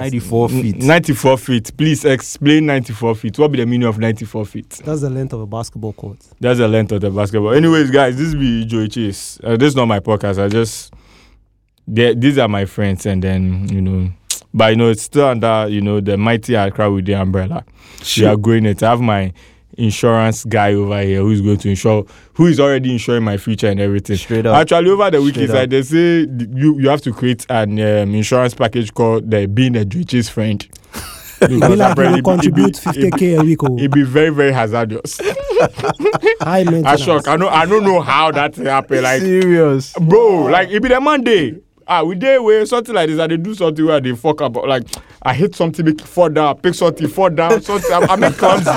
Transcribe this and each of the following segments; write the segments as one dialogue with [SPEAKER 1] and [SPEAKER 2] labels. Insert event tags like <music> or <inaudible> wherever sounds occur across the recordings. [SPEAKER 1] 94 feet.
[SPEAKER 2] 94 feet. Please explain 94 feet. What be the meaning of 94 feet?
[SPEAKER 3] That's the length of a basketball court.
[SPEAKER 2] That's the length of the basketball. Anyways, guys, this be Joey Chase. Uh, this is not my podcast. I just they, these are my friends, and then you know, but you know, it's still under you know the mighty Accra with the umbrella. We are growing it. I have my insurance guy over here who's going to insure, who is already insuring my future and everything.
[SPEAKER 1] Straight up.
[SPEAKER 2] Actually, over the week,
[SPEAKER 1] Straight
[SPEAKER 2] it's
[SPEAKER 1] up.
[SPEAKER 2] like they say th- you you have to create an um, insurance package called the being a Joichi's friend.
[SPEAKER 3] I mean,
[SPEAKER 2] Because
[SPEAKER 3] like,
[SPEAKER 2] apparently it
[SPEAKER 3] you
[SPEAKER 2] be- it be-
[SPEAKER 3] contribute
[SPEAKER 2] it be-
[SPEAKER 3] 50k a week. Oh,
[SPEAKER 2] It'd be very, very hazardous.
[SPEAKER 3] high
[SPEAKER 2] I
[SPEAKER 3] maintenance.
[SPEAKER 2] shock. I know. I don't know how that happened. Like,
[SPEAKER 1] serious.
[SPEAKER 2] bro, like it be the Monday. Ah, we day where something like this. I they do something where they fuck up. Like, I hit something, make it fall down, pick something, fall down. Something. I'm,
[SPEAKER 1] <laughs>
[SPEAKER 2] I'm clumsy.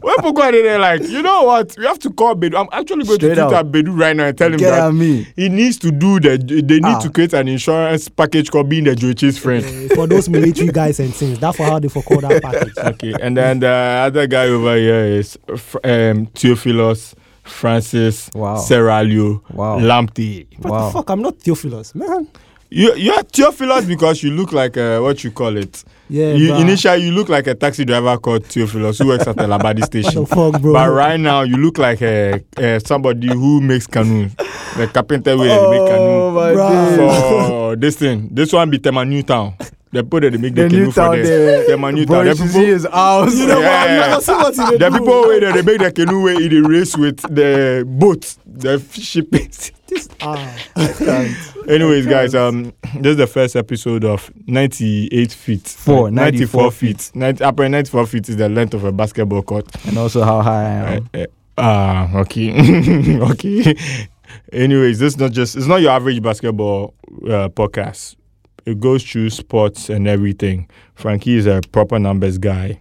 [SPEAKER 2] when people go out there, like, you know what? We have to call Bedu. I'm actually going
[SPEAKER 1] Straight
[SPEAKER 2] to
[SPEAKER 1] out.
[SPEAKER 2] Twitter Bedu right now and tell him
[SPEAKER 1] Get
[SPEAKER 2] that
[SPEAKER 1] at me.
[SPEAKER 2] he needs to do the. They need
[SPEAKER 1] Ah.
[SPEAKER 2] to create an insurance package called being the
[SPEAKER 1] <laughs>
[SPEAKER 2] Joichi's friend.
[SPEAKER 3] Uh, for those military guys and things. That's for how they for call that package.
[SPEAKER 2] okay, and then the other guy over here is uh, Fr- um, Theophilus Francis
[SPEAKER 1] Wow.
[SPEAKER 2] Serralio
[SPEAKER 1] Wow.
[SPEAKER 2] Lamptey.
[SPEAKER 3] What
[SPEAKER 1] Wow.
[SPEAKER 3] the fuck? I'm not Theophilus, man.
[SPEAKER 2] You you're Theophilus because you look like uh, what you call it.
[SPEAKER 3] Yeah,
[SPEAKER 2] you,
[SPEAKER 3] bruh.
[SPEAKER 2] initially you look like a taxi driver called Theophilus who works at the Labadi
[SPEAKER 3] What the
[SPEAKER 2] station.
[SPEAKER 3] fuck, bro?
[SPEAKER 2] But right now you look like uh, uh, somebody who makes canoe, the carpenter way they make
[SPEAKER 1] Oh
[SPEAKER 2] canoe.
[SPEAKER 1] my
[SPEAKER 3] Bruh.
[SPEAKER 1] days.
[SPEAKER 2] For this thing, this one be Tema New Town. They put it, they make the,
[SPEAKER 1] The
[SPEAKER 2] canoe
[SPEAKER 1] new
[SPEAKER 2] for
[SPEAKER 1] town
[SPEAKER 2] there.
[SPEAKER 1] there.
[SPEAKER 2] Tema New
[SPEAKER 1] Bro,
[SPEAKER 2] Town. The
[SPEAKER 1] you should see
[SPEAKER 2] people,
[SPEAKER 1] his house.
[SPEAKER 2] Yeah.
[SPEAKER 1] see what he
[SPEAKER 2] the people way there, they make the canoe way in the race with the boat, the ship it.
[SPEAKER 3] This, ah,
[SPEAKER 2] <laughs> Anyways, guys, um, this is the first episode of 98 feet.
[SPEAKER 1] Four, 94
[SPEAKER 2] feet. 90, apparently 94 feet is the length of a basketball court.
[SPEAKER 1] And also how high I
[SPEAKER 3] <laughs>
[SPEAKER 1] am.
[SPEAKER 2] Uh, uh, Ah, okay. <laughs> okay. Anyways, this is not just, it's not your average basketball uh, podcast. It goes through sports and everything. Frankie is a proper numbers guy.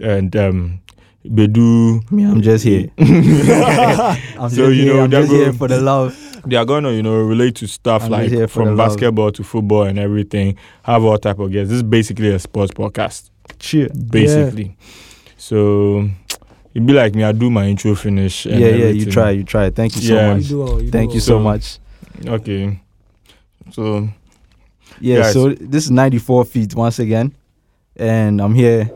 [SPEAKER 2] And um, Bedu,
[SPEAKER 1] Me, <laughs> I'm just here.
[SPEAKER 3] <laughs>
[SPEAKER 1] I'm
[SPEAKER 2] So,
[SPEAKER 1] just
[SPEAKER 2] you
[SPEAKER 1] here.
[SPEAKER 2] know,
[SPEAKER 1] I'm
[SPEAKER 2] that
[SPEAKER 1] just here
[SPEAKER 2] go-
[SPEAKER 1] for the love.
[SPEAKER 2] they are going to you know relate to stuff
[SPEAKER 1] I'm just here
[SPEAKER 2] like
[SPEAKER 1] for the
[SPEAKER 2] from
[SPEAKER 1] love.
[SPEAKER 2] basketball to football and everything have all type of guests this is basically a sports podcast
[SPEAKER 1] Cheer.
[SPEAKER 2] basically so it be like me i do my intro finish
[SPEAKER 1] Yeah,
[SPEAKER 2] and
[SPEAKER 1] yeah, you
[SPEAKER 2] everything.
[SPEAKER 1] try, you try. Thank you so
[SPEAKER 2] Yeah.
[SPEAKER 3] you
[SPEAKER 1] much.
[SPEAKER 3] do well, you
[SPEAKER 1] Thank
[SPEAKER 3] do
[SPEAKER 1] you
[SPEAKER 3] well.
[SPEAKER 1] so
[SPEAKER 2] So-
[SPEAKER 1] much.
[SPEAKER 2] okay so
[SPEAKER 1] Yeah,
[SPEAKER 2] Guys.
[SPEAKER 1] so this is 94 feet once again. And I'm here.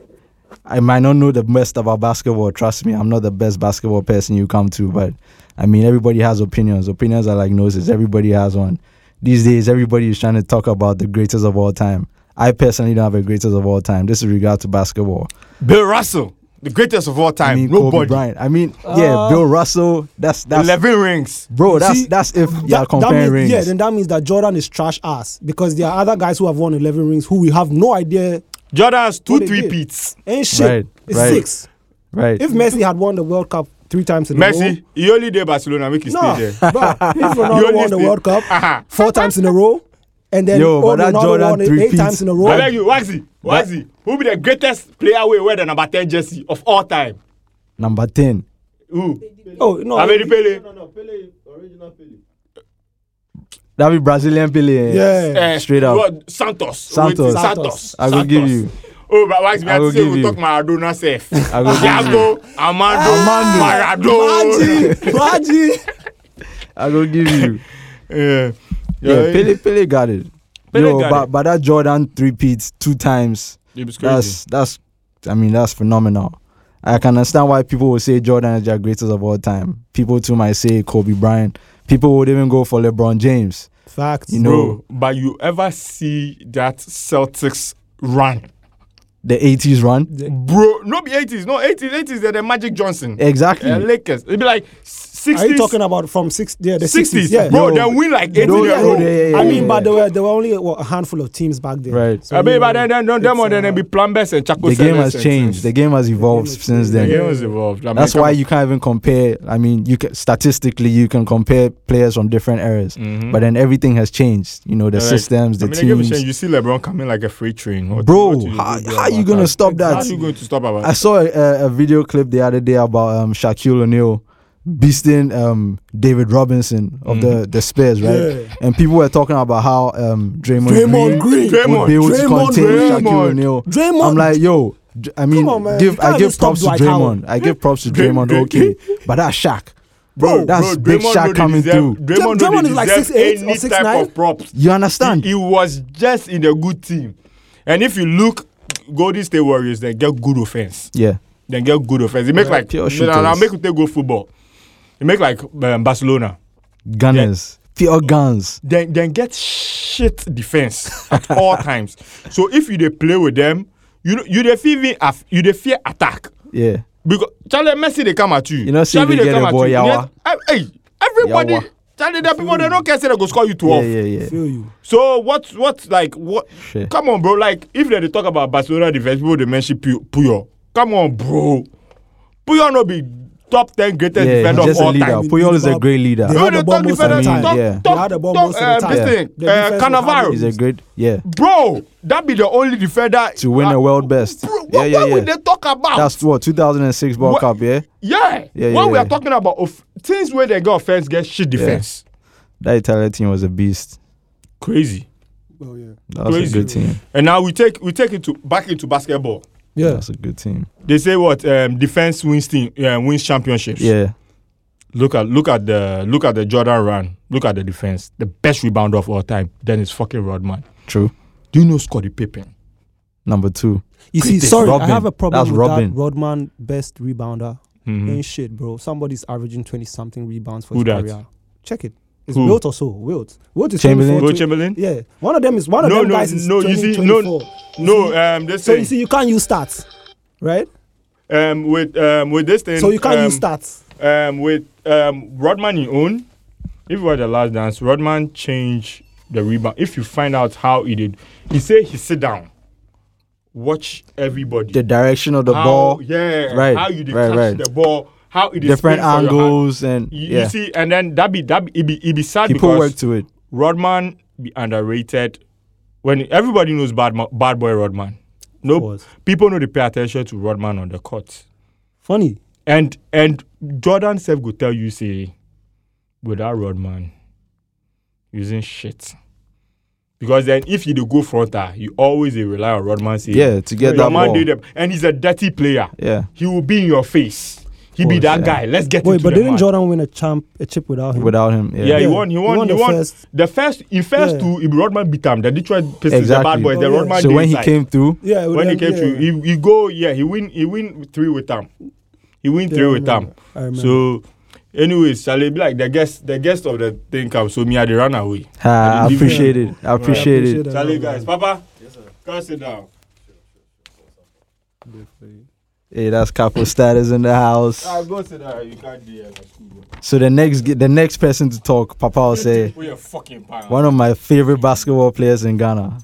[SPEAKER 1] I might not know the best about basketball. Trust me, I'm not the best basketball person you come to, but I mean, everybody has opinions. Opinions are like noses. Everybody has one. These days, everybody is trying to talk about the greatest of all time. I personally don't have a greatest of all time. This is regard to basketball.
[SPEAKER 2] bill russell the greatest of all time
[SPEAKER 1] I mean, Kobe
[SPEAKER 2] nobody
[SPEAKER 1] Bryant. I mean, yeah,
[SPEAKER 3] Uh,
[SPEAKER 1] Bill Russell. That's that's
[SPEAKER 2] 11 rings
[SPEAKER 1] bro. That's
[SPEAKER 3] See,
[SPEAKER 1] that's if
[SPEAKER 3] That-
[SPEAKER 1] you're
[SPEAKER 3] that
[SPEAKER 1] comparing
[SPEAKER 3] means-
[SPEAKER 1] rings.
[SPEAKER 3] Yeah, then that means that Jordan is trash ass because there are other guys who have won 11 rings who we have no idea
[SPEAKER 2] jordan has two
[SPEAKER 3] What they
[SPEAKER 2] three
[SPEAKER 3] did.
[SPEAKER 2] peats
[SPEAKER 3] ain't shit.
[SPEAKER 1] Right,
[SPEAKER 3] it's
[SPEAKER 1] right.
[SPEAKER 3] six.
[SPEAKER 1] right.
[SPEAKER 3] If Messi had won the World Cup three times in
[SPEAKER 2] messi he only did barcelona make
[SPEAKER 3] a
[SPEAKER 2] his
[SPEAKER 3] row, no,
[SPEAKER 2] stay there
[SPEAKER 1] <laughs>
[SPEAKER 3] bruh,
[SPEAKER 2] <laughs>
[SPEAKER 3] if
[SPEAKER 2] You
[SPEAKER 3] Ronaldo
[SPEAKER 2] only
[SPEAKER 3] won the
[SPEAKER 2] stay-
[SPEAKER 3] World Cup
[SPEAKER 2] <laughs> Aha.
[SPEAKER 3] four times in a row, and then
[SPEAKER 1] Yo,
[SPEAKER 3] oh,
[SPEAKER 1] but that
[SPEAKER 3] Ronaldo
[SPEAKER 1] Jordan
[SPEAKER 3] won it
[SPEAKER 1] three
[SPEAKER 3] eight
[SPEAKER 1] peats.
[SPEAKER 3] times in a row.
[SPEAKER 2] I beg you, Waxy, Waxy, who be the greatest player we wear the number 10 jersey of all time?
[SPEAKER 1] Number ten.
[SPEAKER 2] Who?
[SPEAKER 3] Oh no,
[SPEAKER 2] Amedi Pele.
[SPEAKER 1] That'd be Brazilian Pele.
[SPEAKER 3] Yeah.
[SPEAKER 2] Eh,
[SPEAKER 1] Straight up.
[SPEAKER 2] what, Santos.
[SPEAKER 1] Santos.
[SPEAKER 2] Wait, Santos.
[SPEAKER 3] Santos.
[SPEAKER 1] I will
[SPEAKER 2] Santos.
[SPEAKER 1] give you.
[SPEAKER 2] Oh, but why is me
[SPEAKER 1] I will
[SPEAKER 2] to say
[SPEAKER 1] give
[SPEAKER 2] we
[SPEAKER 1] you.
[SPEAKER 2] talk Maradona safe?
[SPEAKER 1] I will give you.
[SPEAKER 2] Thiago, Amando, Maradona.
[SPEAKER 3] Raji,
[SPEAKER 1] I will give you.
[SPEAKER 2] <laughs> Yeah.
[SPEAKER 1] Yeah, Pele Pele got it.
[SPEAKER 2] Pele
[SPEAKER 1] Yo,
[SPEAKER 2] got
[SPEAKER 1] but
[SPEAKER 2] it.
[SPEAKER 1] but that Jordan three peats two times.
[SPEAKER 2] It was crazy.
[SPEAKER 1] That's that's. I mean that's phenomenal. I can understand why people will say Jordan is their greatest of all time. People too might say Kobe Bryant. People would even go for LeBron James.
[SPEAKER 3] facts.
[SPEAKER 1] You know,
[SPEAKER 2] Bro, but you ever see that Celtics run?
[SPEAKER 1] The 80s run.
[SPEAKER 2] Bro, no be 80s. No, 80s, 80s, they're the Magic Johnson.
[SPEAKER 1] Exactly.
[SPEAKER 2] Uh, Lakers. It'd be like 60s.
[SPEAKER 3] Are you talking about from six? Yeah, the
[SPEAKER 2] 60s?
[SPEAKER 3] sixties. Yeah,
[SPEAKER 1] Yo,
[SPEAKER 2] Bro, they win like 80 in a
[SPEAKER 1] those-
[SPEAKER 2] row.
[SPEAKER 1] yeah, yeah, yeah,
[SPEAKER 3] Oh, I mean,
[SPEAKER 1] yeah.
[SPEAKER 3] but there were there were only what, a handful of teams back then.
[SPEAKER 1] Right.
[SPEAKER 3] So
[SPEAKER 2] I mean,
[SPEAKER 3] you
[SPEAKER 2] but
[SPEAKER 3] know,
[SPEAKER 2] then, then, then, them
[SPEAKER 3] it's,
[SPEAKER 2] and then
[SPEAKER 3] uh,
[SPEAKER 2] they be plan best and Chaco
[SPEAKER 1] the game has
[SPEAKER 2] Sellers and
[SPEAKER 1] changed. The
[SPEAKER 2] things.
[SPEAKER 1] game has evolved
[SPEAKER 3] has
[SPEAKER 1] since
[SPEAKER 3] changed.
[SPEAKER 1] then.
[SPEAKER 2] The
[SPEAKER 3] Yeah.
[SPEAKER 2] game has evolved. I mean,
[SPEAKER 1] That's
[SPEAKER 2] come
[SPEAKER 1] why
[SPEAKER 2] on.
[SPEAKER 1] you can't even compare. I mean, you can, statistically you can compare players from different eras,
[SPEAKER 2] Mhm.
[SPEAKER 1] but then everything has changed. You know, the
[SPEAKER 2] Correct.
[SPEAKER 1] systems, the
[SPEAKER 2] I mean, the game is
[SPEAKER 1] teams.
[SPEAKER 2] changing. You see LeBron coming like a freight train. What-
[SPEAKER 1] Bro, how,
[SPEAKER 2] what do
[SPEAKER 1] how are you
[SPEAKER 2] about
[SPEAKER 1] gonna
[SPEAKER 2] that?
[SPEAKER 1] stop
[SPEAKER 2] How are
[SPEAKER 1] that?
[SPEAKER 2] you going to stop about
[SPEAKER 1] I saw a- a, a video clip the other day about um, Shaquille O'Neal beasting um, David Robinson of the the Spurs, right?
[SPEAKER 3] Yeah.
[SPEAKER 1] And people were talking about how um, Draymond, Green
[SPEAKER 3] Draymond Green.
[SPEAKER 1] would
[SPEAKER 2] Draymond,
[SPEAKER 1] be able to
[SPEAKER 3] Draymond
[SPEAKER 1] contain
[SPEAKER 2] Green.
[SPEAKER 1] Shaquille O'Neal.
[SPEAKER 3] Draymond.
[SPEAKER 1] I'm like, yo, d- I mean,
[SPEAKER 3] on, man. You
[SPEAKER 1] give
[SPEAKER 3] can't
[SPEAKER 1] I
[SPEAKER 3] even
[SPEAKER 1] give
[SPEAKER 3] stop
[SPEAKER 1] props to
[SPEAKER 3] Dwight Howard.
[SPEAKER 1] Draymond. I give props to
[SPEAKER 2] Draymond,
[SPEAKER 1] Draymond. Okay,
[SPEAKER 2] Draymond.
[SPEAKER 1] but that's Shaq.
[SPEAKER 2] Bro,
[SPEAKER 1] that's
[SPEAKER 2] bro,
[SPEAKER 1] big
[SPEAKER 2] Draymond
[SPEAKER 1] Shaq
[SPEAKER 2] don't
[SPEAKER 1] coming
[SPEAKER 2] deserve-
[SPEAKER 1] through.
[SPEAKER 2] Draymond,
[SPEAKER 3] Draymond
[SPEAKER 2] don't
[SPEAKER 3] is like
[SPEAKER 2] deserve
[SPEAKER 3] 6'8" or
[SPEAKER 2] any type
[SPEAKER 3] 6'9".
[SPEAKER 2] of props.
[SPEAKER 1] You understand?
[SPEAKER 2] He, he was just in a good team. And if you look, Golden State Warriors, then get good offense.
[SPEAKER 1] Yeah.
[SPEAKER 2] Then get good offense. It make
[SPEAKER 1] Yeah,
[SPEAKER 2] like
[SPEAKER 1] pure
[SPEAKER 2] I'll
[SPEAKER 1] shooters.
[SPEAKER 2] make it go football. It make like um, Barcelona.
[SPEAKER 1] Gunners. Pure guns.
[SPEAKER 2] then then get shit defense <laughs> at all times. So if you dey play with them, you you dey fear even af- you dey fear attack
[SPEAKER 1] Yeah.
[SPEAKER 2] because Charlie Messi they come at you.
[SPEAKER 1] You know, say
[SPEAKER 2] Xavi,
[SPEAKER 1] if you get
[SPEAKER 2] come
[SPEAKER 1] a
[SPEAKER 2] at
[SPEAKER 1] boy,
[SPEAKER 2] you.
[SPEAKER 1] yawa.
[SPEAKER 2] Yes, ev- hey, everybody.
[SPEAKER 1] Yawa.
[SPEAKER 2] Charlie, the people they don't care say they go score you twelve.
[SPEAKER 1] Yeah, yeah, yeah.
[SPEAKER 3] Feel you.
[SPEAKER 2] So what what like what?
[SPEAKER 1] Shit.
[SPEAKER 2] Come on, bro. Like if they dey talk about Barcelona defense, people they mention Pu- Puyol. Come on, bro. Puyol no be top ten greatest
[SPEAKER 1] Yeah,
[SPEAKER 2] defender
[SPEAKER 1] he's
[SPEAKER 2] of
[SPEAKER 1] just a
[SPEAKER 2] all
[SPEAKER 1] leader.
[SPEAKER 2] time.
[SPEAKER 1] Puyol is a great
[SPEAKER 3] They
[SPEAKER 1] leader.
[SPEAKER 2] You
[SPEAKER 3] had
[SPEAKER 2] know,
[SPEAKER 3] the ball
[SPEAKER 2] top
[SPEAKER 3] most of the
[SPEAKER 2] defender,
[SPEAKER 1] time.
[SPEAKER 2] top,
[SPEAKER 1] Yeah.
[SPEAKER 2] top,
[SPEAKER 3] They had the ball
[SPEAKER 2] top,
[SPEAKER 3] most of the
[SPEAKER 2] uh,
[SPEAKER 3] time.
[SPEAKER 2] this thing,
[SPEAKER 3] The
[SPEAKER 2] uh,
[SPEAKER 3] defense was
[SPEAKER 2] Cannavaro.
[SPEAKER 3] having-
[SPEAKER 1] He's a great yeah.
[SPEAKER 2] Bro, that be the only defender
[SPEAKER 1] To win
[SPEAKER 2] uh,
[SPEAKER 1] the world best.
[SPEAKER 2] Bro, what,
[SPEAKER 1] Yeah, yeah,
[SPEAKER 2] what would
[SPEAKER 1] yeah.
[SPEAKER 2] they talk about?
[SPEAKER 1] That's what 2006 World
[SPEAKER 2] What-
[SPEAKER 1] Cup, yeah.
[SPEAKER 2] yeah.
[SPEAKER 1] Yeah,
[SPEAKER 2] when
[SPEAKER 1] yeah,
[SPEAKER 2] we are
[SPEAKER 1] yeah.
[SPEAKER 2] talking about of, things where they get offense, get shit defense.
[SPEAKER 1] That Italian team was a beast.
[SPEAKER 2] Crazy.
[SPEAKER 3] Oh, yeah.
[SPEAKER 1] That was
[SPEAKER 2] Crazy.
[SPEAKER 1] a good team.
[SPEAKER 2] And now we take we take it to back into basketball.
[SPEAKER 3] Yeah.
[SPEAKER 1] That's a good team.
[SPEAKER 2] They say what um, defense wins team uh, wins championships.
[SPEAKER 1] Yeah.
[SPEAKER 2] Look at look at the look at the Jordan run. Look at the defense. The best rebounder of all time. Then it's fucking Rodman.
[SPEAKER 1] True.
[SPEAKER 2] Do you know Scottie Pippen?
[SPEAKER 1] Number two.
[SPEAKER 3] You see,
[SPEAKER 2] Critic.
[SPEAKER 3] sorry,
[SPEAKER 1] Robin.
[SPEAKER 3] I have a problem
[SPEAKER 1] That's
[SPEAKER 3] with
[SPEAKER 1] Robin. Mm.
[SPEAKER 3] that Rodman best rebounder.
[SPEAKER 2] Mhm.
[SPEAKER 3] Ain't shit, bro. Somebody's averaging 20 something rebounds for
[SPEAKER 2] Who
[SPEAKER 3] his
[SPEAKER 2] dat?
[SPEAKER 3] career. Check it. It's
[SPEAKER 2] Who?
[SPEAKER 3] Wilt or so. Wilt. Wilt is
[SPEAKER 1] Chamberlain?
[SPEAKER 3] 24,
[SPEAKER 2] Will
[SPEAKER 3] twe-
[SPEAKER 2] Chamberlain?
[SPEAKER 3] Yeah. One of them is one of
[SPEAKER 2] No,
[SPEAKER 3] them
[SPEAKER 2] no,
[SPEAKER 3] guys is
[SPEAKER 2] no,
[SPEAKER 3] 20,
[SPEAKER 2] you see, no,
[SPEAKER 3] 24.
[SPEAKER 2] No, um, they
[SPEAKER 3] So you
[SPEAKER 2] say
[SPEAKER 3] see, you can't use stats, right?
[SPEAKER 2] um, with um, with this thing.
[SPEAKER 3] So you can't
[SPEAKER 2] um,
[SPEAKER 3] use stats.
[SPEAKER 2] um, with um, Rodman in own. If you were the last dance, Rodman changed the rebound. If you find out how he did, he said he sit down, watch everybody.
[SPEAKER 1] The direction of the
[SPEAKER 2] how,
[SPEAKER 1] ball,
[SPEAKER 2] yeah,
[SPEAKER 1] Right,
[SPEAKER 2] how you dey
[SPEAKER 1] right,
[SPEAKER 2] catch
[SPEAKER 1] right.
[SPEAKER 2] the ball, how it is
[SPEAKER 1] different
[SPEAKER 2] spin for your hand.
[SPEAKER 1] angles, and
[SPEAKER 2] You,
[SPEAKER 1] yeah,
[SPEAKER 2] you see, and then that be that be it be, it be sad
[SPEAKER 1] he put
[SPEAKER 2] because
[SPEAKER 1] work to it.
[SPEAKER 2] Rodman be underrated. When everybody knows bad Mo- bad boy Rodman, no
[SPEAKER 3] Was.
[SPEAKER 2] people know they pay attention to Rodman on the court.
[SPEAKER 3] Funny.
[SPEAKER 2] And and Jordan self go tell you say, without Rodman, using shit. Because then if you dey go fronter, you always dey rely on Rodman say,
[SPEAKER 1] Yeah, to get that
[SPEAKER 2] Rodman
[SPEAKER 1] ball.
[SPEAKER 2] did them. And he's a dirty player.
[SPEAKER 1] Yeah,
[SPEAKER 2] He will be in your face. He be
[SPEAKER 1] course,
[SPEAKER 2] that
[SPEAKER 1] yeah.
[SPEAKER 2] guy. Let's get
[SPEAKER 3] Wait,
[SPEAKER 2] into
[SPEAKER 3] but
[SPEAKER 2] the
[SPEAKER 3] didn't
[SPEAKER 2] man.
[SPEAKER 3] Jordan win a champ a chip without him?
[SPEAKER 1] without him, yeah,
[SPEAKER 2] Yeah, he
[SPEAKER 3] Yeah,
[SPEAKER 2] won. He won. He won. the first. in first
[SPEAKER 3] Yeah.
[SPEAKER 2] two, if Rodman beat him. The Detroit Pistons, the bad
[SPEAKER 1] exactly.
[SPEAKER 2] boys. The
[SPEAKER 3] Oh, yeah.
[SPEAKER 2] Rodman.
[SPEAKER 1] So
[SPEAKER 2] dey
[SPEAKER 1] when he
[SPEAKER 2] inside.
[SPEAKER 1] came through,
[SPEAKER 3] yeah, with
[SPEAKER 2] when he came
[SPEAKER 3] them, yeah.
[SPEAKER 2] through, he, he go. Yeah, he win. He win three with them. He win
[SPEAKER 3] Yeah,
[SPEAKER 2] three
[SPEAKER 3] I
[SPEAKER 2] with them.
[SPEAKER 3] remember. I remember.
[SPEAKER 2] So, anyways, Charlie Black, the guest, the guest of the thing come. So me, I dey run away.
[SPEAKER 1] ah, I
[SPEAKER 2] Yeah.
[SPEAKER 1] appreciate it. I appreciate
[SPEAKER 3] appreciate
[SPEAKER 1] it.
[SPEAKER 3] that.
[SPEAKER 2] Charlie, guys, Papa, yes, sir. come sit down.
[SPEAKER 1] Hey, that's Capo status in the house.
[SPEAKER 2] I Ah, go sit down. You can't do it.
[SPEAKER 1] So the next, ge- the next person to talk, Papa will say,
[SPEAKER 2] Put your fucking pound.
[SPEAKER 1] one of my favorite basketball players in Ghana.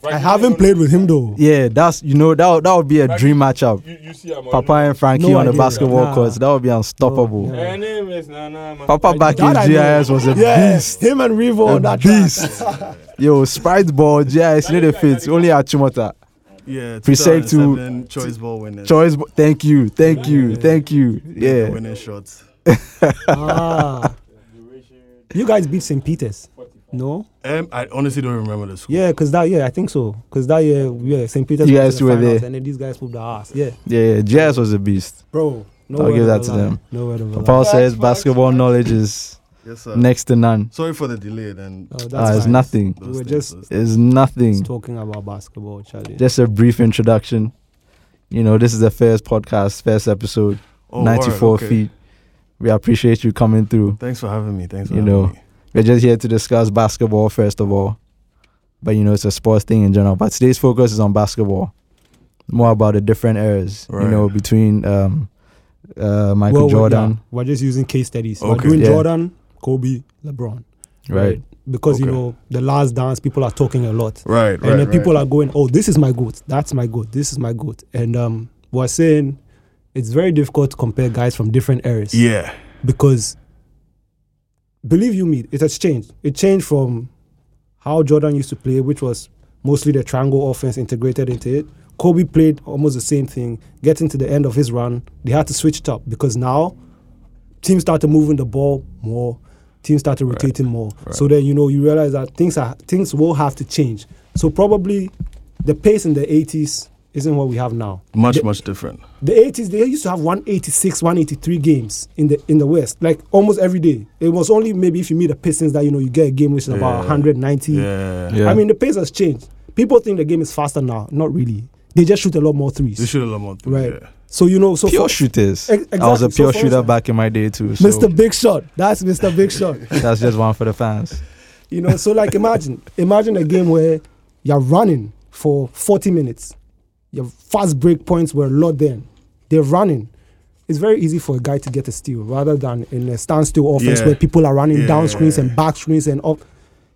[SPEAKER 2] Frankie,
[SPEAKER 3] I haven't played with him though.
[SPEAKER 1] Yeah, that's you know that would- that would be a dream matchup.
[SPEAKER 2] You, you see, I'm
[SPEAKER 1] Papa and Frankie
[SPEAKER 3] No
[SPEAKER 1] on the
[SPEAKER 3] idea.
[SPEAKER 1] basketball
[SPEAKER 3] Nah.
[SPEAKER 1] court, that would be unstoppable.
[SPEAKER 3] No,
[SPEAKER 2] Her name is Nana. man.
[SPEAKER 1] Papa back in
[SPEAKER 3] That I know.
[SPEAKER 1] GIS was a
[SPEAKER 3] Yeah,
[SPEAKER 1] beast.
[SPEAKER 3] him and Revo
[SPEAKER 1] A <laughs>
[SPEAKER 3] on that track. <laughs>
[SPEAKER 1] beast. Yo, Sprite Ball, GIS, you know the fits. Only at Chumota.
[SPEAKER 4] Yeah,
[SPEAKER 1] Preset to-
[SPEAKER 4] 2007 choice ball winners.
[SPEAKER 1] Choice, bo- thank you, thank you, thank you.
[SPEAKER 4] The
[SPEAKER 1] Yeah.
[SPEAKER 4] winning shots.
[SPEAKER 3] Ah. you guys beat St. Peter's. No?
[SPEAKER 4] Um, I honestly don't remember the score.
[SPEAKER 3] Yeah, because that year, I think so. Because that year, yeah, St. Peter's
[SPEAKER 1] You
[SPEAKER 3] went to
[SPEAKER 1] guys
[SPEAKER 3] the
[SPEAKER 1] were
[SPEAKER 3] finals,
[SPEAKER 1] there.
[SPEAKER 3] And then these guys pulled the ass. Yeah.
[SPEAKER 1] Yeah, GIS was a beast.
[SPEAKER 3] Bro. No
[SPEAKER 1] I'll
[SPEAKER 3] word
[SPEAKER 1] give
[SPEAKER 3] of
[SPEAKER 1] that
[SPEAKER 3] a
[SPEAKER 1] to
[SPEAKER 3] lie.
[SPEAKER 1] them.
[SPEAKER 3] No word of a lie.
[SPEAKER 1] Paul says basketball knowledge is
[SPEAKER 4] Yes, sir.
[SPEAKER 1] next to none.
[SPEAKER 4] Sorry for the delay. Then
[SPEAKER 3] Oh, that's
[SPEAKER 1] Ah, it's
[SPEAKER 3] fine.
[SPEAKER 1] nothing.
[SPEAKER 4] those
[SPEAKER 3] we were
[SPEAKER 4] things,
[SPEAKER 3] just-
[SPEAKER 4] those-
[SPEAKER 1] It's
[SPEAKER 3] It's
[SPEAKER 1] nothing.
[SPEAKER 3] talking about basketball, Charlie.
[SPEAKER 1] Just a brief introduction. You know, this is the first podcast, first episode,
[SPEAKER 4] Oh, alright,
[SPEAKER 1] 94
[SPEAKER 4] okay.
[SPEAKER 1] feet. We appreciate you coming through.
[SPEAKER 4] Thanks for having me. Thanks for
[SPEAKER 1] You
[SPEAKER 4] having
[SPEAKER 1] know.
[SPEAKER 4] me.
[SPEAKER 1] We're just here to discuss basketball first of all. But you know, it's a sports thing in general. But today's focus is on basketball. More about the different eras, you
[SPEAKER 4] Right.
[SPEAKER 1] know, between um, uh, Michael
[SPEAKER 3] Well, we-
[SPEAKER 1] Jordan,
[SPEAKER 3] yeah, we're just using case studies. We're
[SPEAKER 4] Okay.
[SPEAKER 3] doing
[SPEAKER 1] Yeah.
[SPEAKER 3] Jordan, Kobe, LeBron.
[SPEAKER 1] right?
[SPEAKER 3] Because, you
[SPEAKER 4] Okay.
[SPEAKER 3] know, the last dance, people are talking a lot.
[SPEAKER 4] Right, right.
[SPEAKER 3] and then
[SPEAKER 4] right.
[SPEAKER 3] people are going, "Oh, this is my goat. That's my goat. This is my goat." And um, we're saying it's very difficult to compare guys from different eras
[SPEAKER 4] Yeah.
[SPEAKER 3] because, believe you me, it has changed. It changed from how Jordan used to play, which was mostly the triangle offense integrated into it. Kobe played almost the same thing. Getting to the end of his run, they had to switch it up because now teams started moving the ball more, teams started rotating more. So then you know you realize that things are things will have to change. So probably the pace in the 80s isn't what we have now.
[SPEAKER 4] Much, much different.
[SPEAKER 3] The 80s they used to have 186, 183 games in the in the West, like almost every day. It was only maybe if you meet the Pistons that you know you get a game which is about
[SPEAKER 4] Yeah.
[SPEAKER 3] 190.
[SPEAKER 4] Yeah.
[SPEAKER 1] Yeah.
[SPEAKER 3] I mean the pace has changed. people think the game is faster now. Not really. They just shoot a lot more threes.
[SPEAKER 4] They shoot a lot more. threes,
[SPEAKER 3] Right.
[SPEAKER 4] yeah.
[SPEAKER 3] So you know, so
[SPEAKER 1] pure
[SPEAKER 3] for-
[SPEAKER 1] shooters.
[SPEAKER 3] Ex-
[SPEAKER 1] I was a
[SPEAKER 3] exactly. So
[SPEAKER 1] pure
[SPEAKER 3] for
[SPEAKER 1] shooter
[SPEAKER 3] instance-
[SPEAKER 1] back in my day too. So
[SPEAKER 3] Mr. Big Shot. That's Mr. Big Shot.
[SPEAKER 1] that's just one for the
[SPEAKER 4] <laughs>
[SPEAKER 1] fans.
[SPEAKER 3] You know, so like imagine, imagine a game where you're running for 40 minutes. Your fast break points were a lot then. They're running. It's very easy for a guy to get a steal rather than in a standstill offense
[SPEAKER 4] Yeah.
[SPEAKER 3] where people are running
[SPEAKER 4] Yeah,
[SPEAKER 3] down
[SPEAKER 4] yeah,
[SPEAKER 3] screens and
[SPEAKER 4] yeah.
[SPEAKER 3] back screens and up.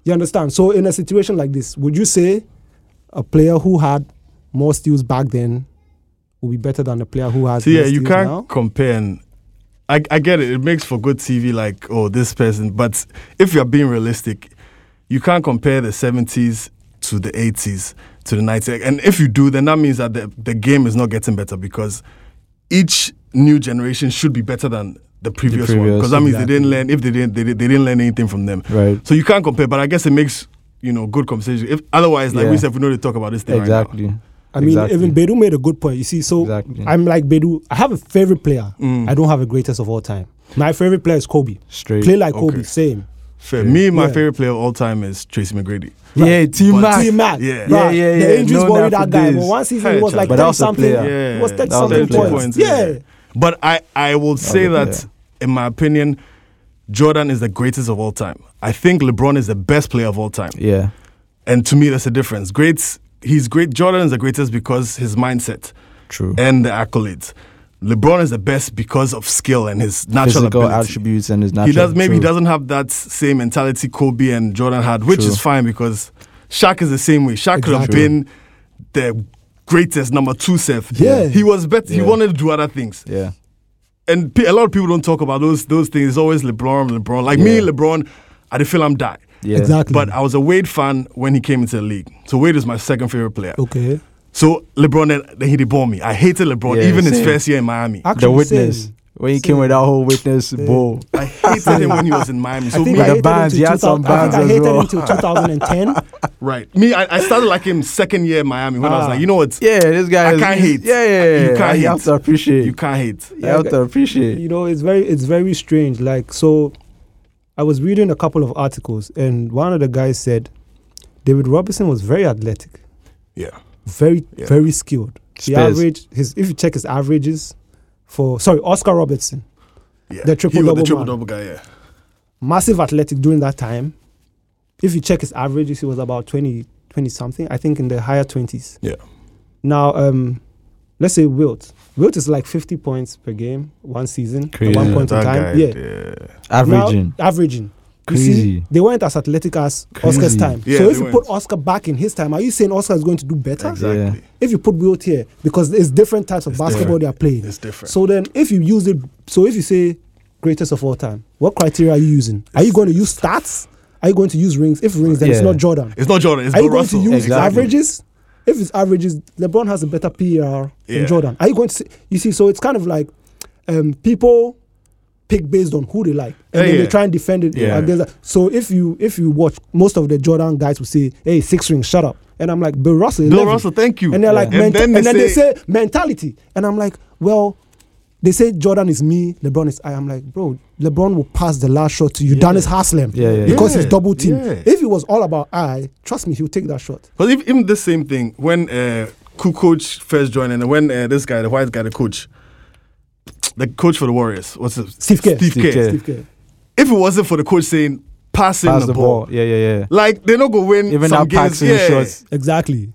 [SPEAKER 3] You understand? So in a situation like this, would you say a player who had more steals back then will be better than a player who has
[SPEAKER 4] So
[SPEAKER 3] more
[SPEAKER 4] yeah, you
[SPEAKER 3] steals
[SPEAKER 4] can't
[SPEAKER 3] now?
[SPEAKER 4] compare. And I I get it. It makes for good TV. Like oh, this person. But if you're being realistic, you can't compare the 70s to the 80s to the 90s. And if you do, then that means that the the game is not getting better because each new generation should be better than the previous, one.
[SPEAKER 1] previous,
[SPEAKER 4] Because that means
[SPEAKER 1] exactly.
[SPEAKER 4] they didn't learn. If they didn't, they, did- they didn't learn anything from them.
[SPEAKER 1] Right.
[SPEAKER 4] So you can't compare. But I guess it makes. You know, good conversation. If otherwise, like
[SPEAKER 1] Yeah.
[SPEAKER 4] we said, we know they talk about this thing right now.
[SPEAKER 1] Exactly.
[SPEAKER 3] I mean,
[SPEAKER 1] Exactly.
[SPEAKER 3] even Bedu made a good point. You see, so
[SPEAKER 1] Exactly.
[SPEAKER 3] I'm like Bedu. I have a favorite player.
[SPEAKER 4] Mm.
[SPEAKER 3] I don't have a greatest of all time. My favorite player is Kobe.
[SPEAKER 1] Straight.
[SPEAKER 3] Play like
[SPEAKER 4] Okay.
[SPEAKER 3] Kobe, same.
[SPEAKER 4] Fair. Me, my
[SPEAKER 3] Yeah.
[SPEAKER 4] favorite player of all time is Tracy McGrady.
[SPEAKER 1] Yeah, Team
[SPEAKER 4] But-
[SPEAKER 1] Mac.
[SPEAKER 3] T Mac,
[SPEAKER 4] yeah.
[SPEAKER 3] bruh,
[SPEAKER 1] Ah, Yeah, yeah, yeah.
[SPEAKER 3] The injuries
[SPEAKER 1] Known
[SPEAKER 3] worried
[SPEAKER 1] that
[SPEAKER 3] that
[SPEAKER 1] for
[SPEAKER 3] guy. But
[SPEAKER 1] days.
[SPEAKER 3] one season
[SPEAKER 4] Hey,
[SPEAKER 3] he was like
[SPEAKER 1] But
[SPEAKER 3] 30
[SPEAKER 1] that was a
[SPEAKER 3] something.
[SPEAKER 1] player.
[SPEAKER 4] Yeah.
[SPEAKER 3] It was 30
[SPEAKER 1] That was a
[SPEAKER 3] something
[SPEAKER 1] player.
[SPEAKER 3] points. Yeah.
[SPEAKER 4] But I, I will say
[SPEAKER 1] was a
[SPEAKER 4] that, in my opinion, Jordan is the greatest of all time. I think LeBron is the best player of all time.
[SPEAKER 1] Yeah.
[SPEAKER 4] And to me, that's the difference. Greats, he's great. Jordan is the greatest because his mindset
[SPEAKER 1] True.
[SPEAKER 4] and the accolades. LeBron is the best because of skill and his natural
[SPEAKER 1] Physical
[SPEAKER 4] ability.
[SPEAKER 1] attributes and his natural.
[SPEAKER 4] he does maybe he
[SPEAKER 1] true.
[SPEAKER 4] doesn't have that same mentality Kobe and Jordan had, which
[SPEAKER 1] True.
[SPEAKER 4] is fine because Shaq is the same way. Shaq could have
[SPEAKER 3] Exactly.
[SPEAKER 4] been the greatest number two self.
[SPEAKER 3] Yeah.
[SPEAKER 4] He was better. He
[SPEAKER 1] Yeah.
[SPEAKER 4] wanted to do other things.
[SPEAKER 1] Yeah.
[SPEAKER 4] And pe- a lot of people don't talk about those those things. It's always LeBron, LeBron. Like me,
[SPEAKER 1] Yeah.
[SPEAKER 4] LeBron, I didn't feel I'm die.
[SPEAKER 1] Yeah.
[SPEAKER 3] Exactly.
[SPEAKER 4] But I was a Wade fan when he came into the league. So Wade is my second favorite player.
[SPEAKER 3] okay.
[SPEAKER 4] So LeBron, then, then he deballed me. I hated LeBron,
[SPEAKER 1] Yeah,
[SPEAKER 4] even his
[SPEAKER 1] same.
[SPEAKER 4] first year in Miami.
[SPEAKER 1] The
[SPEAKER 3] Actually,
[SPEAKER 1] witness.
[SPEAKER 3] same.
[SPEAKER 1] When he
[SPEAKER 3] Same.
[SPEAKER 1] came with that whole witness bull.
[SPEAKER 4] I hated him when he was in Miami.
[SPEAKER 3] <laughs>
[SPEAKER 4] So
[SPEAKER 3] I think
[SPEAKER 4] me,
[SPEAKER 3] I
[SPEAKER 1] the
[SPEAKER 3] hated
[SPEAKER 1] bands,
[SPEAKER 3] him
[SPEAKER 1] he
[SPEAKER 3] till
[SPEAKER 1] had some
[SPEAKER 3] 2000 I think
[SPEAKER 1] bands
[SPEAKER 3] I
[SPEAKER 1] as
[SPEAKER 3] hated
[SPEAKER 1] well.
[SPEAKER 3] him till
[SPEAKER 1] <laughs>
[SPEAKER 3] 2010.
[SPEAKER 4] Right. Me, I, I started like him second year in Miami when I was
[SPEAKER 3] Ah.
[SPEAKER 4] like, you know what?
[SPEAKER 1] Yeah, this guy.
[SPEAKER 4] I
[SPEAKER 1] is,
[SPEAKER 4] can't hate.
[SPEAKER 1] Yeah, yeah, yeah.
[SPEAKER 4] You can't
[SPEAKER 1] You
[SPEAKER 4] hate.
[SPEAKER 1] have to appreciate.
[SPEAKER 4] You can't hate.
[SPEAKER 1] You have to appreciate.
[SPEAKER 3] you know it's very it's very strange like so i was reading a couple of articles and one of the guys said david robinson was very athletic
[SPEAKER 4] Yeah.
[SPEAKER 3] very
[SPEAKER 4] Yeah.
[SPEAKER 3] very skilled the
[SPEAKER 1] Spurs.
[SPEAKER 3] average his if you check his averages for sorry oscar robertson
[SPEAKER 4] Yeah.
[SPEAKER 3] The triple
[SPEAKER 4] He was
[SPEAKER 3] double
[SPEAKER 4] the triple
[SPEAKER 3] man.
[SPEAKER 4] double guy, yeah.
[SPEAKER 3] massive athletic during that time if you check his averages he was about 20 20 something i think in the higher 20s
[SPEAKER 4] Yeah.
[SPEAKER 3] now um let's say wilt wilt is like 50 points per game one season
[SPEAKER 1] Crazy.
[SPEAKER 3] at one
[SPEAKER 1] Yeah,
[SPEAKER 3] point in
[SPEAKER 4] That
[SPEAKER 3] time
[SPEAKER 4] guy,
[SPEAKER 3] yeah Now,
[SPEAKER 1] Averaging.
[SPEAKER 3] averaging. You
[SPEAKER 1] Crazy.
[SPEAKER 3] see, they weren't as athletic as
[SPEAKER 1] Crazy.
[SPEAKER 3] Oscar's time.
[SPEAKER 4] Yeah,
[SPEAKER 3] so if
[SPEAKER 4] they
[SPEAKER 3] you
[SPEAKER 4] weren't.
[SPEAKER 3] put Oscar back in his time, are you saying Oscar is going to do better?
[SPEAKER 4] Exactly.
[SPEAKER 3] If you put Wilt here, because it's different types of
[SPEAKER 4] It's
[SPEAKER 3] basketball they are playing.
[SPEAKER 4] It's different.
[SPEAKER 3] So then, if you use it, so if you say greatest of all time, what criteria are you using? Are you going to use stats? Are you going to use rings? If rings, then it's
[SPEAKER 1] Yeah.
[SPEAKER 3] not Jordan.
[SPEAKER 4] it's not Jordan, it's
[SPEAKER 3] are you
[SPEAKER 4] Bill
[SPEAKER 3] going to
[SPEAKER 4] Russell.
[SPEAKER 3] use
[SPEAKER 1] Exactly.
[SPEAKER 3] averages? If it's averages, LeBron has a better PR
[SPEAKER 4] Yeah.
[SPEAKER 3] than Jordan. Are you going to see? You see, so it's kind of like um, people pick based on who they like, and
[SPEAKER 4] Yeah,
[SPEAKER 3] then
[SPEAKER 4] yeah.
[SPEAKER 3] they try and defend it
[SPEAKER 4] Yeah.
[SPEAKER 3] against. That. So if you if you watch most of the Jordan guys will say, "Hey, six rings, shut up," and I'm like, "Bill Russell,
[SPEAKER 4] Bill
[SPEAKER 3] 11."
[SPEAKER 4] Russell, thank you.
[SPEAKER 3] and they're like,
[SPEAKER 4] and
[SPEAKER 3] menta-
[SPEAKER 4] then, they, say,
[SPEAKER 3] mentality, and I'm like, well. They say Jordan is me, LeBron is I. I'm like, bro, LeBron will pass the last shot to Udonis Haslem
[SPEAKER 1] Yeah, yeah,
[SPEAKER 3] because
[SPEAKER 4] yeah.
[SPEAKER 3] he's double teamed.
[SPEAKER 4] Yeah.
[SPEAKER 3] If it was all about I, trust me, he'll take that shot.
[SPEAKER 4] But if, even the same thing, when uh, Ku- coach first joined, and when uh, this guy, the white guy, the coach, the coach for the Warriors, what's it?
[SPEAKER 3] Steve Kerr.
[SPEAKER 4] Steve,
[SPEAKER 1] Steve
[SPEAKER 4] Kerr.
[SPEAKER 1] Kerr.
[SPEAKER 3] Steve Kerr.
[SPEAKER 4] If it wasn't for the coach saying, passing
[SPEAKER 1] Pass
[SPEAKER 4] the,
[SPEAKER 1] the
[SPEAKER 4] ball,
[SPEAKER 1] ball. Yeah, yeah, yeah.
[SPEAKER 4] like they're not going to win
[SPEAKER 1] Even
[SPEAKER 4] some
[SPEAKER 1] that
[SPEAKER 4] games.
[SPEAKER 1] passing
[SPEAKER 4] Yeah.
[SPEAKER 1] shots.
[SPEAKER 3] Exactly.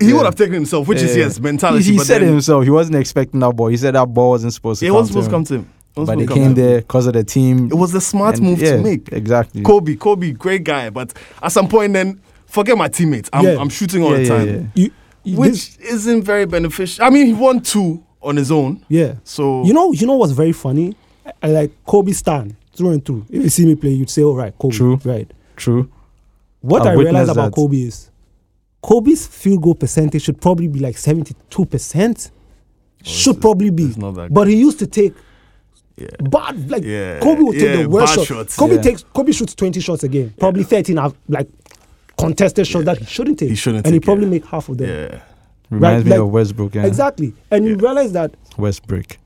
[SPEAKER 4] He
[SPEAKER 1] Yeah.
[SPEAKER 4] would have taken himself, which is,
[SPEAKER 1] Yeah.
[SPEAKER 4] yes, mentality.
[SPEAKER 1] He, he
[SPEAKER 4] but
[SPEAKER 1] said it
[SPEAKER 4] then,
[SPEAKER 1] himself. He wasn't expecting that ball. He said that ball wasn't supposed to
[SPEAKER 4] It
[SPEAKER 1] come.
[SPEAKER 4] wasn't supposed to
[SPEAKER 1] him.
[SPEAKER 4] come to him. It wasn't
[SPEAKER 1] But
[SPEAKER 4] supposed
[SPEAKER 1] it
[SPEAKER 4] to come
[SPEAKER 1] came
[SPEAKER 4] to him.
[SPEAKER 1] there because of the team.
[SPEAKER 4] It was the smart
[SPEAKER 1] and-
[SPEAKER 4] move
[SPEAKER 1] yeah,
[SPEAKER 4] to make.
[SPEAKER 1] Exactly.
[SPEAKER 4] Kobe, Kobe, great guy, but at some point, then forget my teammates. I'm,
[SPEAKER 3] Yeah.
[SPEAKER 4] I'm shooting all
[SPEAKER 1] Yeah,
[SPEAKER 4] the
[SPEAKER 1] yeah,
[SPEAKER 4] time,
[SPEAKER 1] yeah.
[SPEAKER 3] You, you- this-
[SPEAKER 4] which isn't very beneficial. I mean, he won two on his own,
[SPEAKER 3] yeah.
[SPEAKER 4] so
[SPEAKER 3] You know, you know what's very funny? I, I like Kobe Stan through and through. If you see me play, you'd say, "All right, Kobe."
[SPEAKER 1] True.
[SPEAKER 3] Right.
[SPEAKER 1] True.
[SPEAKER 3] What
[SPEAKER 1] I've
[SPEAKER 3] i realized
[SPEAKER 1] witnessed
[SPEAKER 3] about
[SPEAKER 1] that.
[SPEAKER 3] Kobe is Kobe's field goal percentage should probably be like seventy-two percent. Should probably be,
[SPEAKER 4] Oh, it's not that
[SPEAKER 3] but he used to take
[SPEAKER 4] Yeah.
[SPEAKER 3] bad like
[SPEAKER 4] Yeah,
[SPEAKER 3] Kobe would take
[SPEAKER 4] yeah,
[SPEAKER 3] the worst
[SPEAKER 4] bad
[SPEAKER 3] shot.
[SPEAKER 4] shots.
[SPEAKER 3] Kobe
[SPEAKER 1] Yeah.
[SPEAKER 3] takes Kobe shoots twenty shots again, probably thirteen are like contested shots that he shouldn't take.
[SPEAKER 4] He shouldn't
[SPEAKER 3] and
[SPEAKER 4] take,
[SPEAKER 3] he probably
[SPEAKER 4] yeah.
[SPEAKER 3] make half of them.
[SPEAKER 4] yeah,
[SPEAKER 1] Reminds me
[SPEAKER 3] like-
[SPEAKER 1] of Westbrook. Yeah.
[SPEAKER 3] Exactly, and you
[SPEAKER 4] Yeah.
[SPEAKER 3] realize that
[SPEAKER 1] Westbrook.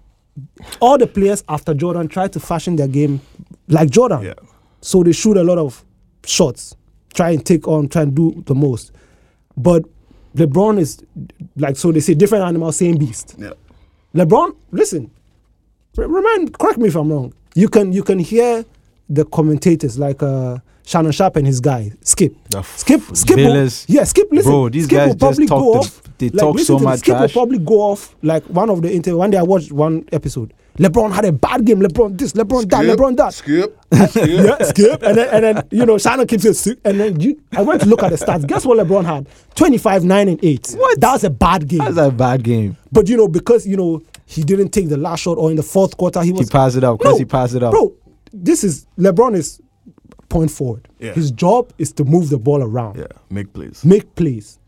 [SPEAKER 3] all the players after Jordan tried to fashion their game like Jordan.
[SPEAKER 4] yeah.
[SPEAKER 3] So they shoot a lot of shots, try and take on, try and do the most. But LeBron is like so they say different animal, same beast.
[SPEAKER 4] Yeah.
[SPEAKER 3] LeBron, listen, re- remind correct me if I'm wrong. You can you can hear the commentators like uh, Shannon Sharp and his guy Skip.
[SPEAKER 4] The f-
[SPEAKER 3] Skip Skip will,
[SPEAKER 1] villains.
[SPEAKER 3] yeah Skip listen
[SPEAKER 1] Bro, these
[SPEAKER 3] Skip
[SPEAKER 1] guys
[SPEAKER 3] will
[SPEAKER 1] just
[SPEAKER 3] probably
[SPEAKER 1] talk
[SPEAKER 3] go
[SPEAKER 1] the-
[SPEAKER 3] off
[SPEAKER 1] they talk
[SPEAKER 3] listen
[SPEAKER 1] so
[SPEAKER 3] to me,
[SPEAKER 1] much
[SPEAKER 3] Skip
[SPEAKER 1] trash.
[SPEAKER 3] will probably go off like one of the interview one day I watched one episode LeBron had a bad game LeBron this LeBron that LeBron that
[SPEAKER 4] Skip.
[SPEAKER 3] yeah, skip. And then, and then you know, Shannon keeps it sick. And then you, I went to look at the stats. Guess what LeBron had? 25, 9, and 8.
[SPEAKER 1] What?
[SPEAKER 3] That was a bad game.
[SPEAKER 1] That's a bad game.
[SPEAKER 3] but, you know, because, you know, he didn't take the last shot or in the fourth quarter, he
[SPEAKER 1] He
[SPEAKER 3] was.
[SPEAKER 1] passed it up. Because he passed it up.
[SPEAKER 3] Bro, this is, LeBron is point forward.
[SPEAKER 4] Yeah.
[SPEAKER 3] His job is to move the ball around,
[SPEAKER 4] Yeah, make plays.
[SPEAKER 3] make plays.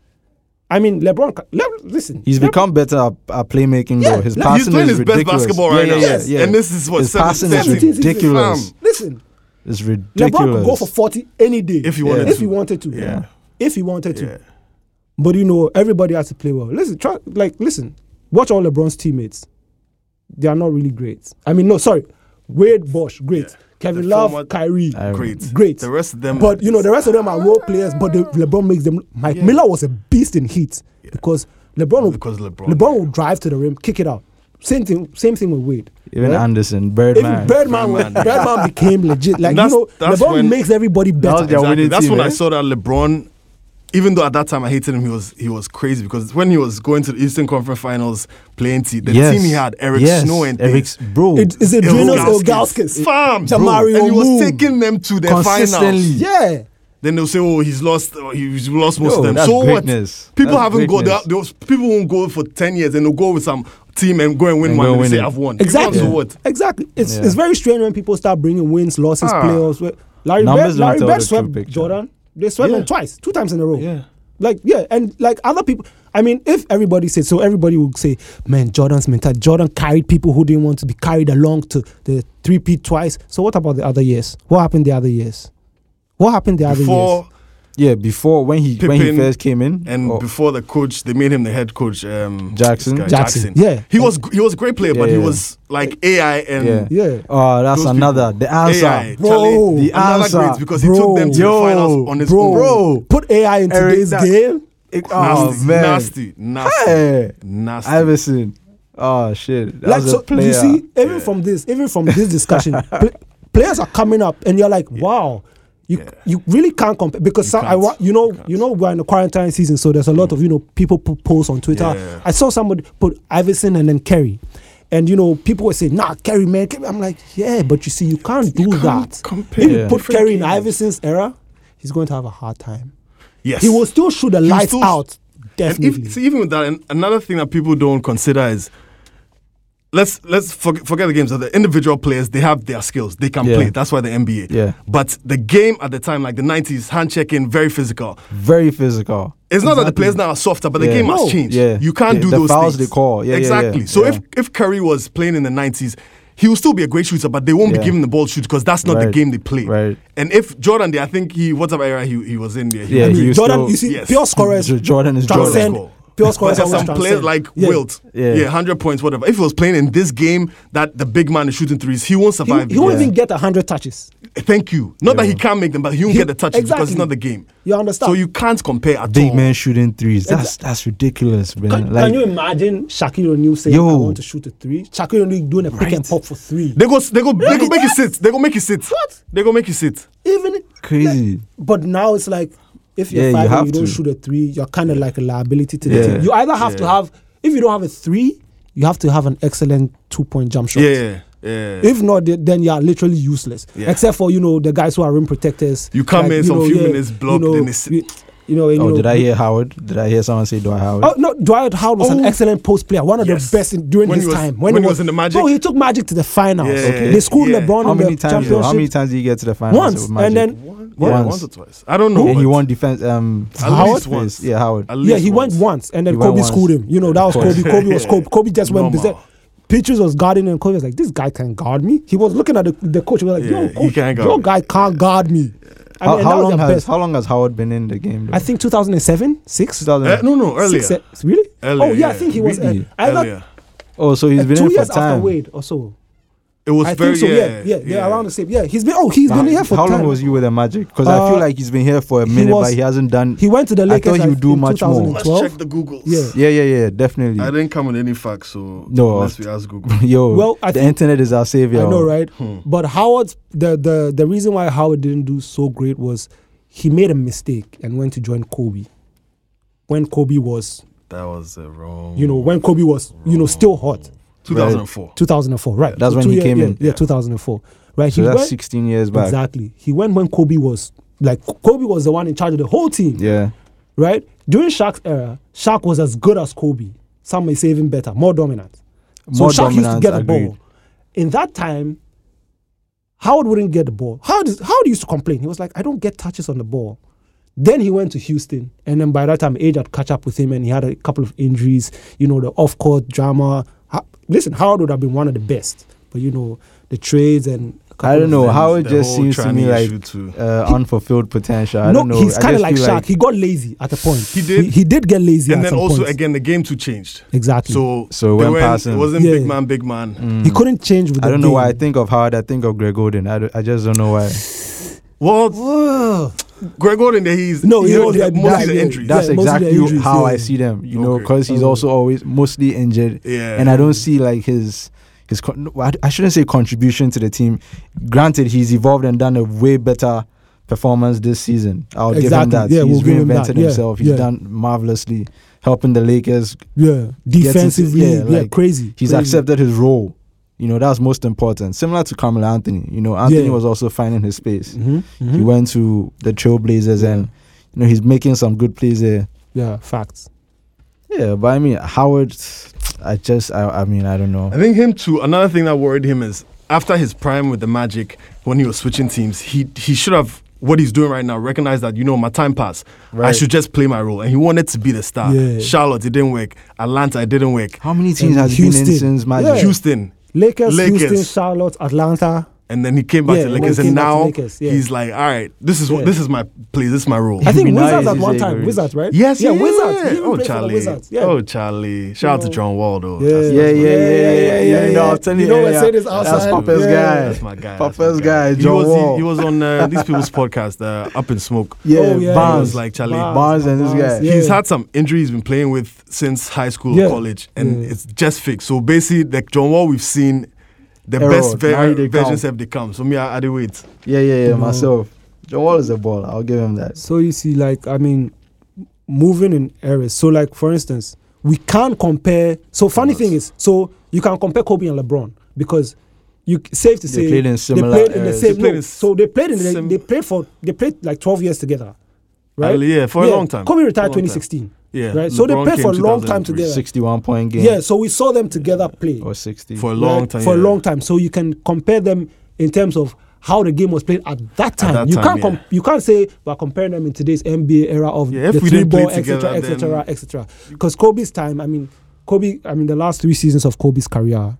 [SPEAKER 3] I mean, LeBron, ca- Le- listen.
[SPEAKER 1] He's
[SPEAKER 3] Le-
[SPEAKER 1] become better at, at playmaking
[SPEAKER 3] Yeah,
[SPEAKER 1] though. His
[SPEAKER 3] he's
[SPEAKER 1] passing
[SPEAKER 4] He's playing
[SPEAKER 1] is
[SPEAKER 4] his best
[SPEAKER 1] ridiculous.
[SPEAKER 4] basketball right
[SPEAKER 1] yeah,
[SPEAKER 4] now.
[SPEAKER 1] Yeah, yeah, yeah.
[SPEAKER 4] And this is what
[SPEAKER 1] his passing is
[SPEAKER 4] 17.
[SPEAKER 1] ridiculous.
[SPEAKER 4] Fam.
[SPEAKER 3] Listen,
[SPEAKER 1] It's
[SPEAKER 3] LeBron
[SPEAKER 1] ridiculous.
[SPEAKER 3] could go for 40 any day.
[SPEAKER 4] If you
[SPEAKER 1] Yeah.
[SPEAKER 4] wanted to.
[SPEAKER 3] if he wanted to.
[SPEAKER 4] Yeah.
[SPEAKER 3] If he wanted to.
[SPEAKER 4] Yeah.
[SPEAKER 3] But you know, everybody has to play well. Listen, try like listen, watch all LeBron's teammates. They are not really great. I mean, no, sorry. Wade Bosch, great.
[SPEAKER 4] Yeah.
[SPEAKER 3] Kevin
[SPEAKER 4] The
[SPEAKER 3] Love,
[SPEAKER 4] forward-
[SPEAKER 3] Kyrie.
[SPEAKER 1] I-
[SPEAKER 4] Great.
[SPEAKER 3] Great.
[SPEAKER 4] The rest of them.
[SPEAKER 3] But you know, the rest of them are role players, but the, LeBron makes them Mike
[SPEAKER 4] Yeah.
[SPEAKER 3] Miller was a beast in heat because LeBron will,
[SPEAKER 4] Because LeBron.
[SPEAKER 3] LeBron will drive to the rim, kick it out. Same thing, same thing with Wade.
[SPEAKER 1] Even
[SPEAKER 3] right?
[SPEAKER 1] Anderson,
[SPEAKER 3] Even
[SPEAKER 1] Birdman.
[SPEAKER 3] Birdman, was-
[SPEAKER 4] Birdman.
[SPEAKER 3] Birdman became legit. Like
[SPEAKER 4] That's-
[SPEAKER 3] you know,
[SPEAKER 4] that's
[SPEAKER 3] LeBron
[SPEAKER 4] when-
[SPEAKER 3] makes everybody better.
[SPEAKER 1] their
[SPEAKER 4] Exactly.
[SPEAKER 1] winning
[SPEAKER 4] That's
[SPEAKER 1] team,
[SPEAKER 4] when I
[SPEAKER 1] eh?
[SPEAKER 4] saw that LeBron. Even though at that time I hated him, he was he was crazy because when he was going to the Eastern Conference Finals playing T, the
[SPEAKER 1] yes.
[SPEAKER 4] team he had Eric
[SPEAKER 1] yes.
[SPEAKER 4] Snow and
[SPEAKER 1] Eric,
[SPEAKER 4] things.
[SPEAKER 1] bro.
[SPEAKER 3] It- is it Jonas
[SPEAKER 4] Ilgauskas.
[SPEAKER 3] Ilgauskas?
[SPEAKER 4] Fam,
[SPEAKER 3] Jamario
[SPEAKER 4] and he was
[SPEAKER 3] Moon.
[SPEAKER 4] taking them to the
[SPEAKER 1] Consistently.
[SPEAKER 4] finals.
[SPEAKER 3] Yeah.
[SPEAKER 4] Then they'll say, "Oh, he's lost. Oh, he's lost most
[SPEAKER 1] Yo,
[SPEAKER 4] of them."
[SPEAKER 1] that's
[SPEAKER 4] so
[SPEAKER 1] greatness.
[SPEAKER 4] what? People
[SPEAKER 1] That's
[SPEAKER 4] haven't got
[SPEAKER 1] greatness.
[SPEAKER 4] that. Those people won't go for ten years, and they'll go with some team and go and win
[SPEAKER 1] And
[SPEAKER 4] one.
[SPEAKER 1] go
[SPEAKER 4] And
[SPEAKER 1] win
[SPEAKER 4] say,
[SPEAKER 1] it.
[SPEAKER 4] "I've won."
[SPEAKER 3] Exactly.
[SPEAKER 4] So what?
[SPEAKER 3] Exactly. It's
[SPEAKER 1] Yeah.
[SPEAKER 3] it's very strange when people start bringing wins, losses,
[SPEAKER 4] Ah.
[SPEAKER 3] playoffs. Well, Larry
[SPEAKER 1] Numbers
[SPEAKER 3] Bird,
[SPEAKER 1] don't
[SPEAKER 3] Larry
[SPEAKER 1] tell
[SPEAKER 3] Bird
[SPEAKER 1] the true
[SPEAKER 3] swept
[SPEAKER 1] picture.
[SPEAKER 3] Jordan. They swept
[SPEAKER 4] Yeah.
[SPEAKER 3] him twice, two times in a row.
[SPEAKER 4] Yeah.
[SPEAKER 3] Like yeah, and like other people. I mean, if everybody said so, everybody would say, "Man, Jordan's mentality. Jordan carried people who didn't want to be carried along to the three P twice." So what about the other years? What happened the other years? What happened the other years?
[SPEAKER 4] Before
[SPEAKER 1] Yeah, before when he when he
[SPEAKER 4] Pippen
[SPEAKER 1] first came in,
[SPEAKER 4] and
[SPEAKER 1] oh,
[SPEAKER 4] before the coach, they made him the head coach. Um,
[SPEAKER 1] Jackson.
[SPEAKER 4] this guy,
[SPEAKER 3] Jackson, yeah.
[SPEAKER 4] he was he was a great player,
[SPEAKER 1] Yeah,
[SPEAKER 4] but he
[SPEAKER 1] yeah.
[SPEAKER 4] was like AI and
[SPEAKER 1] yeah,
[SPEAKER 3] Yeah.
[SPEAKER 1] Oh, that's
[SPEAKER 4] Those
[SPEAKER 1] another
[SPEAKER 4] people.
[SPEAKER 1] the answer.
[SPEAKER 4] AI.
[SPEAKER 3] Bro,
[SPEAKER 4] Charlie,
[SPEAKER 1] the
[SPEAKER 4] another
[SPEAKER 1] answer,
[SPEAKER 4] great because he
[SPEAKER 3] bro.
[SPEAKER 4] took them to
[SPEAKER 1] Yo,
[SPEAKER 4] the finals on his
[SPEAKER 3] bro,
[SPEAKER 4] own.
[SPEAKER 1] Bro.
[SPEAKER 3] put AI in
[SPEAKER 1] Eric,
[SPEAKER 3] today's
[SPEAKER 1] that-
[SPEAKER 3] game.
[SPEAKER 1] It- oh
[SPEAKER 4] Nasty,
[SPEAKER 1] man,
[SPEAKER 4] nasty, nasty,
[SPEAKER 1] Hey,
[SPEAKER 4] nasty.
[SPEAKER 1] Iverson. Oh shit, that
[SPEAKER 3] like
[SPEAKER 1] was
[SPEAKER 3] so,
[SPEAKER 1] a player.
[SPEAKER 3] you see, even from this, even from this discussion,
[SPEAKER 4] <laughs>
[SPEAKER 3] pl- players are coming up, and you're like, wow, you
[SPEAKER 4] Yeah.
[SPEAKER 3] you really can't compare because
[SPEAKER 4] You
[SPEAKER 3] some, I
[SPEAKER 4] can't.
[SPEAKER 3] wa- you know
[SPEAKER 4] You can't. Mm.
[SPEAKER 3] you know we're in the quarantine season, so there's a lot of you know people put posts on Twitter.
[SPEAKER 4] Yeah.
[SPEAKER 3] I saw somebody put Iverson and then Kerry. And you know, people were saying, "Nah, Kerry, man." Kerry. I'm like, "Yeah, but you see, you can't do
[SPEAKER 4] can't
[SPEAKER 3] that.
[SPEAKER 4] compare
[SPEAKER 3] If you
[SPEAKER 1] Yeah.
[SPEAKER 3] put
[SPEAKER 4] different
[SPEAKER 3] Kerry in
[SPEAKER 4] games.
[SPEAKER 3] Iverson's era, he's going to have a hard time.
[SPEAKER 4] Yes,
[SPEAKER 3] He will still shoot the
[SPEAKER 4] will
[SPEAKER 3] lights
[SPEAKER 4] still-
[SPEAKER 3] out,
[SPEAKER 4] And
[SPEAKER 3] definitely.
[SPEAKER 4] if, see, even with that, and another thing that people don't consider is let's let's forget, forget the games. The individual players they have their skills. They can
[SPEAKER 1] Yeah.
[SPEAKER 4] play. That's why the NBA.
[SPEAKER 1] Yeah.
[SPEAKER 4] But the game at the time, like the '90s, hand checking, very physical.
[SPEAKER 1] Very physical.
[SPEAKER 4] It's not that the
[SPEAKER 1] Exactly.
[SPEAKER 4] players now are softer, but the
[SPEAKER 1] Yeah.
[SPEAKER 4] game has
[SPEAKER 1] No.
[SPEAKER 4] changed.
[SPEAKER 1] Yeah.
[SPEAKER 4] You can't
[SPEAKER 1] The-
[SPEAKER 4] do
[SPEAKER 1] the
[SPEAKER 4] those
[SPEAKER 1] fouls
[SPEAKER 4] things.
[SPEAKER 1] they call. Yeah, yeah, yeah.
[SPEAKER 4] exactly. So
[SPEAKER 1] Yeah.
[SPEAKER 4] if if Curry was playing in the '90s. He will still be a great shooter, but they won't
[SPEAKER 1] Yeah.
[SPEAKER 4] be giving the ball to shoot because that's not the
[SPEAKER 1] Right.
[SPEAKER 4] game they play.
[SPEAKER 1] Right.
[SPEAKER 4] And if Jordan, they, I think he whatever era he, he was in there, he
[SPEAKER 1] Yeah,
[SPEAKER 3] I mean,
[SPEAKER 1] he was
[SPEAKER 3] Jordan,
[SPEAKER 1] still-
[SPEAKER 3] you see,
[SPEAKER 4] Yes.
[SPEAKER 3] pure scorers
[SPEAKER 1] Jo- Jordan is
[SPEAKER 4] Jordan
[SPEAKER 1] Jordan.
[SPEAKER 3] transcend
[SPEAKER 4] score.
[SPEAKER 3] pure scorers.
[SPEAKER 4] But there's
[SPEAKER 3] always
[SPEAKER 4] some players
[SPEAKER 3] transcend.
[SPEAKER 4] like
[SPEAKER 3] Yeah.
[SPEAKER 4] Wilt,
[SPEAKER 1] Yeah.
[SPEAKER 4] yeah. 100 points, whatever. If he was playing in this game that the big man is shooting threes, he won't
[SPEAKER 3] He,
[SPEAKER 4] survive.
[SPEAKER 3] he won't
[SPEAKER 4] it.
[SPEAKER 3] even get hundred touches.
[SPEAKER 4] Thank you. Not that he can't make them, but he won't
[SPEAKER 3] He-
[SPEAKER 4] get the touches because
[SPEAKER 3] exactly.
[SPEAKER 4] it's not the game.
[SPEAKER 3] You understand?
[SPEAKER 4] So you can't compare at
[SPEAKER 1] Big
[SPEAKER 4] all.
[SPEAKER 1] man shooting threes. That's that's ridiculous, man.
[SPEAKER 3] Can,
[SPEAKER 1] like
[SPEAKER 3] can you imagine Shaquille O'Neal saying,
[SPEAKER 1] Yo.
[SPEAKER 3] "I want to shoot a three? Shaquille O'Neal doing a pick and pop for three.
[SPEAKER 4] They go, they go, they go
[SPEAKER 3] Really?
[SPEAKER 4] make you sit. They go make you sit.
[SPEAKER 3] What?
[SPEAKER 4] They go make you sit.
[SPEAKER 3] Even
[SPEAKER 1] crazy.
[SPEAKER 3] but now it's like if you're
[SPEAKER 1] Yeah, you
[SPEAKER 3] five
[SPEAKER 1] have
[SPEAKER 3] and you don't
[SPEAKER 1] to.
[SPEAKER 3] shoot a three, you're kind of like a liability to the
[SPEAKER 1] Yeah.
[SPEAKER 3] team. You either have to
[SPEAKER 4] Yeah.
[SPEAKER 3] have if you don't have a three, you have to have an excellent two point jump shot.
[SPEAKER 4] Yeah, yeah.
[SPEAKER 3] If not, th- then you are literally useless.
[SPEAKER 4] Yeah.
[SPEAKER 3] Except for you know the guys who are rim protectors.
[SPEAKER 4] You come in,
[SPEAKER 3] you
[SPEAKER 4] some few
[SPEAKER 3] yeah,
[SPEAKER 4] minutes blocked,
[SPEAKER 3] You know,
[SPEAKER 4] then they sit.
[SPEAKER 3] you, you know, and, you
[SPEAKER 1] Oh,
[SPEAKER 3] know,
[SPEAKER 1] did I hear Howard? Did I hear someone say Dwight Howard?
[SPEAKER 3] Oh no, Dwight Howard was an
[SPEAKER 4] Oh.
[SPEAKER 3] excellent post player, one of
[SPEAKER 4] Yes.
[SPEAKER 3] the best in, during
[SPEAKER 4] When
[SPEAKER 3] his
[SPEAKER 4] he was-
[SPEAKER 3] time.
[SPEAKER 4] when he was in the Magic?
[SPEAKER 3] bro, he took Magic to the finals.
[SPEAKER 4] Yeah, Okay.
[SPEAKER 3] They schooled
[SPEAKER 4] yeah.
[SPEAKER 3] LeBron
[SPEAKER 1] how
[SPEAKER 3] in the
[SPEAKER 1] many times?
[SPEAKER 3] championship
[SPEAKER 1] though? How many times did you get to the finals?
[SPEAKER 3] Once,
[SPEAKER 1] with
[SPEAKER 3] and
[SPEAKER 1] Magic?
[SPEAKER 3] then-
[SPEAKER 4] Once,
[SPEAKER 1] Once.
[SPEAKER 4] once or twice. I don't know.
[SPEAKER 1] and he
[SPEAKER 4] but
[SPEAKER 1] won defense. Um,
[SPEAKER 4] At
[SPEAKER 1] Howard
[SPEAKER 4] least once.
[SPEAKER 1] Yeah, Howard.
[SPEAKER 4] at
[SPEAKER 3] Yeah,
[SPEAKER 4] least
[SPEAKER 3] he went once, and then
[SPEAKER 1] He went
[SPEAKER 3] Kobe
[SPEAKER 1] once.
[SPEAKER 3] schooled him. You know, that was
[SPEAKER 1] Of course.
[SPEAKER 3] Kobe. Kobe was Kobe. Kobe just went
[SPEAKER 4] Normal.
[SPEAKER 3] berserk. Peaches was guarding, and Kobe was like, "This guy can guard me." He was looking at the, the coach. He was like,
[SPEAKER 4] Yeah,
[SPEAKER 3] "Yo,
[SPEAKER 4] he
[SPEAKER 3] coach,
[SPEAKER 4] can't guard
[SPEAKER 3] your
[SPEAKER 4] me."
[SPEAKER 3] guy can't guard me." I
[SPEAKER 1] How,
[SPEAKER 3] mean, and
[SPEAKER 1] how
[SPEAKER 3] that was
[SPEAKER 1] long
[SPEAKER 3] their
[SPEAKER 1] has
[SPEAKER 3] best.
[SPEAKER 1] how long has Howard been in the game? Though?
[SPEAKER 3] I think Uh, 2007, six.
[SPEAKER 1] two thousand.
[SPEAKER 4] Eh, no, no, earlier.
[SPEAKER 3] Six, se- really?
[SPEAKER 4] Earlier,
[SPEAKER 3] oh yeah, I
[SPEAKER 4] yeah,
[SPEAKER 3] think he was uh,
[SPEAKER 1] really.
[SPEAKER 3] either
[SPEAKER 4] earlier.
[SPEAKER 1] oh, so he's
[SPEAKER 3] uh,
[SPEAKER 1] been
[SPEAKER 3] two
[SPEAKER 1] in for
[SPEAKER 3] years after
[SPEAKER 1] time.
[SPEAKER 3] Wade or so.
[SPEAKER 4] It was
[SPEAKER 3] I
[SPEAKER 4] very
[SPEAKER 3] think so. Yeah, yeah, they're around the same. Yeah, he's been. Oh, he's been here for
[SPEAKER 1] How long
[SPEAKER 3] time.
[SPEAKER 1] was you with the Magic? Because I
[SPEAKER 3] Uh,
[SPEAKER 1] feel like he's been here for a minute,
[SPEAKER 3] was-
[SPEAKER 1] but he hasn't done.
[SPEAKER 3] He went to the
[SPEAKER 1] I
[SPEAKER 3] Lakers.
[SPEAKER 1] thought he would do
[SPEAKER 3] in
[SPEAKER 1] much more.
[SPEAKER 4] Let's
[SPEAKER 3] 2012.
[SPEAKER 4] check the Googles.
[SPEAKER 3] Yeah.
[SPEAKER 1] yeah, yeah, yeah, definitely.
[SPEAKER 4] I didn't come with any facts, so
[SPEAKER 1] No.
[SPEAKER 4] unless we ask
[SPEAKER 3] <laughs>
[SPEAKER 4] Google.
[SPEAKER 1] Yo,
[SPEAKER 3] Well, I
[SPEAKER 1] the
[SPEAKER 3] think-
[SPEAKER 1] internet is our savior.
[SPEAKER 3] I know, right?
[SPEAKER 4] Hmm.
[SPEAKER 3] But Howard's the, the the reason why Howard didn't do so great was he made a mistake and went to join Kobe. When Kobe was,
[SPEAKER 4] That was uh, wrong.
[SPEAKER 3] you know, when Kobe was, you know, still hot,
[SPEAKER 4] 2004.
[SPEAKER 3] 2004, right?
[SPEAKER 1] That's when
[SPEAKER 3] two
[SPEAKER 1] he
[SPEAKER 3] year-
[SPEAKER 1] came
[SPEAKER 3] yeah,
[SPEAKER 1] in.
[SPEAKER 3] Yeah, 2004, right?
[SPEAKER 1] So
[SPEAKER 3] he
[SPEAKER 1] that's
[SPEAKER 3] went-
[SPEAKER 1] 16 years back.
[SPEAKER 3] exactly. He went when Kobe was like Kobe was the one in charge of the whole team,
[SPEAKER 1] Yeah.
[SPEAKER 3] right? During Shaq's era, Shaq was as good as Kobe. Some may say even better, more dominant.
[SPEAKER 1] More
[SPEAKER 3] so Shaq used to
[SPEAKER 1] dominance,
[SPEAKER 3] get the
[SPEAKER 1] agreed.
[SPEAKER 3] ball. In that time, Howard wouldn't get the ball. Howard, is, Howard used to complain. He was like, I don't get touches on the ball. Then he went to Houston. And then by that time, age had catch up with him and he had a couple of injuries, you know, the off court drama. Ha- Listen, Howard would have been one of the best. But, you know, the trades and. a couple
[SPEAKER 1] I don't
[SPEAKER 3] of-
[SPEAKER 1] know.
[SPEAKER 4] Then
[SPEAKER 1] Howard
[SPEAKER 4] the
[SPEAKER 1] just
[SPEAKER 4] whole
[SPEAKER 1] seems to me
[SPEAKER 4] tranny
[SPEAKER 1] like
[SPEAKER 4] issue too.
[SPEAKER 1] uh, unfulfilled potential. I
[SPEAKER 3] no,
[SPEAKER 1] don't know.
[SPEAKER 3] he's
[SPEAKER 1] I
[SPEAKER 3] kind of
[SPEAKER 1] just
[SPEAKER 3] like
[SPEAKER 1] feel
[SPEAKER 3] Shaq. he got lazy at a point.
[SPEAKER 4] He did.
[SPEAKER 3] He, did get lazy
[SPEAKER 4] and
[SPEAKER 3] at
[SPEAKER 4] then
[SPEAKER 3] some
[SPEAKER 4] also
[SPEAKER 3] point.
[SPEAKER 4] again the game too changed.
[SPEAKER 3] Exactly.
[SPEAKER 4] So
[SPEAKER 1] So
[SPEAKER 4] they
[SPEAKER 1] when
[SPEAKER 4] weren't-
[SPEAKER 1] passing-
[SPEAKER 4] it wasn't
[SPEAKER 3] Yeah.
[SPEAKER 4] big man, big man.
[SPEAKER 3] he couldn't change with
[SPEAKER 1] I
[SPEAKER 3] the
[SPEAKER 1] don't know why I
[SPEAKER 3] game.
[SPEAKER 1] think of Howard. I think of Greg Oden. I, don't- I just don't know why.
[SPEAKER 4] Well,
[SPEAKER 3] Whoa.
[SPEAKER 4] Greg Gordon, he's
[SPEAKER 3] No, he
[SPEAKER 4] you know,
[SPEAKER 3] was like
[SPEAKER 4] mostly
[SPEAKER 3] that,
[SPEAKER 4] the
[SPEAKER 3] yeah,
[SPEAKER 4] injuries.
[SPEAKER 1] That's
[SPEAKER 3] Yeah, mostly the
[SPEAKER 1] exactly
[SPEAKER 3] injuries,
[SPEAKER 1] how I
[SPEAKER 3] yeah.
[SPEAKER 1] see them, you know,
[SPEAKER 4] Okay.
[SPEAKER 1] because he's
[SPEAKER 3] Oh.
[SPEAKER 1] also always mostly injured,
[SPEAKER 4] yeah,
[SPEAKER 1] and I don't see like his his. Con- no, I, I shouldn't say contribution to the team. Granted, he's evolved and done a way better performance this season. I'll give him
[SPEAKER 3] Exactly.
[SPEAKER 1] that.
[SPEAKER 3] Yeah,
[SPEAKER 1] he's
[SPEAKER 3] we'll give him
[SPEAKER 1] reinvented
[SPEAKER 3] that. Yeah,
[SPEAKER 1] himself. He's
[SPEAKER 3] yeah.
[SPEAKER 1] done marvelously, helping the Lakers.
[SPEAKER 3] Yeah,
[SPEAKER 1] into-
[SPEAKER 3] defensively,
[SPEAKER 1] yeah,
[SPEAKER 3] yeah,
[SPEAKER 1] like,
[SPEAKER 3] crazy.
[SPEAKER 1] He's
[SPEAKER 3] crazy.
[SPEAKER 1] accepted his role. You know, that's most important. Similar to Carmelo Anthony, you know, Anthony
[SPEAKER 3] Yeah.
[SPEAKER 1] was also finding his space.
[SPEAKER 3] Mhm,
[SPEAKER 1] He
[SPEAKER 3] mhm.
[SPEAKER 1] went to the Trailblazers and you know he's making some good plays there.
[SPEAKER 3] Yeah, facts.
[SPEAKER 1] Yeah, but I mean Howard, I just I, I mean I don't know.
[SPEAKER 4] I think him too. Another thing that worried him is after his prime with the Magic, when he was switching teams, he he should have what he's doing right now recognized that you know my time passed. I
[SPEAKER 1] Right.
[SPEAKER 4] should just play my role, and he wanted to be the star.
[SPEAKER 3] Yeah.
[SPEAKER 4] Charlotte, it didn't work. Atlanta, it didn't work.
[SPEAKER 1] How many teams
[SPEAKER 3] And
[SPEAKER 1] has he been in
[SPEAKER 3] Houston.
[SPEAKER 1] since
[SPEAKER 3] Yeah.
[SPEAKER 1] Magic?
[SPEAKER 4] Houston,
[SPEAKER 3] Lakers,
[SPEAKER 4] Lakers.
[SPEAKER 3] Houston, Charlotte, Atlanta.
[SPEAKER 4] and then he came back
[SPEAKER 3] Yeah,
[SPEAKER 4] to
[SPEAKER 3] and
[SPEAKER 4] Lakers,
[SPEAKER 3] then he
[SPEAKER 4] and
[SPEAKER 3] came back to
[SPEAKER 4] now
[SPEAKER 3] Lakers, yeah.
[SPEAKER 4] he's like, all right, this is what
[SPEAKER 3] Yeah.
[SPEAKER 4] this is my place, this is my role.
[SPEAKER 3] I think
[SPEAKER 1] Now
[SPEAKER 3] Wizards
[SPEAKER 1] he's
[SPEAKER 3] at one
[SPEAKER 1] a
[SPEAKER 3] time.
[SPEAKER 1] very-
[SPEAKER 3] Wizards, right?
[SPEAKER 4] Yes,
[SPEAKER 3] yeah,
[SPEAKER 4] yeah,
[SPEAKER 3] Wizards. He even
[SPEAKER 4] Oh,
[SPEAKER 3] played for the
[SPEAKER 4] Charlie.
[SPEAKER 3] Wizards. Yeah.
[SPEAKER 4] Oh, Charlie. Shout out to
[SPEAKER 3] know.
[SPEAKER 4] John Wall, though.
[SPEAKER 3] Yeah.
[SPEAKER 4] That's-
[SPEAKER 1] Yeah, yeah,
[SPEAKER 4] that's my
[SPEAKER 1] yeah,
[SPEAKER 4] guy.
[SPEAKER 1] yeah, yeah, yeah,
[SPEAKER 3] yeah,
[SPEAKER 1] No,
[SPEAKER 3] yeah.
[SPEAKER 1] I'm telling
[SPEAKER 3] You
[SPEAKER 1] you,
[SPEAKER 3] know
[SPEAKER 1] yeah,
[SPEAKER 3] when I say this outside,
[SPEAKER 1] That's Papa's
[SPEAKER 3] yeah.
[SPEAKER 1] guy.
[SPEAKER 4] That's my guy. that's
[SPEAKER 1] Papa's
[SPEAKER 4] my
[SPEAKER 1] guy,
[SPEAKER 4] He
[SPEAKER 1] John
[SPEAKER 4] was,
[SPEAKER 1] Wall.
[SPEAKER 4] He, he was on uh, these people's podcast, uh, Up in Smoke.
[SPEAKER 1] Yeah,
[SPEAKER 3] Oh, yeah.
[SPEAKER 4] He
[SPEAKER 1] Barnes
[SPEAKER 4] was like Charlie.
[SPEAKER 3] Barnes.
[SPEAKER 1] Barnes and this guy.
[SPEAKER 3] Yeah.
[SPEAKER 4] He's had some injury he's been playing with since high school,
[SPEAKER 3] Yeah.
[SPEAKER 4] college, and
[SPEAKER 3] Yeah.
[SPEAKER 4] it's just fixed. So basically, like John Wall, we've seen the
[SPEAKER 1] Error.
[SPEAKER 4] best
[SPEAKER 1] Now
[SPEAKER 4] ver-
[SPEAKER 1] they
[SPEAKER 4] versions
[SPEAKER 1] come.
[SPEAKER 4] have they come. So me, I, I did wait.
[SPEAKER 1] Yeah, yeah, yeah.
[SPEAKER 3] No.
[SPEAKER 1] Myself, John Wall is a ball. I'll give him that.
[SPEAKER 3] So you see, like, I mean, moving in eras. So, like, for instance, we can't compare. So, funny thing is, so you can compare Kobe and LeBron because you safe to
[SPEAKER 1] They
[SPEAKER 3] say
[SPEAKER 1] played in similar
[SPEAKER 3] They played in the
[SPEAKER 1] eras.
[SPEAKER 3] same.
[SPEAKER 4] They played
[SPEAKER 3] no,
[SPEAKER 4] in
[SPEAKER 3] so they played in. the
[SPEAKER 4] sim-
[SPEAKER 3] they played for. They played like twelve years together, right?
[SPEAKER 4] Really, yeah, for a
[SPEAKER 3] Yeah,
[SPEAKER 4] long time.
[SPEAKER 3] Kobe retired
[SPEAKER 4] For a long time.
[SPEAKER 3] 2016.
[SPEAKER 4] Yeah.
[SPEAKER 3] right? So they
[SPEAKER 4] LeBron
[SPEAKER 3] played for a
[SPEAKER 4] came
[SPEAKER 3] long time
[SPEAKER 4] 2003.
[SPEAKER 3] together.
[SPEAKER 1] Sixty-one point game.
[SPEAKER 3] Yeah, so we saw them together play
[SPEAKER 1] or sixty.
[SPEAKER 4] For a
[SPEAKER 3] right,
[SPEAKER 4] long time.
[SPEAKER 3] For
[SPEAKER 4] yeah.
[SPEAKER 3] a long time, so you can compare them in terms of how the game was played at that time.
[SPEAKER 4] that
[SPEAKER 3] you
[SPEAKER 4] time,
[SPEAKER 3] can't
[SPEAKER 4] yeah.
[SPEAKER 3] com- you can't say we're comparing them in today's NBA era of
[SPEAKER 4] Yeah, if
[SPEAKER 3] the
[SPEAKER 4] we
[SPEAKER 3] three
[SPEAKER 4] didn't play
[SPEAKER 3] ball, etc.,
[SPEAKER 4] together,
[SPEAKER 3] etc., etc. Because Kobe's time, I mean, Kobe, I mean, the last three seasons of Kobe's career,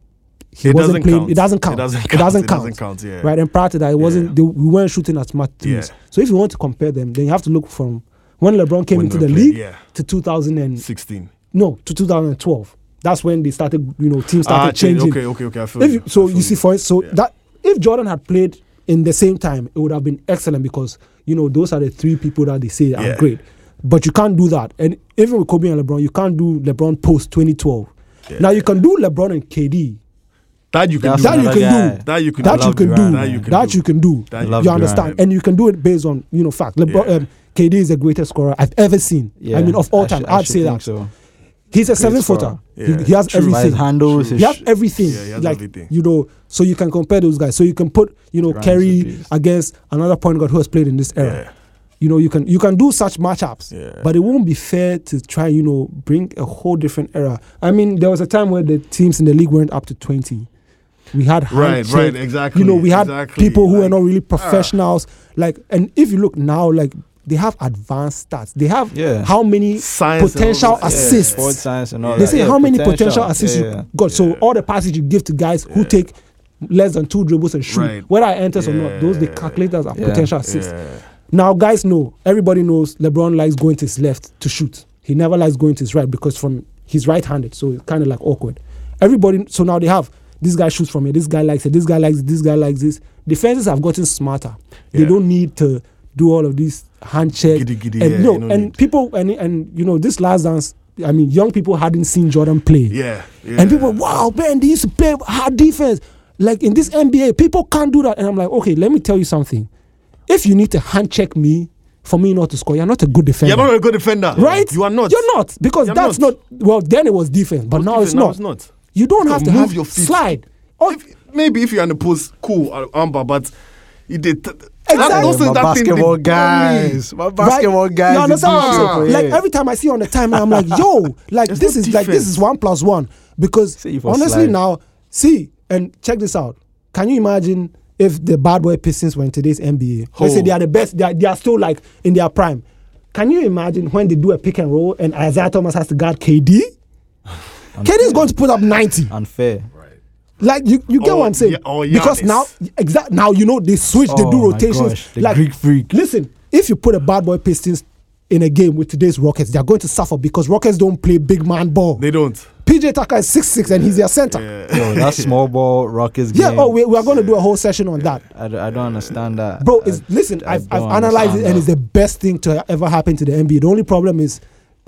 [SPEAKER 3] he
[SPEAKER 4] It
[SPEAKER 3] wasn't
[SPEAKER 4] doesn't
[SPEAKER 3] playing.
[SPEAKER 4] count.
[SPEAKER 3] It doesn't count.
[SPEAKER 4] It doesn't count. It doesn't count, yeah.
[SPEAKER 3] Right, and prior to that, it wasn't.
[SPEAKER 4] Yeah.
[SPEAKER 3] They, we weren't shooting as much
[SPEAKER 4] Yeah.
[SPEAKER 3] threes. So if you want to compare them, then you have to look from when LeBron came
[SPEAKER 4] When
[SPEAKER 3] into
[SPEAKER 4] they
[SPEAKER 3] the
[SPEAKER 4] played,
[SPEAKER 3] league
[SPEAKER 4] yeah.
[SPEAKER 3] to 2000 and
[SPEAKER 4] 16.
[SPEAKER 3] no to 2012. That's when they started, you know, teams started
[SPEAKER 4] Ah, change.
[SPEAKER 3] changing.
[SPEAKER 4] Okay, okay, okay. I feel
[SPEAKER 3] If
[SPEAKER 4] you.
[SPEAKER 3] you, so
[SPEAKER 4] I feel
[SPEAKER 3] you see, for so
[SPEAKER 4] Yeah.
[SPEAKER 3] that if Jordan had played in the same time, it would have been excellent because you know those are the three people that they say are
[SPEAKER 4] Yeah.
[SPEAKER 3] great. But you can't do that, and even with Kobe and LeBron, you can't do LeBron post 2012. Now you can do LeBron and KD.
[SPEAKER 4] that you can
[SPEAKER 1] That's
[SPEAKER 4] do.
[SPEAKER 3] That you
[SPEAKER 1] another
[SPEAKER 3] can
[SPEAKER 1] guy.
[SPEAKER 3] do.
[SPEAKER 4] That you can
[SPEAKER 3] That
[SPEAKER 4] do.
[SPEAKER 3] you can do.
[SPEAKER 4] That you can
[SPEAKER 3] That
[SPEAKER 4] do.
[SPEAKER 3] you can do.
[SPEAKER 4] That you
[SPEAKER 1] Love
[SPEAKER 3] You
[SPEAKER 1] Durant.
[SPEAKER 3] understand, and you can do it based on you know fact. LeBron,
[SPEAKER 4] Yeah.
[SPEAKER 3] um, KD is the greatest scorer I've ever seen.
[SPEAKER 1] Yeah,
[SPEAKER 3] I mean, of all time,
[SPEAKER 1] should-
[SPEAKER 3] I'd
[SPEAKER 1] should
[SPEAKER 3] say
[SPEAKER 1] think
[SPEAKER 3] that
[SPEAKER 1] So.
[SPEAKER 3] he's a seven footer.
[SPEAKER 4] scorer.
[SPEAKER 3] He,
[SPEAKER 4] Yeah.
[SPEAKER 3] he has
[SPEAKER 4] True.
[SPEAKER 1] By his
[SPEAKER 3] everything.
[SPEAKER 1] handles, his
[SPEAKER 3] You have
[SPEAKER 1] sh-
[SPEAKER 3] everything.
[SPEAKER 4] Yeah, he has
[SPEAKER 3] like
[SPEAKER 4] everything.
[SPEAKER 3] you know, so you can compare those guys. So you can put you know
[SPEAKER 1] Durant is a
[SPEAKER 3] Kerry
[SPEAKER 1] beast.
[SPEAKER 3] against another point guard who has played in this era.
[SPEAKER 4] Yeah.
[SPEAKER 3] You know, you can you can do such matchups,
[SPEAKER 4] Yeah.
[SPEAKER 3] but it won't be fair to try you know bring a whole different era. I mean, there was a time where the teams in the league weren't up to twenty. We had
[SPEAKER 4] Right,
[SPEAKER 3] handshake.
[SPEAKER 4] right, exactly.
[SPEAKER 3] You know, we had
[SPEAKER 4] exactly.
[SPEAKER 3] people who were
[SPEAKER 4] Like, ah.
[SPEAKER 3] not really professionals. like, and if you look now, like they have advanced stats. They have
[SPEAKER 1] Yeah.
[SPEAKER 3] how many
[SPEAKER 4] Science and
[SPEAKER 3] potential
[SPEAKER 4] all that. Yeah.
[SPEAKER 3] assists?
[SPEAKER 1] Sports science and all
[SPEAKER 3] They
[SPEAKER 1] that.
[SPEAKER 3] say
[SPEAKER 1] Yeah,
[SPEAKER 3] how many potential
[SPEAKER 1] Yeah,
[SPEAKER 3] assists
[SPEAKER 1] yeah.
[SPEAKER 3] you got. So all the passes you give to guys who take less than two dribbles and shoot,
[SPEAKER 4] Right.
[SPEAKER 3] whether I enters or not, those they
[SPEAKER 4] Yeah.
[SPEAKER 3] calculate as a
[SPEAKER 1] Yeah.
[SPEAKER 3] potential assists.
[SPEAKER 4] Yeah.
[SPEAKER 3] Now guys know, everybody knows LeBron likes going to his left to shoot. He never likes going to his right because from he's right-handed, so it's kind of like awkward. Everybody, so now they have This guy shoots from here. This guy likes it. This guy likes it. This guy likes this. Defenses have gotten smarter. They
[SPEAKER 4] Yeah.
[SPEAKER 3] don't need to do all of these hand checks.
[SPEAKER 4] Giddy, giddy,
[SPEAKER 3] and
[SPEAKER 4] yeah,
[SPEAKER 3] no,
[SPEAKER 4] you don't
[SPEAKER 3] and
[SPEAKER 4] need-
[SPEAKER 3] people and and you know this last dance. I mean, young people hadn't seen Jordan play.
[SPEAKER 4] Yeah, yeah.
[SPEAKER 3] And people, wow, man, they used to play hard defense. Like in this NBA, people can't do that. And I'm like, okay, let me tell you something. If you need to hand check me for me not to score, you're not a good defender.
[SPEAKER 4] You're not a good defender,
[SPEAKER 3] right?
[SPEAKER 4] You are not.
[SPEAKER 3] You're not. Because
[SPEAKER 4] You're
[SPEAKER 3] that's not.
[SPEAKER 4] not.
[SPEAKER 3] well, then it was defense, but now it's,
[SPEAKER 4] Even now
[SPEAKER 3] not. You don't
[SPEAKER 4] So
[SPEAKER 3] have to
[SPEAKER 4] move
[SPEAKER 3] have
[SPEAKER 4] your feet.
[SPEAKER 3] slide. Oh,
[SPEAKER 4] If, maybe if you're in the post, cool, uh, Amber, but you did. That,
[SPEAKER 3] Exactly.
[SPEAKER 4] those
[SPEAKER 1] Yeah,
[SPEAKER 4] things
[SPEAKER 1] my
[SPEAKER 4] that thing they
[SPEAKER 1] basketball
[SPEAKER 4] do me.
[SPEAKER 1] guys, my
[SPEAKER 3] right?
[SPEAKER 1] basketball guys.
[SPEAKER 3] You
[SPEAKER 1] they
[SPEAKER 3] understand
[SPEAKER 1] do
[SPEAKER 3] what I'm
[SPEAKER 1] shit
[SPEAKER 3] saying?
[SPEAKER 1] for
[SPEAKER 3] Like
[SPEAKER 1] here.
[SPEAKER 3] every time I see on the timeline, I'm
[SPEAKER 1] <laughs>
[SPEAKER 3] like, yo, like
[SPEAKER 4] There's
[SPEAKER 3] this
[SPEAKER 4] no
[SPEAKER 3] is like this
[SPEAKER 4] defense.
[SPEAKER 3] is one plus one. Because
[SPEAKER 1] See you for
[SPEAKER 3] honestly,
[SPEAKER 1] slide.
[SPEAKER 3] now see and check this out. Can you imagine if the bad boy Pistons were in today's NBA? Let's say
[SPEAKER 4] Oh.
[SPEAKER 3] they are the best. They are, they are still like in their prime. Can you imagine when they do a pick and roll and Isaiah Thomas has to
[SPEAKER 1] <sighs>
[SPEAKER 3] guard KD? KD is going to put up 90.
[SPEAKER 1] unfair.
[SPEAKER 3] Like you, you get
[SPEAKER 4] Or
[SPEAKER 3] what I'm saying?
[SPEAKER 4] Ya- or
[SPEAKER 3] because
[SPEAKER 4] Giannis.
[SPEAKER 3] now, exact now you know they switch, they do
[SPEAKER 1] Oh my
[SPEAKER 3] rotations.
[SPEAKER 1] gosh, the Greek freak.
[SPEAKER 3] Listen, if you put a bad boy Pistons in a game with today's Rockets, they are going to suffer because Rockets don't play big man ball.
[SPEAKER 4] They don't.
[SPEAKER 3] PJ Tucker is six six and he's their center. Yeah.
[SPEAKER 4] Yeah.
[SPEAKER 1] Yo, <laughs> that small ball Rockets game.
[SPEAKER 3] oh, we, we are going to do a whole session on that.
[SPEAKER 1] I, d- I don't understand that,
[SPEAKER 3] Bro,
[SPEAKER 1] I-
[SPEAKER 3] it's, listen,
[SPEAKER 1] I
[SPEAKER 3] I've, I've
[SPEAKER 1] don't
[SPEAKER 3] analyzed
[SPEAKER 1] understand
[SPEAKER 3] it and it's
[SPEAKER 1] that.
[SPEAKER 3] the best thing to ever happen to the NBA. The only problem is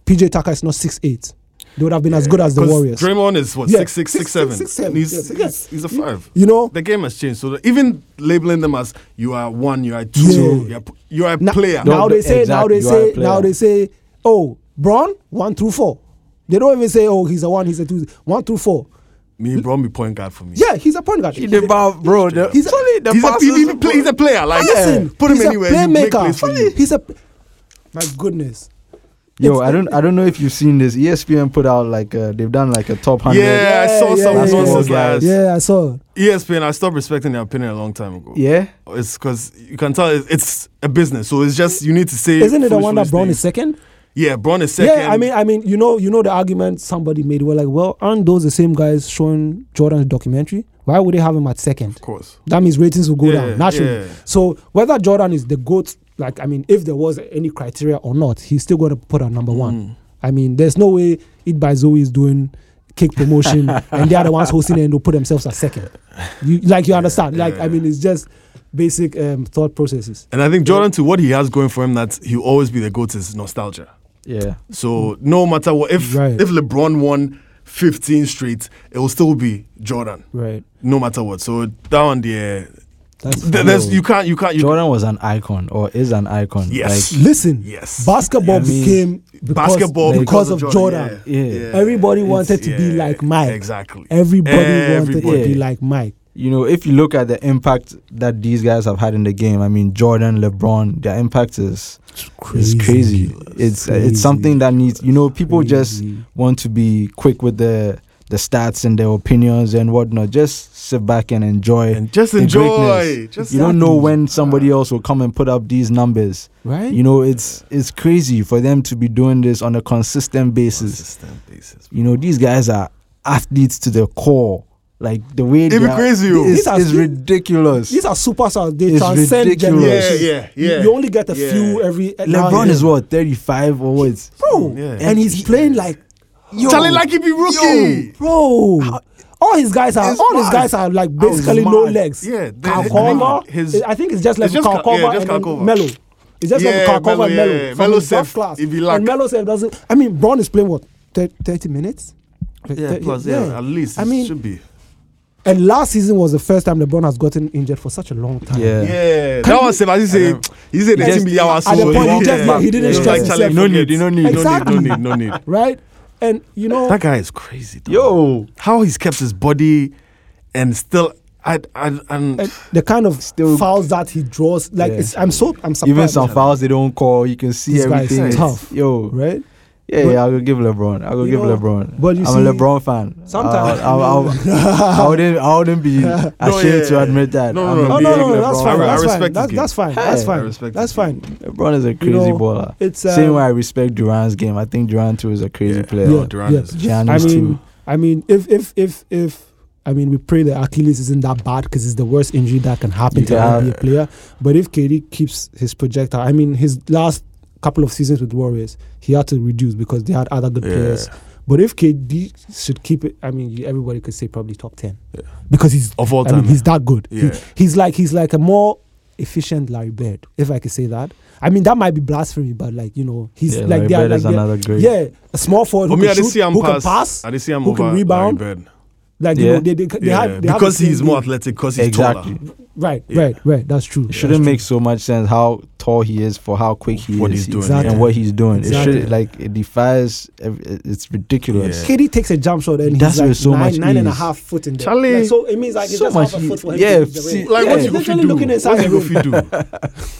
[SPEAKER 3] PJ Tucker is not six eight. They would have been as good as the
[SPEAKER 4] 'Cause
[SPEAKER 3] Warriors.
[SPEAKER 4] Draymond is what
[SPEAKER 3] Yeah,
[SPEAKER 4] six six
[SPEAKER 3] six,
[SPEAKER 4] six seven.
[SPEAKER 3] six, six, seven.
[SPEAKER 4] And He's,
[SPEAKER 3] Yes, yes.
[SPEAKER 4] he's, he's a five.
[SPEAKER 3] you know?
[SPEAKER 4] the game has changed. So that even labeling them as you are one, you are two,
[SPEAKER 3] Yeah.
[SPEAKER 4] you are, p- you are a
[SPEAKER 3] Na-
[SPEAKER 4] player.
[SPEAKER 3] Now they
[SPEAKER 1] the-
[SPEAKER 3] say, now
[SPEAKER 1] exactly,
[SPEAKER 3] they
[SPEAKER 1] you are
[SPEAKER 3] say,
[SPEAKER 1] a player.
[SPEAKER 3] now they say, oh, Braun one through four. They don't even say, oh, he's a one, he's a two, one through four.
[SPEAKER 4] me, brought me point guard for me.
[SPEAKER 3] Yeah, he's a point guard.
[SPEAKER 1] He the ball- bro. The,
[SPEAKER 3] He's a-
[SPEAKER 1] Surely the
[SPEAKER 4] he's a,
[SPEAKER 1] passes-
[SPEAKER 4] he- he play- he's a player. Like
[SPEAKER 3] Listen,
[SPEAKER 4] put him
[SPEAKER 3] he's
[SPEAKER 4] anywhere.
[SPEAKER 3] a
[SPEAKER 4] he make
[SPEAKER 3] playmaker.
[SPEAKER 4] plays for you.
[SPEAKER 3] He's a. My goodness.
[SPEAKER 1] Yo,
[SPEAKER 3] It's-
[SPEAKER 1] I don't, I don't know if you've seen this. E ESPN put out like uh, they've done like a top hundred.
[SPEAKER 4] Yeah, I saw
[SPEAKER 3] yeah,
[SPEAKER 4] some E
[SPEAKER 3] yeah,
[SPEAKER 4] nonsense
[SPEAKER 1] yeah.
[SPEAKER 4] like that.
[SPEAKER 3] Yeah, I saw.
[SPEAKER 4] ESPN, I stopped respecting their opinion a long time ago.
[SPEAKER 1] yeah.
[SPEAKER 4] It's because you can tell it's, it's a business, so it's just you need to say.
[SPEAKER 3] Isn't it the
[SPEAKER 4] foolish,
[SPEAKER 3] one that
[SPEAKER 4] foolish
[SPEAKER 3] Brown is
[SPEAKER 4] things.
[SPEAKER 3] second?
[SPEAKER 4] Yeah, Braun is second.
[SPEAKER 3] Yeah, I mean, I mean, you know, you know the argument somebody made. Were like, well, aren't those the same guys showing Jordan's documentary? Why would they have him at second?
[SPEAKER 4] of course.
[SPEAKER 3] That means ratings will go
[SPEAKER 4] Yeah,
[SPEAKER 3] down naturally.
[SPEAKER 4] yeah.
[SPEAKER 3] So whether Jordan is the goat, like I mean, if there was any criteria or not, he's still going to put at number one. I mean, there's no way It by Zoe is doing cake promotion and they are the ones hosting it and they'll put themselves at second. You like you understand? Like I mean, it's just basic um, thought processes.
[SPEAKER 4] And I think Jordan, to what he has going for him, that he'll always be the goat is nostalgia.
[SPEAKER 1] Yeah.
[SPEAKER 4] So no matter what, if
[SPEAKER 3] Right.
[SPEAKER 4] if LeBron won 15 straight, it will still be Jordan,
[SPEAKER 3] Right.
[SPEAKER 4] no matter what. So down there,
[SPEAKER 3] That's
[SPEAKER 4] th- there's you can't you can't you
[SPEAKER 1] Jordan was an icon or is an icon.
[SPEAKER 4] Yes.
[SPEAKER 1] Like,
[SPEAKER 3] listen.
[SPEAKER 4] Yes.
[SPEAKER 3] Basketball
[SPEAKER 1] Yes.
[SPEAKER 3] became because,
[SPEAKER 4] basketball
[SPEAKER 3] because, of Jordan.
[SPEAKER 1] Yeah.
[SPEAKER 3] Everybody
[SPEAKER 4] It's-
[SPEAKER 3] wanted to be
[SPEAKER 4] yeah,
[SPEAKER 3] like Mike.
[SPEAKER 4] Exactly.
[SPEAKER 3] Everybody, wanted to
[SPEAKER 1] Everybody.
[SPEAKER 3] be like Mike.
[SPEAKER 1] you know, if you look at the impact that these guys have had in the game, I mean, Jordan, LeBron, their impact is is crazy. It's
[SPEAKER 3] Crazy.
[SPEAKER 1] it's something that needs. You know, people just
[SPEAKER 3] Crazy.
[SPEAKER 1] want to be quick with the the stats and their opinions and whatnot. Just sit back and enjoy.
[SPEAKER 4] And just
[SPEAKER 1] the
[SPEAKER 4] enjoy.
[SPEAKER 1] greatness.
[SPEAKER 4] Just
[SPEAKER 1] you don't know when somebody else will come and put up these numbers.
[SPEAKER 3] Right?
[SPEAKER 1] You know, it's it's crazy for them to be doing this on a consistent basis.
[SPEAKER 4] consistent basis.
[SPEAKER 1] You know, these guys are athletes to the core. Like the way
[SPEAKER 4] It'd be
[SPEAKER 1] they are-
[SPEAKER 4] crazy, yo.
[SPEAKER 1] It's,
[SPEAKER 3] These are
[SPEAKER 1] it's
[SPEAKER 3] still-
[SPEAKER 1] ridiculous.
[SPEAKER 3] These are superstars. They
[SPEAKER 1] It's
[SPEAKER 3] transcend
[SPEAKER 1] ridiculous.
[SPEAKER 4] Yeah,
[SPEAKER 3] generations.
[SPEAKER 4] yeah,
[SPEAKER 3] You-
[SPEAKER 4] yeah.
[SPEAKER 3] You only get a
[SPEAKER 4] Yeah.
[SPEAKER 3] few every.
[SPEAKER 1] LeBron is what thirty five or what?
[SPEAKER 3] bro,
[SPEAKER 4] Yeah.
[SPEAKER 3] and he's playing like yo,
[SPEAKER 4] Charlie like he be rookie.
[SPEAKER 3] bro. All his guys are
[SPEAKER 4] It's
[SPEAKER 3] all his
[SPEAKER 4] mad.
[SPEAKER 3] guys are like basically no
[SPEAKER 1] mad.
[SPEAKER 3] legs.
[SPEAKER 4] Yeah, they-
[SPEAKER 3] Kalkova.
[SPEAKER 4] they- his-
[SPEAKER 3] it- I think it's just like
[SPEAKER 4] it's just Ka-
[SPEAKER 3] Kalkova
[SPEAKER 4] yeah, just
[SPEAKER 3] and then
[SPEAKER 4] Kalkova.
[SPEAKER 3] Melo. It's just
[SPEAKER 4] Yeah,
[SPEAKER 3] like Kalkova
[SPEAKER 4] Melo,
[SPEAKER 3] and Melo
[SPEAKER 4] yeah,
[SPEAKER 3] from
[SPEAKER 4] Melo
[SPEAKER 3] his draft
[SPEAKER 4] self,
[SPEAKER 3] class.
[SPEAKER 4] if he lack.
[SPEAKER 3] And Melo self doesn't. I mean, Bron is playing what thir- thirty minutes.
[SPEAKER 4] Yeah, plus yeah, at least
[SPEAKER 3] I
[SPEAKER 4] it
[SPEAKER 3] mean,
[SPEAKER 4] should be.
[SPEAKER 3] and last season was the first time LeBron has gotten injured for such a long time.
[SPEAKER 1] Yeah.
[SPEAKER 4] Yeah, that was Sebastian say he said the
[SPEAKER 1] Just-
[SPEAKER 4] team be our
[SPEAKER 1] at
[SPEAKER 3] the point, he just-
[SPEAKER 4] yeah,
[SPEAKER 3] he didn't
[SPEAKER 4] It's
[SPEAKER 1] stress
[SPEAKER 4] like
[SPEAKER 1] himself.
[SPEAKER 4] Charlie,
[SPEAKER 1] No need,
[SPEAKER 4] forget.
[SPEAKER 1] no need, no
[SPEAKER 4] no need,
[SPEAKER 3] Exactly.
[SPEAKER 4] no need, no need.
[SPEAKER 3] right? And you know,
[SPEAKER 4] That guy is crazy. Though.
[SPEAKER 1] Yo,
[SPEAKER 4] how he's kept his body and still, I, I, and
[SPEAKER 3] and the kind of
[SPEAKER 1] Still-
[SPEAKER 3] fouls that he draws, like
[SPEAKER 1] Yeah.
[SPEAKER 3] it's, I'm so I'm surprised.
[SPEAKER 1] even some fouls they don't call. You can see
[SPEAKER 3] These guys
[SPEAKER 1] everything.
[SPEAKER 3] are
[SPEAKER 1] It's-
[SPEAKER 3] tough.
[SPEAKER 1] Yo,
[SPEAKER 3] right?
[SPEAKER 1] yeah,
[SPEAKER 3] But-
[SPEAKER 1] yeah. I'll give LeBron. I'll
[SPEAKER 3] You
[SPEAKER 1] give
[SPEAKER 3] know,
[SPEAKER 1] LeBron.
[SPEAKER 3] but you
[SPEAKER 1] I'm
[SPEAKER 3] see,
[SPEAKER 1] a LeBron fan.
[SPEAKER 3] sometimes-
[SPEAKER 1] I, I, I, I wouldn't. I wouldn't
[SPEAKER 3] <laughs>
[SPEAKER 1] be ashamed to
[SPEAKER 4] yeah.
[SPEAKER 1] admit that.
[SPEAKER 4] No, no,
[SPEAKER 1] I'm
[SPEAKER 4] no,
[SPEAKER 1] a
[SPEAKER 3] Oh
[SPEAKER 4] Big
[SPEAKER 3] no,
[SPEAKER 1] big
[SPEAKER 3] no, no, that's
[SPEAKER 1] LeBron
[SPEAKER 3] fine.
[SPEAKER 4] I
[SPEAKER 1] fan.
[SPEAKER 3] That's fine.
[SPEAKER 4] respect
[SPEAKER 3] That's,
[SPEAKER 4] his
[SPEAKER 3] that's
[SPEAKER 1] game.
[SPEAKER 3] fine.
[SPEAKER 1] Hey,
[SPEAKER 3] That's
[SPEAKER 4] I
[SPEAKER 3] fine.
[SPEAKER 4] respect
[SPEAKER 3] That's
[SPEAKER 4] his
[SPEAKER 3] fine.
[SPEAKER 1] LeBron is a crazy
[SPEAKER 3] know,
[SPEAKER 1] baller.
[SPEAKER 3] It's um,
[SPEAKER 1] Same way I respect Durant's game. I think Durant too is a crazy
[SPEAKER 4] Yeah.
[SPEAKER 1] player.
[SPEAKER 4] Yeah. Durant is-
[SPEAKER 1] Giannis
[SPEAKER 3] I mean,
[SPEAKER 1] too.
[SPEAKER 3] I mean, if if if if I mean, we pray that Achilles isn't that bad because it's the worst injury that can happen to
[SPEAKER 1] Yeah.
[SPEAKER 3] an NBA player. But if KD keeps his projectile, I mean, his last couple of seasons with Warriors, he had to reduce because they had other good
[SPEAKER 4] Yeah.
[SPEAKER 3] players But if KD should keep it, I mean, you- everybody could say probably top ten because he's
[SPEAKER 4] Of all
[SPEAKER 3] I mean,
[SPEAKER 4] time.
[SPEAKER 3] he's that good. He-
[SPEAKER 4] Yeah.
[SPEAKER 3] he's like he's like a more efficient Larry Bird, if I could say that. I mean, that might be blasphemy, but like you know, he's
[SPEAKER 1] Yeah,
[SPEAKER 3] like
[SPEAKER 1] Larry
[SPEAKER 3] they're
[SPEAKER 1] Bird
[SPEAKER 3] like
[SPEAKER 1] is
[SPEAKER 3] they're-
[SPEAKER 1] another great-
[SPEAKER 3] Yeah, a small forward
[SPEAKER 4] For
[SPEAKER 3] who,
[SPEAKER 4] me,
[SPEAKER 3] can, shoot,
[SPEAKER 4] Adesiam
[SPEAKER 3] who
[SPEAKER 4] pass.
[SPEAKER 3] can pass.
[SPEAKER 4] Adesiam
[SPEAKER 3] who can
[SPEAKER 4] over
[SPEAKER 3] rebound.
[SPEAKER 4] Larry Bird.
[SPEAKER 3] Like you
[SPEAKER 1] Yeah.
[SPEAKER 3] know, they, they, they
[SPEAKER 4] Yeah,
[SPEAKER 3] have they have
[SPEAKER 4] because
[SPEAKER 3] the same
[SPEAKER 4] he's more
[SPEAKER 3] game.
[SPEAKER 4] athletic. Because he's
[SPEAKER 1] Exactly.
[SPEAKER 4] taller.
[SPEAKER 3] Right,
[SPEAKER 4] Yeah.
[SPEAKER 3] right, right. That's true.
[SPEAKER 1] It shouldn't
[SPEAKER 3] That's
[SPEAKER 1] make so much sense how tall he is for how quick he
[SPEAKER 4] What
[SPEAKER 1] is
[SPEAKER 4] he's doing,
[SPEAKER 3] Exactly.
[SPEAKER 1] and what he's doing. It
[SPEAKER 3] Exactly.
[SPEAKER 1] should like it defies. ev- It's ridiculous.
[SPEAKER 4] Yeah.
[SPEAKER 3] KD takes a jump shot and
[SPEAKER 1] That's
[SPEAKER 3] he's like
[SPEAKER 1] with so
[SPEAKER 3] nine,
[SPEAKER 1] much
[SPEAKER 3] nine and a
[SPEAKER 1] ease.
[SPEAKER 3] half foot in there.
[SPEAKER 4] Charlie,
[SPEAKER 3] Like, so it means like it's
[SPEAKER 1] so
[SPEAKER 3] just
[SPEAKER 1] much
[SPEAKER 3] half a foot
[SPEAKER 1] ease.
[SPEAKER 3] for him.
[SPEAKER 1] Yeah,
[SPEAKER 3] to hit the
[SPEAKER 1] see,
[SPEAKER 3] ring.
[SPEAKER 4] Like
[SPEAKER 1] Yeah,
[SPEAKER 4] what
[SPEAKER 1] he's
[SPEAKER 4] you go
[SPEAKER 3] literally
[SPEAKER 4] fit do?
[SPEAKER 3] looking inside
[SPEAKER 4] What
[SPEAKER 3] the
[SPEAKER 4] you go fit do?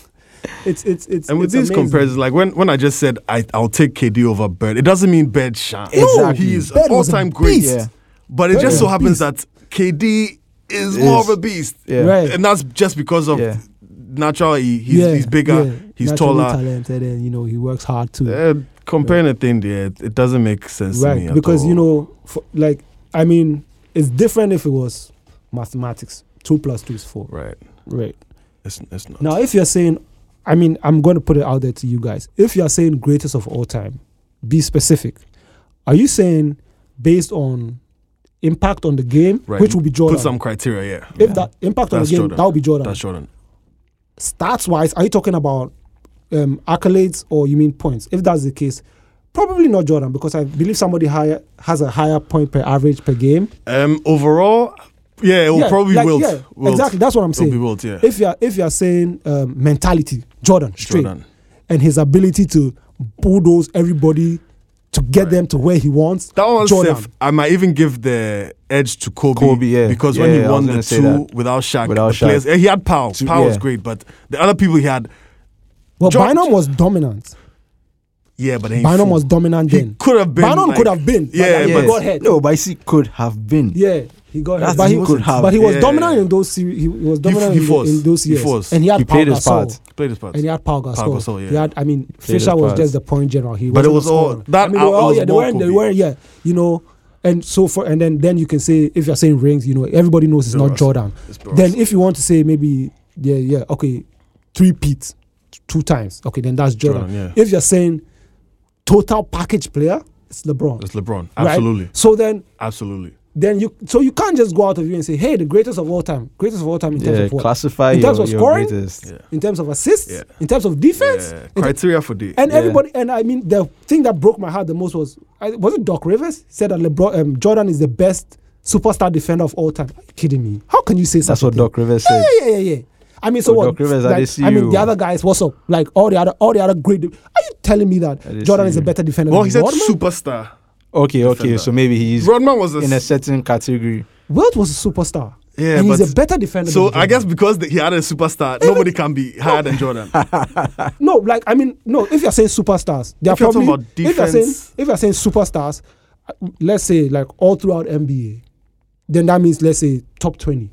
[SPEAKER 3] It's it's it's.
[SPEAKER 4] And with
[SPEAKER 3] it's
[SPEAKER 4] these
[SPEAKER 3] amazing.
[SPEAKER 4] comparisons, like when, when I just said I, I'll take KD over Bird, it doesn't mean Bird shan't.
[SPEAKER 1] No, Exactly.
[SPEAKER 4] he is
[SPEAKER 3] Bird
[SPEAKER 4] an all
[SPEAKER 3] was a
[SPEAKER 4] time great.
[SPEAKER 1] beast. Yeah.
[SPEAKER 4] But it
[SPEAKER 3] Bird
[SPEAKER 4] just so
[SPEAKER 3] was a
[SPEAKER 4] happens that KD
[SPEAKER 1] Is.
[SPEAKER 4] is, more of a beast.
[SPEAKER 1] Yeah.
[SPEAKER 3] Right.
[SPEAKER 4] And that's just because of
[SPEAKER 1] Yeah.
[SPEAKER 4] natural, he, he's,
[SPEAKER 3] Yeah,
[SPEAKER 4] he's bigger,
[SPEAKER 3] yeah.
[SPEAKER 4] he's
[SPEAKER 3] Naturally
[SPEAKER 4] taller.
[SPEAKER 3] talented, and you know he works hard too.
[SPEAKER 4] Uh, comparing a thing there, it, it doesn't make sense to me.
[SPEAKER 3] right
[SPEAKER 4] at
[SPEAKER 3] because you
[SPEAKER 4] all.
[SPEAKER 3] know for, like i mean it's different if it was mathematics two plus two is four
[SPEAKER 4] Right.
[SPEAKER 3] right
[SPEAKER 4] It's, it's not.
[SPEAKER 3] now if you're saying i mean i'm going to put it out there to you guys if you're saying greatest of all time be specific are you saying based on impact on the game
[SPEAKER 4] Right.
[SPEAKER 3] which will be jordan
[SPEAKER 4] Put some criteria, yeah.
[SPEAKER 3] if that impact on the
[SPEAKER 4] That's
[SPEAKER 3] game
[SPEAKER 4] Jordan.
[SPEAKER 3] that will be jordan
[SPEAKER 4] That's Jordan.
[SPEAKER 3] stats wise are you talking about um, accolades or you mean points if that's the case probably not jordan because i believe somebody higher has a higher point per average per game
[SPEAKER 4] Um, overall, yeah, it will
[SPEAKER 3] Yeah,
[SPEAKER 4] probably
[SPEAKER 3] like,
[SPEAKER 4] wilt,
[SPEAKER 3] yeah,
[SPEAKER 4] wilt.
[SPEAKER 3] exactly. That's what I'm
[SPEAKER 4] It'll be
[SPEAKER 3] saying.
[SPEAKER 4] wilt, yeah.
[SPEAKER 3] If you're if you're saying um, mentality, Jordan straight,
[SPEAKER 4] Jordan.
[SPEAKER 3] and his ability to bulldoze everybody to get them to where he wants.
[SPEAKER 4] That one,
[SPEAKER 3] Jordan.
[SPEAKER 4] Steph, I might even give the edge to Kobe.
[SPEAKER 1] Kobe, yeah.
[SPEAKER 4] Because
[SPEAKER 1] Yeah,
[SPEAKER 4] when
[SPEAKER 1] I
[SPEAKER 4] he
[SPEAKER 1] was
[SPEAKER 4] won the
[SPEAKER 1] gonna say
[SPEAKER 4] two
[SPEAKER 1] that.
[SPEAKER 4] without Shaq,
[SPEAKER 1] Without
[SPEAKER 4] the
[SPEAKER 1] Shaq.
[SPEAKER 4] players, eh, he had Powell.
[SPEAKER 1] Two-
[SPEAKER 4] Powell was
[SPEAKER 1] yeah.
[SPEAKER 4] great, but the other people he had,
[SPEAKER 3] Well,
[SPEAKER 4] Jor-
[SPEAKER 3] Bynum was dominant.
[SPEAKER 4] yeah, but then
[SPEAKER 3] Bynum
[SPEAKER 4] he
[SPEAKER 3] was
[SPEAKER 4] was
[SPEAKER 3] dominant
[SPEAKER 4] He
[SPEAKER 3] then.
[SPEAKER 4] could have been.
[SPEAKER 3] Bynum
[SPEAKER 4] like-
[SPEAKER 3] could have been, but
[SPEAKER 4] Yeah,
[SPEAKER 3] like,
[SPEAKER 1] Yeah.
[SPEAKER 3] he got hurt.
[SPEAKER 1] No, but I see, could have been.
[SPEAKER 3] Yeah, he got
[SPEAKER 1] That's
[SPEAKER 3] hurt. But he,
[SPEAKER 1] he wasn't.
[SPEAKER 3] but he was
[SPEAKER 4] Yeah.
[SPEAKER 3] dominant in those series. He was dominant
[SPEAKER 4] he
[SPEAKER 3] in-
[SPEAKER 4] forced.
[SPEAKER 3] in, those
[SPEAKER 4] He
[SPEAKER 3] years.
[SPEAKER 4] forced.
[SPEAKER 3] And he had
[SPEAKER 1] He
[SPEAKER 3] Pau
[SPEAKER 1] played his
[SPEAKER 3] Gasol.
[SPEAKER 1] part.
[SPEAKER 4] but played his part.
[SPEAKER 3] And he had Paul Gasol.
[SPEAKER 4] Pau Gasol, oh, yeah.
[SPEAKER 3] He had, I mean,
[SPEAKER 1] his
[SPEAKER 3] Fisher was
[SPEAKER 1] part.
[SPEAKER 3] just the point general. He
[SPEAKER 4] But it
[SPEAKER 3] wasn't
[SPEAKER 4] was
[SPEAKER 3] a
[SPEAKER 4] all-
[SPEAKER 3] scorer.
[SPEAKER 4] that
[SPEAKER 3] I mean, they were,
[SPEAKER 4] out
[SPEAKER 3] all-
[SPEAKER 4] was
[SPEAKER 3] yeah, they
[SPEAKER 4] more
[SPEAKER 3] weren't, they
[SPEAKER 4] Kobe.
[SPEAKER 3] weren't, yeah, you know, and so for, and then then you can say if you're saying rings, you know, everybody knows it's
[SPEAKER 4] Bill
[SPEAKER 3] not
[SPEAKER 4] Russell.
[SPEAKER 3] Jordan.
[SPEAKER 4] It's Bill
[SPEAKER 3] Then
[SPEAKER 4] Russell.
[SPEAKER 3] if you want to say maybe, yeah, yeah, okay, three peats, two times, okay, then that's Jordan.
[SPEAKER 4] Jordan,
[SPEAKER 3] If you're saying total package player, it's LeBron.
[SPEAKER 4] It's LeBron.
[SPEAKER 3] right?
[SPEAKER 4] Absolutely.
[SPEAKER 3] So then.
[SPEAKER 4] Absolutely. Uh,
[SPEAKER 3] Then you so you can't just go out of you and say, hey, the greatest of all time, greatest of all time in terms
[SPEAKER 1] Yeah,
[SPEAKER 3] of what?
[SPEAKER 1] classify
[SPEAKER 3] In
[SPEAKER 1] your,
[SPEAKER 3] terms of
[SPEAKER 1] your
[SPEAKER 3] scoring?
[SPEAKER 1] greatest.
[SPEAKER 4] Yeah.
[SPEAKER 3] in terms of assists,
[SPEAKER 4] Yeah.
[SPEAKER 3] in terms of defense,
[SPEAKER 4] Yeah.
[SPEAKER 3] in ter-
[SPEAKER 4] Criteria for the.
[SPEAKER 3] and
[SPEAKER 1] Yeah.
[SPEAKER 3] everybody, and I mean, the thing that broke my heart the most was I, was it Doc Rivers said that LeBron um, Jordan is the best superstar defender of all time? Are you kidding me? How can you say
[SPEAKER 1] That's
[SPEAKER 3] such a
[SPEAKER 1] what
[SPEAKER 3] thing?
[SPEAKER 1] Doc Rivers
[SPEAKER 3] Yeah,
[SPEAKER 1] said.
[SPEAKER 3] yeah, yeah, yeah. yeah. I mean, so
[SPEAKER 1] Oh,
[SPEAKER 3] what?
[SPEAKER 1] Doc Rivers, I
[SPEAKER 3] like,
[SPEAKER 1] didn't see
[SPEAKER 3] I mean,
[SPEAKER 1] you.
[SPEAKER 3] the other guys, what's up? Like all the other, all the other great. Are you telling me that
[SPEAKER 1] didn't
[SPEAKER 3] Jordan
[SPEAKER 1] see
[SPEAKER 3] is a
[SPEAKER 1] you.
[SPEAKER 3] better defender?
[SPEAKER 4] Well,
[SPEAKER 3] than
[SPEAKER 4] he said
[SPEAKER 3] Rodman?
[SPEAKER 4] superstar.
[SPEAKER 1] Okay, okay.
[SPEAKER 4] Defender.
[SPEAKER 1] So maybe he's
[SPEAKER 4] Rodman was a.
[SPEAKER 1] in a certain category.
[SPEAKER 3] Wilt was a superstar.
[SPEAKER 4] Yeah,
[SPEAKER 3] and
[SPEAKER 4] but-
[SPEAKER 3] he's a better defender. than
[SPEAKER 4] so I
[SPEAKER 3] Jordan.
[SPEAKER 4] guess because the, he had a superstar, nobody can be higher
[SPEAKER 3] <laughs>
[SPEAKER 4] than Jordan.
[SPEAKER 3] No, like I mean, no. If you're saying superstars, they are
[SPEAKER 4] If you're
[SPEAKER 3] probably
[SPEAKER 4] talking about
[SPEAKER 3] if you're saying
[SPEAKER 4] defense-
[SPEAKER 3] if you're saying superstars, uh, let's say like all throughout NBA, then that means let's say top twenty.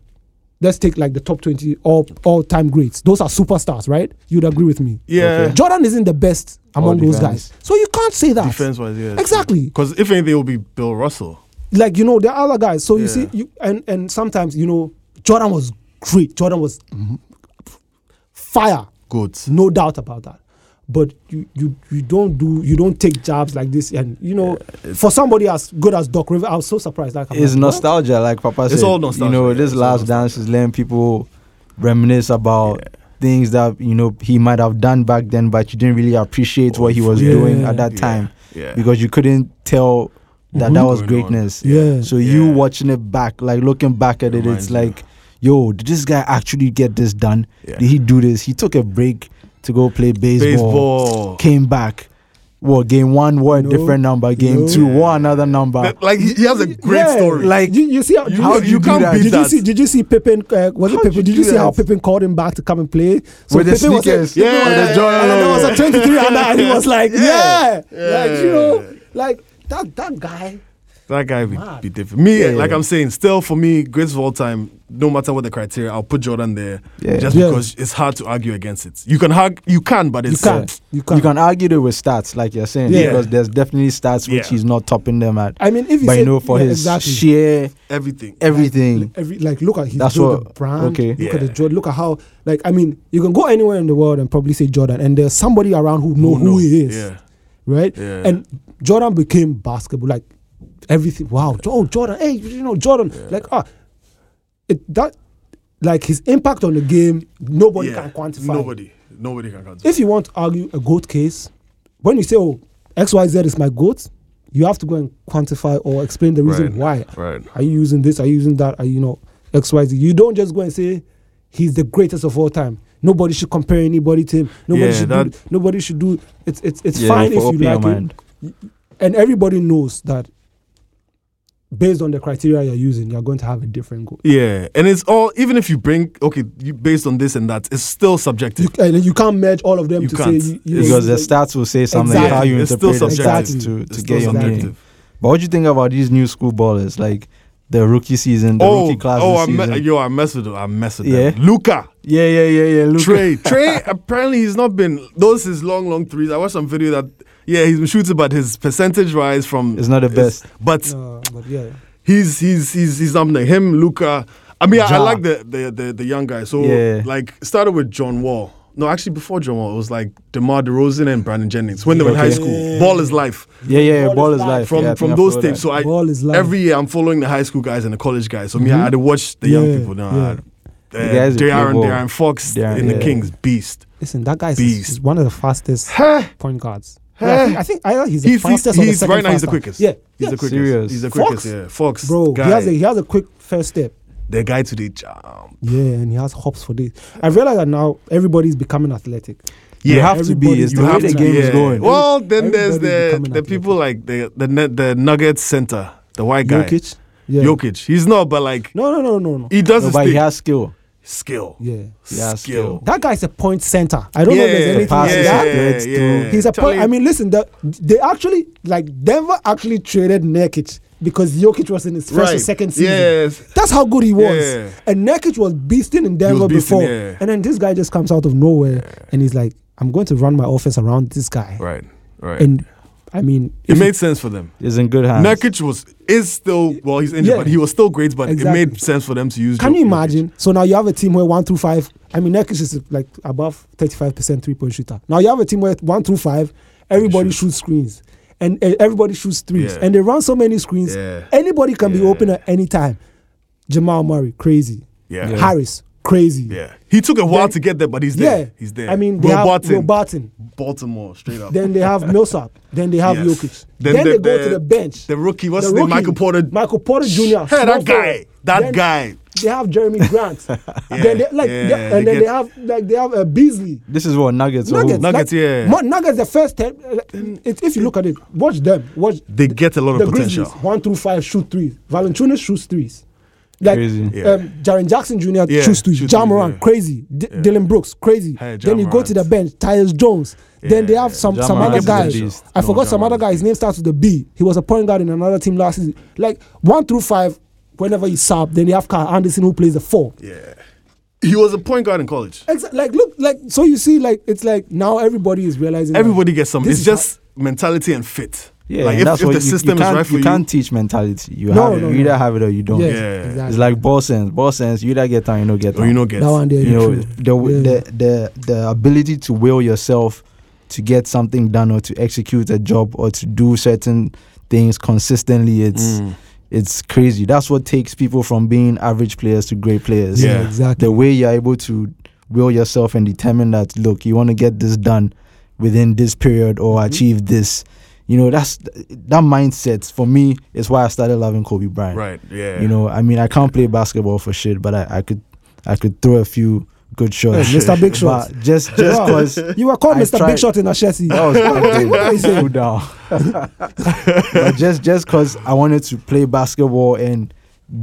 [SPEAKER 3] Let's take like the top twenty all all time greats. Those are superstars, right? You'd agree with me.
[SPEAKER 4] Yeah.
[SPEAKER 3] Jordan isn't the best among those
[SPEAKER 1] defense.
[SPEAKER 3] guys, so you can't say that.
[SPEAKER 4] Defense wise, yeah.
[SPEAKER 3] Exactly.
[SPEAKER 4] Because if anything, it will be Bill Russell.
[SPEAKER 3] Like you know, there are other guys. So you
[SPEAKER 4] Yeah.
[SPEAKER 3] see, you and and sometimes you know, Jordan was great. Jordan was
[SPEAKER 4] Mm-hmm.
[SPEAKER 3] fire.
[SPEAKER 4] Goats.
[SPEAKER 3] no doubt about that but you you you don't do you don't take jobs like this and you know for somebody as good as doc river i was so surprised like I'm
[SPEAKER 1] It's
[SPEAKER 3] like, what?
[SPEAKER 1] nostalgia, like Papa said.
[SPEAKER 4] all nostalgia,
[SPEAKER 1] You know,
[SPEAKER 4] yeah,
[SPEAKER 1] this
[SPEAKER 4] it's all
[SPEAKER 1] last dance is letting people reminisce about things that you know he might have done back then, but you didn't really appreciate
[SPEAKER 4] Oh,
[SPEAKER 1] what he was
[SPEAKER 3] yeah,
[SPEAKER 1] doing at that
[SPEAKER 4] yeah,
[SPEAKER 1] time
[SPEAKER 4] Yeah.
[SPEAKER 1] because you couldn't tell that
[SPEAKER 4] Mhm.
[SPEAKER 1] that was
[SPEAKER 4] Going on.
[SPEAKER 1] greatness.
[SPEAKER 3] yeah
[SPEAKER 1] So you
[SPEAKER 4] Yeah.
[SPEAKER 1] watching it back, like looking back at it,
[SPEAKER 4] Reminds
[SPEAKER 1] it's
[SPEAKER 4] you.
[SPEAKER 1] like, yo, did this guy actually get this done?
[SPEAKER 4] Yeah.
[SPEAKER 1] Did he do this? He took a break to go play baseball,
[SPEAKER 4] baseball.
[SPEAKER 1] came back. Well, game one were a
[SPEAKER 3] No.
[SPEAKER 1] different number, game
[SPEAKER 3] No.
[SPEAKER 1] two were another number.
[SPEAKER 4] Like- Like he, he has a great
[SPEAKER 3] Yeah,
[SPEAKER 4] story.
[SPEAKER 3] like you, you see how,
[SPEAKER 4] You- you
[SPEAKER 3] did
[SPEAKER 4] can't beat
[SPEAKER 3] did you
[SPEAKER 4] that.
[SPEAKER 3] see did you see pippin uh, was it
[SPEAKER 1] How'd
[SPEAKER 3] pippin
[SPEAKER 1] you
[SPEAKER 3] did you
[SPEAKER 1] do
[SPEAKER 3] see how
[SPEAKER 1] that?
[SPEAKER 3] pippin called him back to come and play so
[SPEAKER 1] With the
[SPEAKER 3] Pippen was like-
[SPEAKER 1] sneakers.
[SPEAKER 4] Yeah.
[SPEAKER 1] With the Jordan
[SPEAKER 3] and then there was
[SPEAKER 1] logo.
[SPEAKER 3] a 23 under and he was like yeah,
[SPEAKER 4] Yeah.
[SPEAKER 3] like you know
[SPEAKER 4] Yeah.
[SPEAKER 3] like that that guy
[SPEAKER 4] that guy
[SPEAKER 3] Mad.
[SPEAKER 4] would be different. Me,
[SPEAKER 1] Yeah.
[SPEAKER 4] like I'm saying, still for me, greatest of all time. No matter what the criteria, I'll put Jordan there.
[SPEAKER 1] Yeah.
[SPEAKER 4] Just
[SPEAKER 3] Yeah.
[SPEAKER 4] because it's hard to argue against it. You can hug, you can, but
[SPEAKER 3] you
[SPEAKER 4] it's
[SPEAKER 3] can't you can't
[SPEAKER 1] You can argue it with stats, like you're saying,
[SPEAKER 4] Yeah.
[SPEAKER 1] because there's definitely stats which
[SPEAKER 4] Yeah.
[SPEAKER 1] he's not topping them at.
[SPEAKER 3] i mean if you
[SPEAKER 1] But
[SPEAKER 3] say,
[SPEAKER 1] you know, for
[SPEAKER 3] yeah,
[SPEAKER 1] his
[SPEAKER 3] exactly.
[SPEAKER 1] sheer
[SPEAKER 4] everything.
[SPEAKER 1] everything,
[SPEAKER 3] every like look at his
[SPEAKER 1] That's
[SPEAKER 3] built
[SPEAKER 1] what-
[SPEAKER 3] the brand.
[SPEAKER 1] okay.
[SPEAKER 3] Look at the
[SPEAKER 4] Yeah.
[SPEAKER 3] Jordan. Look at how like I mean you can go anywhere in the world and probably say Jordan, and there's somebody around who know
[SPEAKER 4] Who
[SPEAKER 3] who
[SPEAKER 4] knows?
[SPEAKER 3] he is,
[SPEAKER 4] Yeah.
[SPEAKER 3] right?
[SPEAKER 4] Yeah.
[SPEAKER 3] And Jordan became basketball. Like everything. Wow, Jo- oh Jordan, hey, you know Jordan, like ah, it that like his impact on the game, nobody
[SPEAKER 4] Yeah.
[SPEAKER 3] can quantify.
[SPEAKER 4] Nobody, nobody can quantify.
[SPEAKER 3] If you want to argue a goat case, when you say oh X Y Z is my goat, you have to go and quantify or explain the reason why.
[SPEAKER 4] Right.
[SPEAKER 3] Are you using this? Are you using that? Are you, you know X Y Z? You don't just go and say he's the greatest of all time. Nobody should compare anybody to him. Nobody
[SPEAKER 4] Yeah,
[SPEAKER 3] should do.
[SPEAKER 4] that-
[SPEAKER 3] Nobody should do. It's it's it's
[SPEAKER 1] Yeah,
[SPEAKER 3] fine
[SPEAKER 1] for
[SPEAKER 3] if you
[SPEAKER 1] open your
[SPEAKER 3] like it
[SPEAKER 1] mind.
[SPEAKER 3] and everybody knows that based on the criteria you're using, you're going to have a different goal.
[SPEAKER 4] Yeah, and it's all. Even if you bring okay, you, based on this and that, it's still subjective.
[SPEAKER 3] You, and you can't merge all of them
[SPEAKER 4] You
[SPEAKER 3] to
[SPEAKER 4] can't.
[SPEAKER 3] say you, you
[SPEAKER 1] Because the
[SPEAKER 3] know,
[SPEAKER 1] stats will say something
[SPEAKER 3] Exactly.
[SPEAKER 1] how you
[SPEAKER 4] It's still
[SPEAKER 1] interpret the stats
[SPEAKER 3] subjective.
[SPEAKER 1] to,
[SPEAKER 4] It's
[SPEAKER 1] to
[SPEAKER 4] still
[SPEAKER 1] get your meaning.
[SPEAKER 4] subjective.
[SPEAKER 1] But what do you think about these new school ballers, like the rookie season, the
[SPEAKER 4] Oh,
[SPEAKER 1] rookie class
[SPEAKER 4] oh, I
[SPEAKER 1] this season?
[SPEAKER 4] me- yo, I mess with them. I mess with
[SPEAKER 1] Yeah.
[SPEAKER 4] them. Luca,
[SPEAKER 1] yeah, yeah, yeah, yeah. Luka.
[SPEAKER 4] Trey, Trey. Apparently, he's not been those his long, long threes. I watched some video that yeah, he's been shooting, but his percentage rise from
[SPEAKER 1] It's not the
[SPEAKER 4] is-
[SPEAKER 1] best.
[SPEAKER 4] But
[SPEAKER 3] no, but yeah,
[SPEAKER 4] he's he's he's he's something. Him, Luca. I mean, I, I
[SPEAKER 1] Ja.
[SPEAKER 4] like the, the the the young guy. So
[SPEAKER 1] Yeah.
[SPEAKER 4] like started with John Wall. No, actually before John Wall, it was like DeMar DeRozan and Brandon Jennings when they were in
[SPEAKER 1] Okay.
[SPEAKER 4] high school. Ball is life.
[SPEAKER 1] Yeah, yeah,
[SPEAKER 3] Ball
[SPEAKER 1] ball, is
[SPEAKER 3] is life.
[SPEAKER 1] life.
[SPEAKER 4] From
[SPEAKER 1] Yeah, I
[SPEAKER 4] from
[SPEAKER 1] think I
[SPEAKER 4] those
[SPEAKER 1] follow
[SPEAKER 4] tapes.
[SPEAKER 1] that.
[SPEAKER 4] So I
[SPEAKER 3] Ball is life.
[SPEAKER 4] every year I'm following the high school guys and the college guys. So me, I had to watch the
[SPEAKER 3] Yeah,
[SPEAKER 4] young people now.
[SPEAKER 3] yeah.
[SPEAKER 4] I had,
[SPEAKER 1] Mm-hmm. The guys
[SPEAKER 4] Uh,
[SPEAKER 1] who play
[SPEAKER 4] Darren,
[SPEAKER 1] ball.
[SPEAKER 4] Darren Fox
[SPEAKER 1] De'Aaron,
[SPEAKER 4] in the
[SPEAKER 1] yeah.
[SPEAKER 4] Kings, beast.
[SPEAKER 3] listen, that guy is,
[SPEAKER 4] Beast.
[SPEAKER 3] is one of the fastest
[SPEAKER 4] Huh?
[SPEAKER 3] point guards. Yeah, I, think, I think either he's the
[SPEAKER 4] He's- he's-
[SPEAKER 3] fastest or the
[SPEAKER 4] he's-
[SPEAKER 3] second
[SPEAKER 4] right now he's the
[SPEAKER 3] fastest.
[SPEAKER 4] quickest.
[SPEAKER 3] Yeah,
[SPEAKER 4] He's
[SPEAKER 3] yeah.
[SPEAKER 4] the quickest.
[SPEAKER 1] Serious.
[SPEAKER 4] He's the
[SPEAKER 3] Fox?
[SPEAKER 4] quickest. Yeah, Fox.
[SPEAKER 3] bro.
[SPEAKER 4] guy,
[SPEAKER 3] He has a he has a quick first step.
[SPEAKER 4] the guy to the jump.
[SPEAKER 3] Yeah, and he has hops for this. I realize that now everybody's becoming athletic.
[SPEAKER 1] You
[SPEAKER 4] Yeah.
[SPEAKER 1] have to be. It's
[SPEAKER 3] You
[SPEAKER 1] the way
[SPEAKER 3] have
[SPEAKER 1] the
[SPEAKER 3] to-
[SPEAKER 1] game is
[SPEAKER 4] yeah.
[SPEAKER 1] going.
[SPEAKER 4] Well, then there's
[SPEAKER 3] Everybody's
[SPEAKER 4] the
[SPEAKER 3] becoming
[SPEAKER 4] the people like the the Nu- the Nuggets center, the white guy,
[SPEAKER 3] Jokic. Yeah.
[SPEAKER 4] Jokic. He's not, but like
[SPEAKER 3] No, no, no, no, no.
[SPEAKER 4] he does
[SPEAKER 1] No,
[SPEAKER 4] his
[SPEAKER 1] but
[SPEAKER 4] thing.
[SPEAKER 1] he has skill.
[SPEAKER 4] skill,
[SPEAKER 3] Yeah.
[SPEAKER 1] He has
[SPEAKER 4] skill.
[SPEAKER 3] That guy's a point center. I don't know if there's
[SPEAKER 1] The
[SPEAKER 3] anything like
[SPEAKER 1] passes,
[SPEAKER 3] that.
[SPEAKER 1] yeah, It's yeah.
[SPEAKER 3] He's a point.
[SPEAKER 4] Charlie-
[SPEAKER 3] I mean, listen, the, they actually like Denver actually traded Nurkic because Jokic was in his first or
[SPEAKER 4] Right.
[SPEAKER 3] second season.
[SPEAKER 4] Yes.
[SPEAKER 3] That's how good he was.
[SPEAKER 4] Yeah.
[SPEAKER 3] And Nurkic was beasting in Denver
[SPEAKER 4] beasting,
[SPEAKER 3] before.
[SPEAKER 4] yeah.
[SPEAKER 3] And then this guy just comes out of nowhere and he's like, I'm going to run my offense around this guy.
[SPEAKER 4] Right, right.
[SPEAKER 3] And I mean,
[SPEAKER 4] it
[SPEAKER 3] if-
[SPEAKER 4] made sense for them.
[SPEAKER 1] He's in good hands.
[SPEAKER 4] Nurkic was is still well. He's injured,
[SPEAKER 3] Yeah.
[SPEAKER 4] but he was still great. But
[SPEAKER 3] Exactly.
[SPEAKER 4] it made sense for them to use.
[SPEAKER 3] can
[SPEAKER 4] Jok-
[SPEAKER 3] you
[SPEAKER 4] Jokic.
[SPEAKER 3] imagine? So now you have a team where one through five. I mean, Nurkic is like above 35% three point shooter. Now you have a team where one through five, everybody shoots screens. And uh, everybody shoots threes,
[SPEAKER 4] Yeah.
[SPEAKER 3] and they run so many screens.
[SPEAKER 4] Yeah.
[SPEAKER 3] Anybody can be
[SPEAKER 4] Yeah.
[SPEAKER 3] open at any time. Jamal Murray, crazy.
[SPEAKER 4] Yeah. yeah,
[SPEAKER 3] Harris, crazy.
[SPEAKER 4] He took a while
[SPEAKER 3] Then-
[SPEAKER 4] to get there, but he's
[SPEAKER 3] yeah.
[SPEAKER 4] there. He's there.
[SPEAKER 3] I mean, they
[SPEAKER 4] Robotin,
[SPEAKER 3] have Robotin.
[SPEAKER 4] Baltimore, straight up.
[SPEAKER 3] Then they have Millsap. Then they have
[SPEAKER 4] Yes.
[SPEAKER 3] Jokic. Then,
[SPEAKER 4] Then the-
[SPEAKER 3] they go to
[SPEAKER 4] the-
[SPEAKER 3] the bench.
[SPEAKER 4] the rookie, what's
[SPEAKER 3] The
[SPEAKER 4] his name?
[SPEAKER 3] rookie,
[SPEAKER 4] Michael Porter.
[SPEAKER 3] Michael Porter Jr.
[SPEAKER 4] Hey,
[SPEAKER 3] small
[SPEAKER 4] that guy,
[SPEAKER 3] forward.
[SPEAKER 4] that
[SPEAKER 3] Then-
[SPEAKER 4] guy.
[SPEAKER 3] they have Jeremy
[SPEAKER 4] <laughs>
[SPEAKER 3] Grant. then they, like,
[SPEAKER 4] yeah,
[SPEAKER 3] they- and then
[SPEAKER 4] they get-
[SPEAKER 3] they have like they have uh, Beasley.
[SPEAKER 1] This is what Nuggets. are
[SPEAKER 3] Nuggets,
[SPEAKER 1] who-
[SPEAKER 4] Nuggets,
[SPEAKER 3] like,
[SPEAKER 4] yeah.
[SPEAKER 3] Mo- Nuggets, the first ten. Like, it, if you look at it, watch them. Watch
[SPEAKER 4] They get a lot
[SPEAKER 3] the
[SPEAKER 4] of potential.
[SPEAKER 3] Grizzlies. One through five shoot threes. Valanciunas shoots threes. Like
[SPEAKER 1] Crazy.
[SPEAKER 4] Yeah.
[SPEAKER 3] um, Jaren Jackson Jr.
[SPEAKER 4] Yeah,
[SPEAKER 3] shoots threes.
[SPEAKER 4] shoot
[SPEAKER 3] Jamoran
[SPEAKER 4] threes, yeah.
[SPEAKER 3] crazy. D- Dylan Brooks crazy.
[SPEAKER 4] Hey, Ja
[SPEAKER 3] then you go to the bench.
[SPEAKER 4] Morant.
[SPEAKER 3] Tyus Jones. Then they have some some
[SPEAKER 1] Jamoran's
[SPEAKER 3] other
[SPEAKER 1] a
[SPEAKER 3] guy.
[SPEAKER 1] beast.
[SPEAKER 3] I
[SPEAKER 4] No,
[SPEAKER 3] forgot some
[SPEAKER 4] Jamoran's
[SPEAKER 3] other guy. His name starts with a B. He was a point guard in another team last season. Like one through five. Whenever you sub, then you have Kyle Anderson who plays the four.
[SPEAKER 4] Yeah. He was a point guard in college.
[SPEAKER 3] Exa- like look like so you see like it's like now everybody is realizing like,
[SPEAKER 4] Everybody gets some.
[SPEAKER 3] this
[SPEAKER 4] It's
[SPEAKER 3] is
[SPEAKER 4] just mentality and fit.
[SPEAKER 1] Yeah,
[SPEAKER 4] Like
[SPEAKER 1] and
[SPEAKER 4] if,
[SPEAKER 1] that's
[SPEAKER 4] if
[SPEAKER 1] what
[SPEAKER 4] the
[SPEAKER 1] you, you
[SPEAKER 4] system is
[SPEAKER 1] can't-
[SPEAKER 4] right for
[SPEAKER 1] you
[SPEAKER 4] you.
[SPEAKER 1] can't teach mentality. You
[SPEAKER 3] No,
[SPEAKER 1] have it.
[SPEAKER 3] no,
[SPEAKER 1] you
[SPEAKER 3] no.
[SPEAKER 1] either have it or you
[SPEAKER 3] how-
[SPEAKER 1] don't.
[SPEAKER 3] yes,
[SPEAKER 4] Yeah.
[SPEAKER 3] exactly.
[SPEAKER 1] It's like ball sense. Ball sense. You either get down, you don't get
[SPEAKER 4] or
[SPEAKER 1] down.
[SPEAKER 4] oh, you know get.
[SPEAKER 3] that one there
[SPEAKER 1] you know
[SPEAKER 3] you
[SPEAKER 1] the, the the the ability to will yourself to get something done or to execute a job or to do certain things consistently it's
[SPEAKER 4] Mm.
[SPEAKER 1] it's crazy that's what takes people from being average players to great players
[SPEAKER 4] Yeah.
[SPEAKER 3] yeah, exactly
[SPEAKER 1] the way you're able to will yourself and determine that look you want to get this done within this period or achieve this you know that's that mindset for me is why i started loving kobe bryant
[SPEAKER 4] Right. Yeah.
[SPEAKER 1] you know, I mean, I can't play basketball for shit, but I, I could, I could throw a few good shots.
[SPEAKER 3] Hey, Mr. Big Shot.
[SPEAKER 1] But just, just
[SPEAKER 3] Wow.
[SPEAKER 1] cause
[SPEAKER 3] you were called
[SPEAKER 1] I
[SPEAKER 3] Mr. Big
[SPEAKER 1] tried- Oh,
[SPEAKER 3] Shot in Ashesi.
[SPEAKER 1] that was
[SPEAKER 3] What are you
[SPEAKER 1] my
[SPEAKER 3] saying?
[SPEAKER 1] thing. Cool down. <laughs> but just, just cause I wanted to play basketball and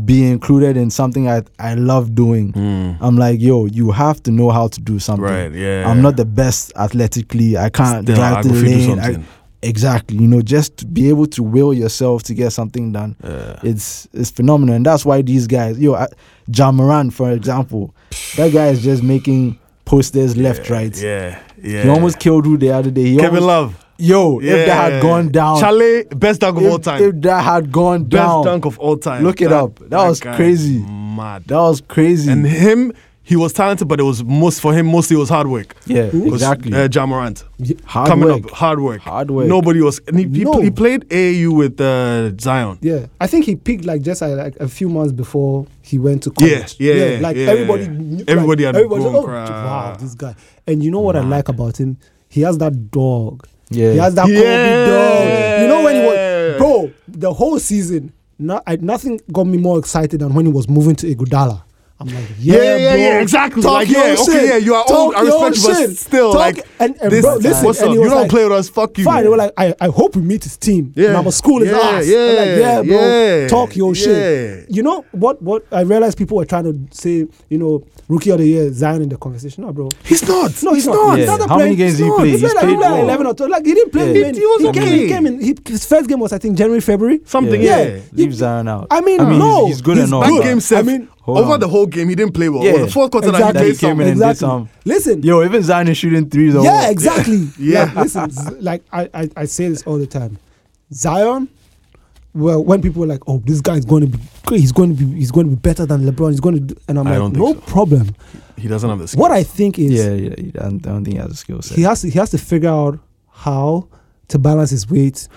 [SPEAKER 1] be included in something I, I love doing.
[SPEAKER 4] Mm.
[SPEAKER 1] I'm like, yo, you have to know how to do something.
[SPEAKER 4] Right. Yeah.
[SPEAKER 1] I'm not the best athletically. I can't
[SPEAKER 4] Still, I
[SPEAKER 1] drive to
[SPEAKER 4] go
[SPEAKER 1] the
[SPEAKER 4] fit do
[SPEAKER 1] lane. I-
[SPEAKER 4] something.
[SPEAKER 1] exactly. You know, just to be able to will yourself to get something done.
[SPEAKER 4] Yeah.
[SPEAKER 1] It's it's phenomenal, and that's why these guys, yo, I- Ja Moran, for example, that guy is just making posters left, right.
[SPEAKER 4] Yeah. Yeah.
[SPEAKER 1] He almost killed who the other day. He
[SPEAKER 4] Kevin
[SPEAKER 1] almost-
[SPEAKER 4] Love.
[SPEAKER 1] yo, if that had gone down,
[SPEAKER 4] Charlie, best dunk of
[SPEAKER 1] if,
[SPEAKER 4] all time.
[SPEAKER 1] if that had gone
[SPEAKER 4] best
[SPEAKER 1] down,
[SPEAKER 4] dunk of all time.
[SPEAKER 1] Look it up. That was
[SPEAKER 4] guy
[SPEAKER 1] crazy.
[SPEAKER 4] is Mad.
[SPEAKER 1] that was crazy.
[SPEAKER 4] and him, he was talented, but it was most for him mostly it was hard work.
[SPEAKER 1] Yeah,
[SPEAKER 4] 'Cause,
[SPEAKER 1] exactly.
[SPEAKER 4] Uh, Jamorant
[SPEAKER 3] Yeah,
[SPEAKER 1] Hard
[SPEAKER 4] coming
[SPEAKER 1] work.
[SPEAKER 4] up, hard work.
[SPEAKER 1] Hard work.
[SPEAKER 4] Nobody was. And he, he,
[SPEAKER 3] No.
[SPEAKER 4] he played AAU with uh, Zion.
[SPEAKER 3] Yeah, I think he peaked like just uh, like a few months before he went to college.
[SPEAKER 4] yeah, yeah,
[SPEAKER 3] like
[SPEAKER 4] yeah,
[SPEAKER 3] everybody,
[SPEAKER 4] yeah.
[SPEAKER 3] knew- like,
[SPEAKER 4] Everybody had
[SPEAKER 3] everybody was
[SPEAKER 4] grown
[SPEAKER 3] like, "Oh,
[SPEAKER 4] crowd.
[SPEAKER 3] wow, this guy. And you know what I like about him? He has that dog.
[SPEAKER 1] Yeah.
[SPEAKER 3] he has that
[SPEAKER 4] Yeah.
[SPEAKER 3] Kobe dog. You know when he
[SPEAKER 4] Yeah.
[SPEAKER 3] was, bro, the whole season. No, I, nothing got me more excited than when he was moving to Igudala. I'm like, yeah,
[SPEAKER 4] yeah, yeah,
[SPEAKER 3] bro.
[SPEAKER 4] yeah, exactly.
[SPEAKER 3] Talk
[SPEAKER 4] like,
[SPEAKER 3] your
[SPEAKER 4] yeah,
[SPEAKER 3] own
[SPEAKER 4] okay,
[SPEAKER 3] shit.
[SPEAKER 4] yeah, you are
[SPEAKER 3] Talk
[SPEAKER 4] old. I
[SPEAKER 3] your own
[SPEAKER 4] respect you, but
[SPEAKER 3] shit.
[SPEAKER 4] still,
[SPEAKER 3] Talk-
[SPEAKER 4] like,
[SPEAKER 3] and, and
[SPEAKER 4] this,
[SPEAKER 3] bro, listen,
[SPEAKER 4] what's
[SPEAKER 3] and
[SPEAKER 4] up?
[SPEAKER 3] he
[SPEAKER 4] You
[SPEAKER 3] was
[SPEAKER 4] don't
[SPEAKER 3] like,
[SPEAKER 4] play with us, fuck you.
[SPEAKER 3] Fine, they were like, I, I hope we meet his team.
[SPEAKER 4] Yeah.
[SPEAKER 3] Yeah. And our school is
[SPEAKER 4] Yeah,
[SPEAKER 3] ours.
[SPEAKER 4] yeah,
[SPEAKER 3] I'm like, yeah, bro.
[SPEAKER 4] yeah,
[SPEAKER 3] Talk your shit.
[SPEAKER 4] yeah.
[SPEAKER 3] You know what? What I realized people were trying to say, you know, rookie of the year, Zion in the conversation. No, bro.
[SPEAKER 4] he's not.
[SPEAKER 3] No, he's not. He's
[SPEAKER 1] Yeah.
[SPEAKER 3] not a
[SPEAKER 1] How
[SPEAKER 3] player.
[SPEAKER 1] many games did he
[SPEAKER 3] He's
[SPEAKER 1] play?
[SPEAKER 3] not. He
[SPEAKER 1] He's
[SPEAKER 3] played like
[SPEAKER 1] played
[SPEAKER 3] like
[SPEAKER 1] more.
[SPEAKER 3] 11 or 12. Like, he didn't play.
[SPEAKER 1] Yeah.
[SPEAKER 3] many.
[SPEAKER 4] He was
[SPEAKER 3] came, he
[SPEAKER 4] okay.
[SPEAKER 3] came in. He, his first game was, I think, January, February.
[SPEAKER 4] Something,
[SPEAKER 3] Yeah.
[SPEAKER 4] yeah.
[SPEAKER 1] Leave Zion out.
[SPEAKER 3] I mean,
[SPEAKER 1] I mean,
[SPEAKER 3] no.
[SPEAKER 1] he's, he's good
[SPEAKER 3] He's
[SPEAKER 1] enough.
[SPEAKER 4] That
[SPEAKER 1] but-
[SPEAKER 4] game, Seth,
[SPEAKER 3] I mean-
[SPEAKER 1] Hold
[SPEAKER 4] over
[SPEAKER 1] on.
[SPEAKER 4] the whole game, he didn't play well.
[SPEAKER 1] Yeah.
[SPEAKER 4] Over the fourth quarter, that
[SPEAKER 1] Exactly.
[SPEAKER 4] he
[SPEAKER 1] He
[SPEAKER 4] played
[SPEAKER 1] came
[SPEAKER 4] some.
[SPEAKER 1] in and did
[SPEAKER 3] Exactly.
[SPEAKER 1] some.
[SPEAKER 3] Listen,
[SPEAKER 1] Yo, even Zion is shooting threes. or
[SPEAKER 3] Yeah,
[SPEAKER 1] what?
[SPEAKER 4] <laughs>
[SPEAKER 3] exactly.
[SPEAKER 4] Yeah.
[SPEAKER 3] Like, listen, z- like I, I, I say this all the time. Zion, well, when people were like, "Oh, this guy is going to be, great. he's going to be, he's going to be better than LeBron," he's going to, do, and I'm
[SPEAKER 4] I
[SPEAKER 3] like,
[SPEAKER 4] don't think
[SPEAKER 3] "No
[SPEAKER 4] so."
[SPEAKER 3] problem."
[SPEAKER 4] He doesn't have the skills.
[SPEAKER 3] What I think is,
[SPEAKER 1] Yeah, yeah. he doesn't- I don't think he has a skill set.
[SPEAKER 3] he has to, he has to figure out how to balance his weight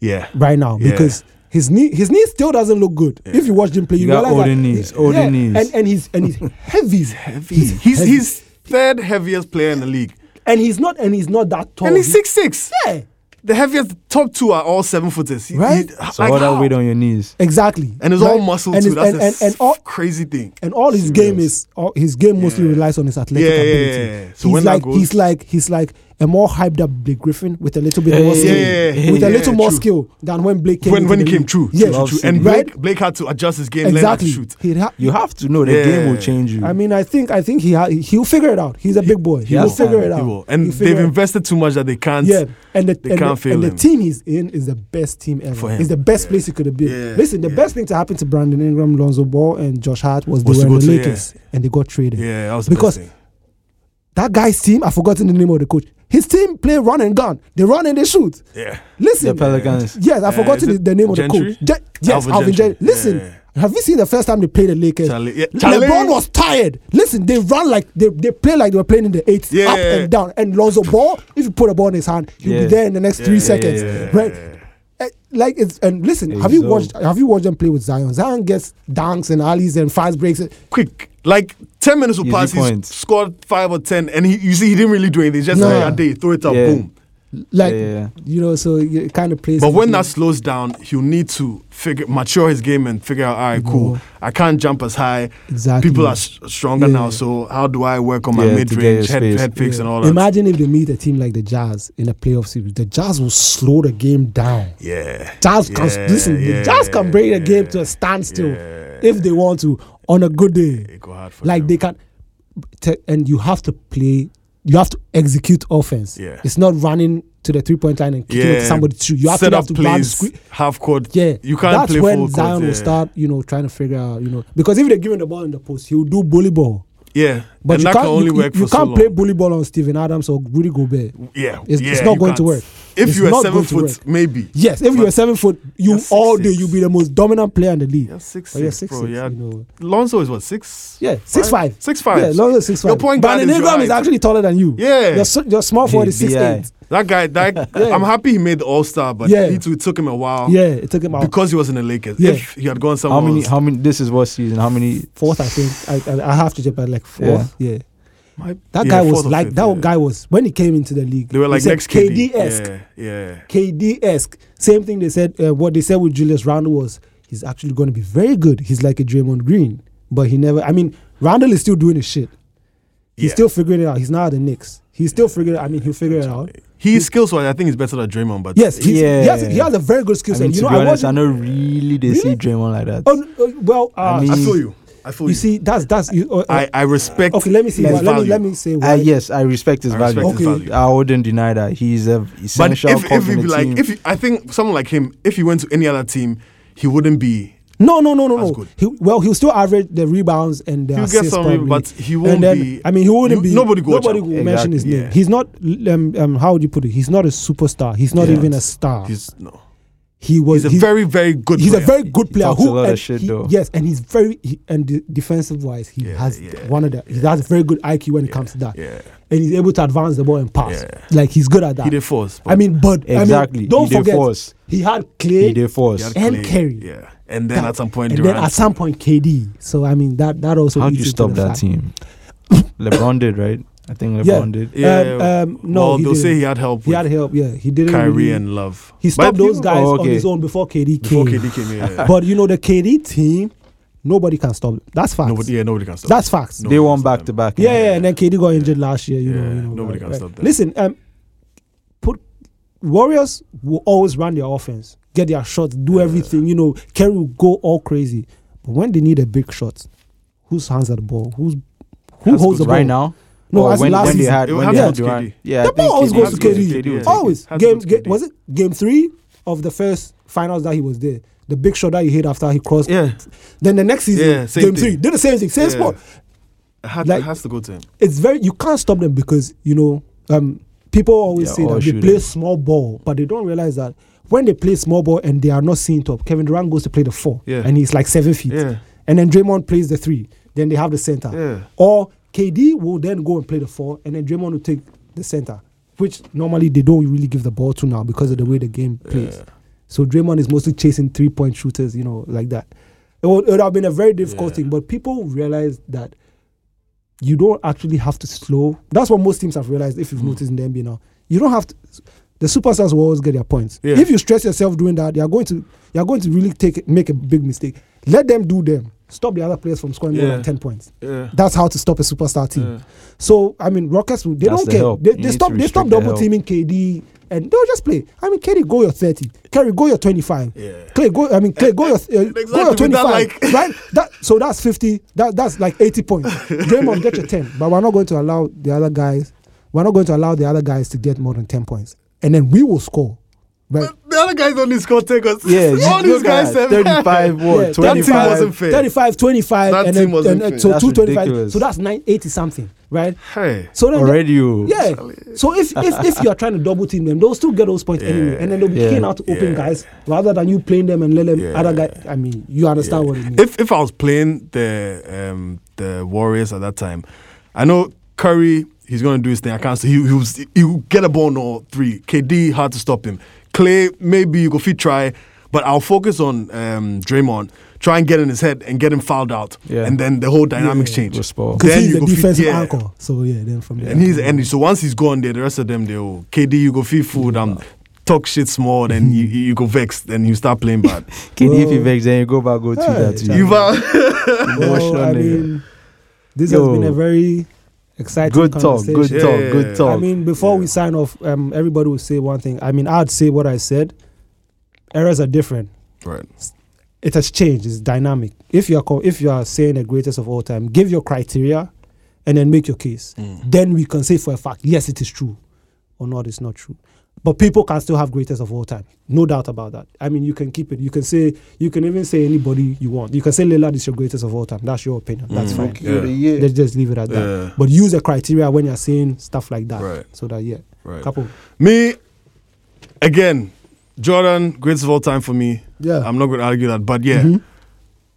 [SPEAKER 4] Yeah.
[SPEAKER 3] right now
[SPEAKER 4] Yeah.
[SPEAKER 3] because. His knee, his knee still doesn't look good. If you watch him play,
[SPEAKER 1] He
[SPEAKER 3] you
[SPEAKER 1] got
[SPEAKER 3] realize
[SPEAKER 1] older
[SPEAKER 3] that-
[SPEAKER 1] knees, older
[SPEAKER 3] yeah,
[SPEAKER 1] knees.
[SPEAKER 3] and and he's
[SPEAKER 4] <laughs>
[SPEAKER 3] and he's heavy, he's heavy,
[SPEAKER 4] He's he's, he's third heaviest player in the league,
[SPEAKER 3] and he's not and he's not that tall.
[SPEAKER 4] and he's
[SPEAKER 3] He-
[SPEAKER 4] six six.
[SPEAKER 3] yeah,
[SPEAKER 4] The heaviest top two are all seven footers. He-
[SPEAKER 3] Right?
[SPEAKER 4] he-
[SPEAKER 1] So
[SPEAKER 4] like
[SPEAKER 1] all that
[SPEAKER 4] how?
[SPEAKER 1] weight on your knees.
[SPEAKER 3] exactly.
[SPEAKER 4] And it's all
[SPEAKER 3] Right?
[SPEAKER 4] muscle
[SPEAKER 3] And
[SPEAKER 4] too.
[SPEAKER 3] it's-
[SPEAKER 4] That's
[SPEAKER 3] and,
[SPEAKER 4] a
[SPEAKER 3] and, and all
[SPEAKER 4] crazy thing.
[SPEAKER 3] and all his game is all, his game mostly
[SPEAKER 4] Yeah.
[SPEAKER 3] relies on his athletic
[SPEAKER 4] Yeah, yeah,
[SPEAKER 3] ability.
[SPEAKER 4] yeah, yeah. So
[SPEAKER 3] he's
[SPEAKER 4] when that
[SPEAKER 3] like
[SPEAKER 4] goes-
[SPEAKER 3] he's like he's like a more hyped up Blake Griffin with a little bit
[SPEAKER 1] Yeah,
[SPEAKER 3] more
[SPEAKER 1] yeah,
[SPEAKER 3] skill,
[SPEAKER 1] yeah, yeah,
[SPEAKER 3] with
[SPEAKER 1] yeah,
[SPEAKER 3] a little
[SPEAKER 4] yeah,
[SPEAKER 3] more
[SPEAKER 4] true.
[SPEAKER 3] skill than when Blake came
[SPEAKER 4] when
[SPEAKER 3] into
[SPEAKER 4] when he
[SPEAKER 3] the
[SPEAKER 4] came
[SPEAKER 3] league.
[SPEAKER 4] true,
[SPEAKER 3] Yeah,
[SPEAKER 4] true, true, true. and
[SPEAKER 3] right?
[SPEAKER 4] Blake, Blake had to adjust his game, learn how to
[SPEAKER 3] exactly.
[SPEAKER 4] shoot.
[SPEAKER 3] He'd ha-
[SPEAKER 1] You have to know the game will
[SPEAKER 4] Yeah.
[SPEAKER 1] change you.
[SPEAKER 3] I mean, I think I think he ha- he'll figure it out. He's a big boy. He,
[SPEAKER 1] he
[SPEAKER 3] will
[SPEAKER 1] has
[SPEAKER 3] figure
[SPEAKER 1] talent.
[SPEAKER 3] it out.
[SPEAKER 4] He will. And
[SPEAKER 3] He'll
[SPEAKER 4] they've
[SPEAKER 3] figure it out.
[SPEAKER 4] invested too much that they can't.
[SPEAKER 3] Yeah, and the
[SPEAKER 4] They
[SPEAKER 3] and,
[SPEAKER 4] can't
[SPEAKER 3] the,
[SPEAKER 4] fail
[SPEAKER 3] and the
[SPEAKER 4] him.
[SPEAKER 3] team he's in is the best team ever.
[SPEAKER 4] For him.
[SPEAKER 3] It's the best place he could have been.
[SPEAKER 4] Yeah,
[SPEAKER 3] Listen, the
[SPEAKER 4] yeah.
[SPEAKER 3] best thing to happen to Brandon Ingram, Lonzo Ball, and Josh Hart was,
[SPEAKER 4] Was to
[SPEAKER 3] they were
[SPEAKER 4] go
[SPEAKER 3] in
[SPEAKER 4] to-
[SPEAKER 3] the
[SPEAKER 4] yeah.
[SPEAKER 3] Lakers and they got traded.
[SPEAKER 4] Yeah, that was the
[SPEAKER 3] Because
[SPEAKER 4] best thing.
[SPEAKER 3] that guy's team, I've forgotten the name of the coach. His team play run and gun. They run and they shoot.
[SPEAKER 4] Yeah.
[SPEAKER 1] the
[SPEAKER 3] Listen.
[SPEAKER 1] Pelicans.
[SPEAKER 3] Yes, I've
[SPEAKER 4] Uh,
[SPEAKER 3] forgotten
[SPEAKER 4] is
[SPEAKER 3] the,
[SPEAKER 4] it
[SPEAKER 3] the name of
[SPEAKER 4] Gentry?
[SPEAKER 3] the coach. Je- yes,
[SPEAKER 4] Alvin
[SPEAKER 3] Alvin, Gentry.
[SPEAKER 4] Gentry.
[SPEAKER 3] Listen,
[SPEAKER 4] Yeah,
[SPEAKER 3] have you seen the first time they played the Lakers?
[SPEAKER 4] Charlie- yeah, Charlie.
[SPEAKER 3] LeBron was tired. Listen, they ran like they, they play like they were playing in the eights,
[SPEAKER 4] Yeah.
[SPEAKER 3] up and down. And Lonzo Ball, if you put a ball in his hand, he'll
[SPEAKER 1] Yeah.
[SPEAKER 3] be there in the next three
[SPEAKER 1] yeah,
[SPEAKER 3] seconds,
[SPEAKER 1] yeah,
[SPEAKER 3] right? Eh, Like it's and listen,
[SPEAKER 1] Hey,
[SPEAKER 3] have you
[SPEAKER 1] so-
[SPEAKER 3] watched? Have you watched them play with Zion? Zion gets dunks and alleys and fast breaks.
[SPEAKER 4] Quick. Like 10 minutes will
[SPEAKER 1] Easy
[SPEAKER 4] pass, he
[SPEAKER 1] points.
[SPEAKER 4] scored 5 or 10, and he, you see he didn't really do anything. Just
[SPEAKER 3] Nah.
[SPEAKER 4] like a day, throw it up,
[SPEAKER 1] Yeah.
[SPEAKER 4] boom.
[SPEAKER 3] Like
[SPEAKER 1] Yeah, yeah, yeah.
[SPEAKER 3] you know, so it kind of plays.
[SPEAKER 4] But when
[SPEAKER 3] into-
[SPEAKER 4] that slows down, he'll need to figure mature his game and figure out, all right, cool,
[SPEAKER 3] No.
[SPEAKER 4] I can't jump as high.
[SPEAKER 3] Exactly.
[SPEAKER 4] People are s- stronger
[SPEAKER 3] Yeah.
[SPEAKER 4] now, so how do I work on my
[SPEAKER 1] Yeah, to
[SPEAKER 4] mid
[SPEAKER 1] get
[SPEAKER 4] range,
[SPEAKER 1] your
[SPEAKER 4] head,
[SPEAKER 1] space.
[SPEAKER 4] head fakes,
[SPEAKER 3] Yeah.
[SPEAKER 4] and all that?
[SPEAKER 3] Imagine if they meet a team like the Jazz in a playoff series. The Jazz will slow the game down.
[SPEAKER 4] yeah.
[SPEAKER 3] Jazz can
[SPEAKER 4] Yeah,
[SPEAKER 3] listen.
[SPEAKER 4] yeah,
[SPEAKER 3] the Jazz can bring the game to
[SPEAKER 4] yeah,
[SPEAKER 3] a standstill
[SPEAKER 4] yeah.
[SPEAKER 3] if they want to on a good day.
[SPEAKER 4] It go hard for
[SPEAKER 3] Like
[SPEAKER 4] them.
[SPEAKER 3] they can, te- and you have to play. You have to execute offense.
[SPEAKER 4] Yeah.
[SPEAKER 3] It's not running to the three point line and kicking it to somebody to shoot. You have
[SPEAKER 4] set
[SPEAKER 3] to, you
[SPEAKER 4] up
[SPEAKER 3] have to run,
[SPEAKER 4] plays,
[SPEAKER 3] sque-
[SPEAKER 4] half court.
[SPEAKER 3] yeah,
[SPEAKER 4] you can't
[SPEAKER 3] That's
[SPEAKER 4] play
[SPEAKER 3] when
[SPEAKER 4] full court.
[SPEAKER 3] Zion
[SPEAKER 4] yeah.
[SPEAKER 3] will start, you know, trying to figure out, you know, because if they give him the ball in the post, he'll do bully ball.
[SPEAKER 4] Yeah,
[SPEAKER 3] But
[SPEAKER 4] and
[SPEAKER 3] you
[SPEAKER 4] that
[SPEAKER 3] can't
[SPEAKER 4] can only
[SPEAKER 3] you,
[SPEAKER 4] work
[SPEAKER 3] you, you
[SPEAKER 4] for
[SPEAKER 3] can't
[SPEAKER 4] so
[SPEAKER 3] play
[SPEAKER 4] long.
[SPEAKER 3] bully ball on Steven Adams or Rudy Gobert.
[SPEAKER 4] Yeah,
[SPEAKER 3] It's-
[SPEAKER 4] yeah,
[SPEAKER 3] it's not
[SPEAKER 4] you
[SPEAKER 3] going to
[SPEAKER 4] can't.
[SPEAKER 3] work.
[SPEAKER 4] If
[SPEAKER 3] It's
[SPEAKER 4] you're
[SPEAKER 3] not
[SPEAKER 4] seven
[SPEAKER 3] going to
[SPEAKER 4] foot,
[SPEAKER 3] work.
[SPEAKER 4] maybe.
[SPEAKER 3] Yes, if you're
[SPEAKER 4] But
[SPEAKER 3] seven foot, you
[SPEAKER 4] you're six,
[SPEAKER 3] all day
[SPEAKER 4] six.
[SPEAKER 3] you'll be the most dominant player in the league.
[SPEAKER 4] You're six,
[SPEAKER 3] But you're
[SPEAKER 4] six,
[SPEAKER 3] Oh, six,
[SPEAKER 4] bro.
[SPEAKER 3] six,
[SPEAKER 4] yeah.
[SPEAKER 3] you know.
[SPEAKER 4] Lonzo is what six?
[SPEAKER 3] Yeah, six five.
[SPEAKER 4] Six five.
[SPEAKER 3] Yeah, Lonzo is six five.
[SPEAKER 4] Your point guard
[SPEAKER 3] Brandon
[SPEAKER 4] is your
[SPEAKER 3] Ingram is
[SPEAKER 4] height.
[SPEAKER 3] actually taller than you.
[SPEAKER 4] Yeah.
[SPEAKER 3] your, so- your small forward is
[SPEAKER 1] Hey,
[SPEAKER 3] six eight.
[SPEAKER 4] That guy,
[SPEAKER 3] <laughs>
[SPEAKER 4] that I'm happy he made the All Star, but
[SPEAKER 3] Yeah.
[SPEAKER 4] he too- it took him a while.
[SPEAKER 3] Yeah, it took him out
[SPEAKER 4] because he was in the Lakers.
[SPEAKER 3] Yeah.
[SPEAKER 4] If he had gone somewhere
[SPEAKER 1] How many?
[SPEAKER 4] else,
[SPEAKER 1] How many? This is what season? How many?
[SPEAKER 3] fourth, I think. I, I, I have to jump at like fourth. Yeah,
[SPEAKER 4] might-
[SPEAKER 3] that
[SPEAKER 4] yeah,
[SPEAKER 3] guy was
[SPEAKER 4] fourth or
[SPEAKER 3] like
[SPEAKER 4] fifth,
[SPEAKER 3] that
[SPEAKER 4] yeah.
[SPEAKER 3] guy was when he came into the league.
[SPEAKER 4] They were
[SPEAKER 3] they
[SPEAKER 4] like
[SPEAKER 3] said
[SPEAKER 4] next KD.
[SPEAKER 3] KD-esque.
[SPEAKER 4] Yeah, yeah.
[SPEAKER 3] KD esque. Same thing they said. Uh, what they said with Julius Randle was he's actually going to be very good. He's like a Draymond Green, but he never. I mean, Randle is still doing his shit. He's
[SPEAKER 4] Yeah.
[SPEAKER 3] still figuring it out. He's not at the Knicks. He's still figuring. I mean, he'll figure it out.
[SPEAKER 4] He skills wise, I think he's better than Draymond, but
[SPEAKER 3] Yes, he's,
[SPEAKER 1] Yeah.
[SPEAKER 3] he, has, he has a very good skill
[SPEAKER 1] I
[SPEAKER 3] set.
[SPEAKER 1] mean,
[SPEAKER 3] you
[SPEAKER 1] to
[SPEAKER 3] know,
[SPEAKER 1] be
[SPEAKER 3] I
[SPEAKER 1] honest,
[SPEAKER 3] was.
[SPEAKER 1] I know really they see Draymond like that.
[SPEAKER 3] Oh, no, uh, well, uh,
[SPEAKER 1] I mean-
[SPEAKER 4] I feel you. I feel
[SPEAKER 3] you
[SPEAKER 4] you.
[SPEAKER 3] see, that's that's. You, uh, uh,
[SPEAKER 4] I, I respect.
[SPEAKER 3] okay, let me see.
[SPEAKER 4] his
[SPEAKER 3] Why, let me
[SPEAKER 4] value.
[SPEAKER 3] let me say why.
[SPEAKER 1] Uh, yes, I respect his
[SPEAKER 4] I
[SPEAKER 1] value.
[SPEAKER 4] respect his
[SPEAKER 3] Okay.
[SPEAKER 4] value.
[SPEAKER 1] I wouldn't deny that he's a
[SPEAKER 4] But
[SPEAKER 1] essential
[SPEAKER 4] if, if
[SPEAKER 1] cog
[SPEAKER 4] he
[SPEAKER 1] in the
[SPEAKER 4] be like,
[SPEAKER 1] team.
[SPEAKER 4] if he, I think someone like him, if he went to any other team, he wouldn't be.
[SPEAKER 3] No, no, no, no,
[SPEAKER 4] That's
[SPEAKER 3] no.
[SPEAKER 4] good.
[SPEAKER 3] He, well, he'll still average the rebounds and the
[SPEAKER 4] He'll get
[SPEAKER 3] assists
[SPEAKER 4] some
[SPEAKER 3] probably.
[SPEAKER 4] rebound, but he won't
[SPEAKER 3] And then,
[SPEAKER 4] be-
[SPEAKER 3] I mean, he wouldn't
[SPEAKER 4] you-
[SPEAKER 3] be.
[SPEAKER 4] nobody go
[SPEAKER 3] Nobody
[SPEAKER 4] watch
[SPEAKER 3] will
[SPEAKER 4] out.
[SPEAKER 3] mention his
[SPEAKER 1] Exactly,
[SPEAKER 3] name.
[SPEAKER 4] yeah.
[SPEAKER 3] He's not. Um, um, how would you put it? He's not a superstar. He's not
[SPEAKER 4] Yeah.
[SPEAKER 3] even a star.
[SPEAKER 4] He's no.
[SPEAKER 3] he was
[SPEAKER 4] He's a
[SPEAKER 3] he-
[SPEAKER 4] very, very good
[SPEAKER 3] he's
[SPEAKER 4] player.
[SPEAKER 3] a very good player.
[SPEAKER 1] talks
[SPEAKER 3] who
[SPEAKER 1] a lot of
[SPEAKER 3] and
[SPEAKER 1] shit,
[SPEAKER 3] he-
[SPEAKER 1] though.
[SPEAKER 3] Yes, and he's very he, and de- defensive wise, he
[SPEAKER 4] Yeah,
[SPEAKER 3] has
[SPEAKER 4] yeah,
[SPEAKER 3] one of the he has very good IQ when it comes to that,
[SPEAKER 4] Yeah.
[SPEAKER 3] and he's able to advance the ball and pass.
[SPEAKER 4] Yeah.
[SPEAKER 3] Like he's good at
[SPEAKER 4] He
[SPEAKER 3] that.
[SPEAKER 4] did force.
[SPEAKER 3] I mean, but I
[SPEAKER 1] Exactly.
[SPEAKER 3] mean, don't
[SPEAKER 1] He dey
[SPEAKER 3] forget
[SPEAKER 1] force.
[SPEAKER 3] he had Clay.
[SPEAKER 1] He did force.
[SPEAKER 4] had
[SPEAKER 3] and
[SPEAKER 4] Klay,
[SPEAKER 3] Curry.
[SPEAKER 4] Yeah. And then
[SPEAKER 3] that-
[SPEAKER 4] at some point,
[SPEAKER 3] and
[SPEAKER 4] Durant.
[SPEAKER 3] then at some point KD. So I mean that that also.
[SPEAKER 1] How do
[SPEAKER 3] eats
[SPEAKER 1] you
[SPEAKER 3] into
[SPEAKER 1] stop
[SPEAKER 3] the
[SPEAKER 1] that
[SPEAKER 3] fact.
[SPEAKER 4] <laughs>
[SPEAKER 1] team? LeBron did, right? I think LeBron
[SPEAKER 3] Yeah.
[SPEAKER 1] did.
[SPEAKER 4] yeah.
[SPEAKER 3] um, no,
[SPEAKER 4] well,
[SPEAKER 3] he
[SPEAKER 4] they'll say
[SPEAKER 3] didn't.
[SPEAKER 4] he had help
[SPEAKER 3] He
[SPEAKER 4] with
[SPEAKER 3] had help. Yeah, he didn't.
[SPEAKER 4] Kyrie
[SPEAKER 3] really-
[SPEAKER 4] and Love.
[SPEAKER 3] he stopped
[SPEAKER 4] But
[SPEAKER 3] those guys
[SPEAKER 1] Oh,
[SPEAKER 3] on
[SPEAKER 1] okay.
[SPEAKER 3] his own before KD
[SPEAKER 4] Before
[SPEAKER 3] came.
[SPEAKER 4] KD came in. yeah.
[SPEAKER 3] <laughs> But you know the KD team, nobody can stop. them. That's facts.
[SPEAKER 4] Nobody, yeah, nobody can stop.
[SPEAKER 3] That's facts.
[SPEAKER 4] No,
[SPEAKER 1] they
[SPEAKER 4] it's
[SPEAKER 1] won
[SPEAKER 4] not
[SPEAKER 1] back to back.
[SPEAKER 3] Yeah, yeah, and then KD got injured last year. You know,
[SPEAKER 4] Yeah,
[SPEAKER 3] you know,
[SPEAKER 4] nobody can
[SPEAKER 3] right.
[SPEAKER 4] stop that.
[SPEAKER 3] Listen, um, put Warriors will always run their offense, get their shots, do everything. You know, Kerry will go all crazy, but when they need a big shot, whose hands are the ball? Who's who
[SPEAKER 1] Who
[SPEAKER 3] holds the ball
[SPEAKER 1] right now?
[SPEAKER 3] No,
[SPEAKER 1] Or
[SPEAKER 3] as in
[SPEAKER 1] when,
[SPEAKER 3] last
[SPEAKER 1] when they
[SPEAKER 3] season.
[SPEAKER 1] had
[SPEAKER 4] It
[SPEAKER 1] when
[SPEAKER 4] has
[SPEAKER 1] they
[SPEAKER 4] to
[SPEAKER 1] had
[SPEAKER 4] go to
[SPEAKER 1] Durant.
[SPEAKER 4] KD.
[SPEAKER 1] Yeah, I
[SPEAKER 3] The
[SPEAKER 1] think
[SPEAKER 3] ball always
[SPEAKER 1] KD
[SPEAKER 3] goes to
[SPEAKER 1] was good. was
[SPEAKER 3] KD.
[SPEAKER 4] KD. Yeah.
[SPEAKER 1] good.
[SPEAKER 3] Always.
[SPEAKER 4] Has to
[SPEAKER 3] Game,
[SPEAKER 4] go to
[SPEAKER 3] ga-
[SPEAKER 4] KD.
[SPEAKER 3] was it game three of the first finals that he was there? The big shot that he hit after he crossed.
[SPEAKER 4] Yeah.
[SPEAKER 3] Then the next season,
[SPEAKER 4] Yeah, same
[SPEAKER 3] game
[SPEAKER 4] thing.
[SPEAKER 3] three, did the same thing, same
[SPEAKER 4] Yeah.
[SPEAKER 3] spot.
[SPEAKER 4] It had-
[SPEAKER 3] Like-
[SPEAKER 4] it has to go to him.
[SPEAKER 3] It's very you can't stop them because you know um, people always
[SPEAKER 1] They're
[SPEAKER 3] say
[SPEAKER 4] oh,
[SPEAKER 1] all
[SPEAKER 3] that they play
[SPEAKER 1] shooters.
[SPEAKER 3] small ball, but they don't realize that when they play small ball and they are not seen top, Kevin Durant goes to play the four,
[SPEAKER 4] Yeah.
[SPEAKER 3] and he's like seven feet,
[SPEAKER 4] Yeah.
[SPEAKER 3] and then Draymond plays the three. Then they have the center,
[SPEAKER 4] Yeah.
[SPEAKER 3] or KD will then go and play the four, and then Draymond will take the center, which normally they don't really give the ball to now because of the way the game plays. So Draymond is mostly chasing three point shooters, you know, like that. It would, it would have been a very difficult
[SPEAKER 4] Yeah.
[SPEAKER 3] thing, but people realize that you don't actually have to slow. That's what most teams have realized. If you've
[SPEAKER 4] Hmm.
[SPEAKER 3] noticed in the NBA now, you don't have to. The superstars will always get their points.
[SPEAKER 4] Yeah.
[SPEAKER 3] If you stress yourself doing that, you are going to you are going to really take make a big mistake. Let them do them. Stop the other players from scoring more
[SPEAKER 4] Yeah.
[SPEAKER 3] than ten points.
[SPEAKER 4] Yeah.
[SPEAKER 3] That's how to stop a superstar team. So I mean, Rockets will- they
[SPEAKER 1] That's
[SPEAKER 3] don't
[SPEAKER 1] the
[SPEAKER 3] care.
[SPEAKER 1] help.
[SPEAKER 3] They,
[SPEAKER 1] You
[SPEAKER 3] they
[SPEAKER 1] need to
[SPEAKER 3] stop they stop
[SPEAKER 1] restrict the
[SPEAKER 3] double
[SPEAKER 1] help.
[SPEAKER 3] teaming KD and they'll just play. I mean, KD go your thirty, Kerry go your twenty five,
[SPEAKER 4] Yeah.
[SPEAKER 3] Clay go. I mean, Clay go your uh,
[SPEAKER 4] <laughs> Exactly,
[SPEAKER 3] go your
[SPEAKER 4] with
[SPEAKER 3] twenty
[SPEAKER 4] that,
[SPEAKER 3] five,
[SPEAKER 4] like- <laughs>
[SPEAKER 3] right? That so that's fifty. That that's like eighty points. Draymond get your ten, but we're not going to allow the other guys. We're not going to allow the other guys to get more than ten points, and then we will score. Right?
[SPEAKER 4] The other guys only scored takers.
[SPEAKER 1] Yeah, you
[SPEAKER 4] <laughs> all these
[SPEAKER 1] look
[SPEAKER 4] guys
[SPEAKER 1] at
[SPEAKER 4] said-
[SPEAKER 1] 35
[SPEAKER 3] Yeah,
[SPEAKER 1] what
[SPEAKER 3] that
[SPEAKER 4] team wasn't
[SPEAKER 1] 25
[SPEAKER 4] fair.
[SPEAKER 3] 35, 25,
[SPEAKER 4] That
[SPEAKER 3] and
[SPEAKER 4] team
[SPEAKER 3] then,
[SPEAKER 4] was
[SPEAKER 3] and,
[SPEAKER 4] unfair.
[SPEAKER 3] so
[SPEAKER 1] That's
[SPEAKER 3] 225.
[SPEAKER 1] ridiculous.
[SPEAKER 3] So that's 980 something, right?
[SPEAKER 4] <laughs> Hey.
[SPEAKER 3] So then,
[SPEAKER 1] already. You
[SPEAKER 3] yeah. So if, if if you are trying to double team them, they'll still get those points anyway, and then they'll be
[SPEAKER 1] Yeah.
[SPEAKER 3] keen out to open
[SPEAKER 4] Yeah.
[SPEAKER 3] guys rather than you playing them and let them
[SPEAKER 4] Yeah.
[SPEAKER 3] other guy. I mean, you understand what I mean?
[SPEAKER 4] If if I was playing the um the Warriors at that time, I know Curry he's gonna do his thing. I can't see he he, was, he will get a ball on three. KD hard to stop him. Clay maybe you go fit try, but I'll focus on um Draymond. Try and get in his head and get him fouled out,
[SPEAKER 1] Yeah.
[SPEAKER 4] and then the whole dynamics change.
[SPEAKER 1] Will spoil.
[SPEAKER 3] Because
[SPEAKER 4] Then
[SPEAKER 3] he's
[SPEAKER 4] you
[SPEAKER 3] the
[SPEAKER 4] go fit-
[SPEAKER 3] defensive
[SPEAKER 4] yeah.
[SPEAKER 3] anchor. So yeah, then from there.
[SPEAKER 4] And
[SPEAKER 3] <laughs>
[SPEAKER 4] he's and so once he's gone there, the rest of them they will KD you go feed food, um talk shit small, then you you you go vexed, then you start playing bad.
[SPEAKER 1] KD if he vex then you go back go to
[SPEAKER 3] Hey,
[SPEAKER 1] that too.
[SPEAKER 4] You've uh, <laughs>
[SPEAKER 1] <laughs>
[SPEAKER 3] well, I
[SPEAKER 1] emotional nigga.
[SPEAKER 3] mean, this
[SPEAKER 1] Yo.
[SPEAKER 3] has been a very exciting
[SPEAKER 1] Good talk, good
[SPEAKER 3] conversation.
[SPEAKER 1] talk,
[SPEAKER 4] Yeah.
[SPEAKER 1] good
[SPEAKER 3] I
[SPEAKER 1] talk.
[SPEAKER 3] mean, before we sign off, um, everybody will say one thing. I mean, I'd say what I said. Errors are different.
[SPEAKER 4] right.
[SPEAKER 3] it has changed. It's dynamic. If you are co- if you are saying the greatest of all time, give your criteria, and then make your case.
[SPEAKER 4] Mm.
[SPEAKER 3] Then we can say for a fact, yes, it is true, or not, it's not true. But people can still have greatest of all time, no doubt about that. I mean, you can keep it. You can say you can even say anybody you want. You can say Lillard is your greatest of all time. That's your opinion. That's fine.
[SPEAKER 4] Yeah. the
[SPEAKER 3] Let's just leave it at that.
[SPEAKER 4] Mm, Yeah.
[SPEAKER 3] But use the criteria when you're saying stuff like that,
[SPEAKER 4] Right.
[SPEAKER 3] so that yeah,
[SPEAKER 4] Right.
[SPEAKER 3] couple.
[SPEAKER 4] Me, again, Jordan, greatest of all time for me.
[SPEAKER 3] Yeah.
[SPEAKER 4] I'm not going to argue that, but yeah,
[SPEAKER 3] Mm-hmm.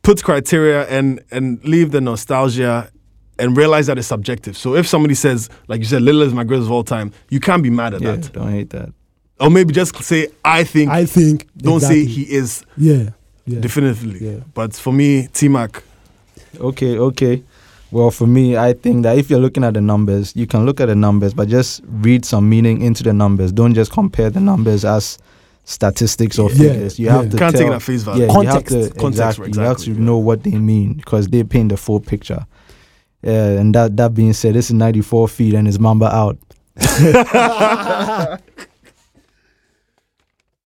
[SPEAKER 4] put criteria and and leave the nostalgia and realize that it's subjective. So if somebody says, like you said, Lillard is my greatest of all time, you can't be mad at
[SPEAKER 1] yeah,
[SPEAKER 4] that.
[SPEAKER 1] don't hate that.
[SPEAKER 4] Or maybe just say, I think.
[SPEAKER 3] I think
[SPEAKER 4] don't
[SPEAKER 3] exactly.
[SPEAKER 4] say he is
[SPEAKER 3] yeah yeah
[SPEAKER 4] definitively.
[SPEAKER 3] Yeah.
[SPEAKER 4] But for me, T Mac.
[SPEAKER 1] Okay, okay. Well, for me, I think that if you're looking at the numbers, you can look at the numbers, but just read some meaning into the numbers. Don't just compare the numbers as statistics or
[SPEAKER 3] Yeah,
[SPEAKER 1] figures. You
[SPEAKER 3] yeah.
[SPEAKER 1] have to
[SPEAKER 4] Can't
[SPEAKER 1] tell,
[SPEAKER 4] take it at face value.
[SPEAKER 1] Yeah,
[SPEAKER 3] Context.
[SPEAKER 1] You have to,
[SPEAKER 4] Context,
[SPEAKER 1] exactly, You have to
[SPEAKER 4] exactly, yeah.
[SPEAKER 1] know what they mean because they paint the full picture. Uh, and that that being said, this is 94 feet and it's Mamba out.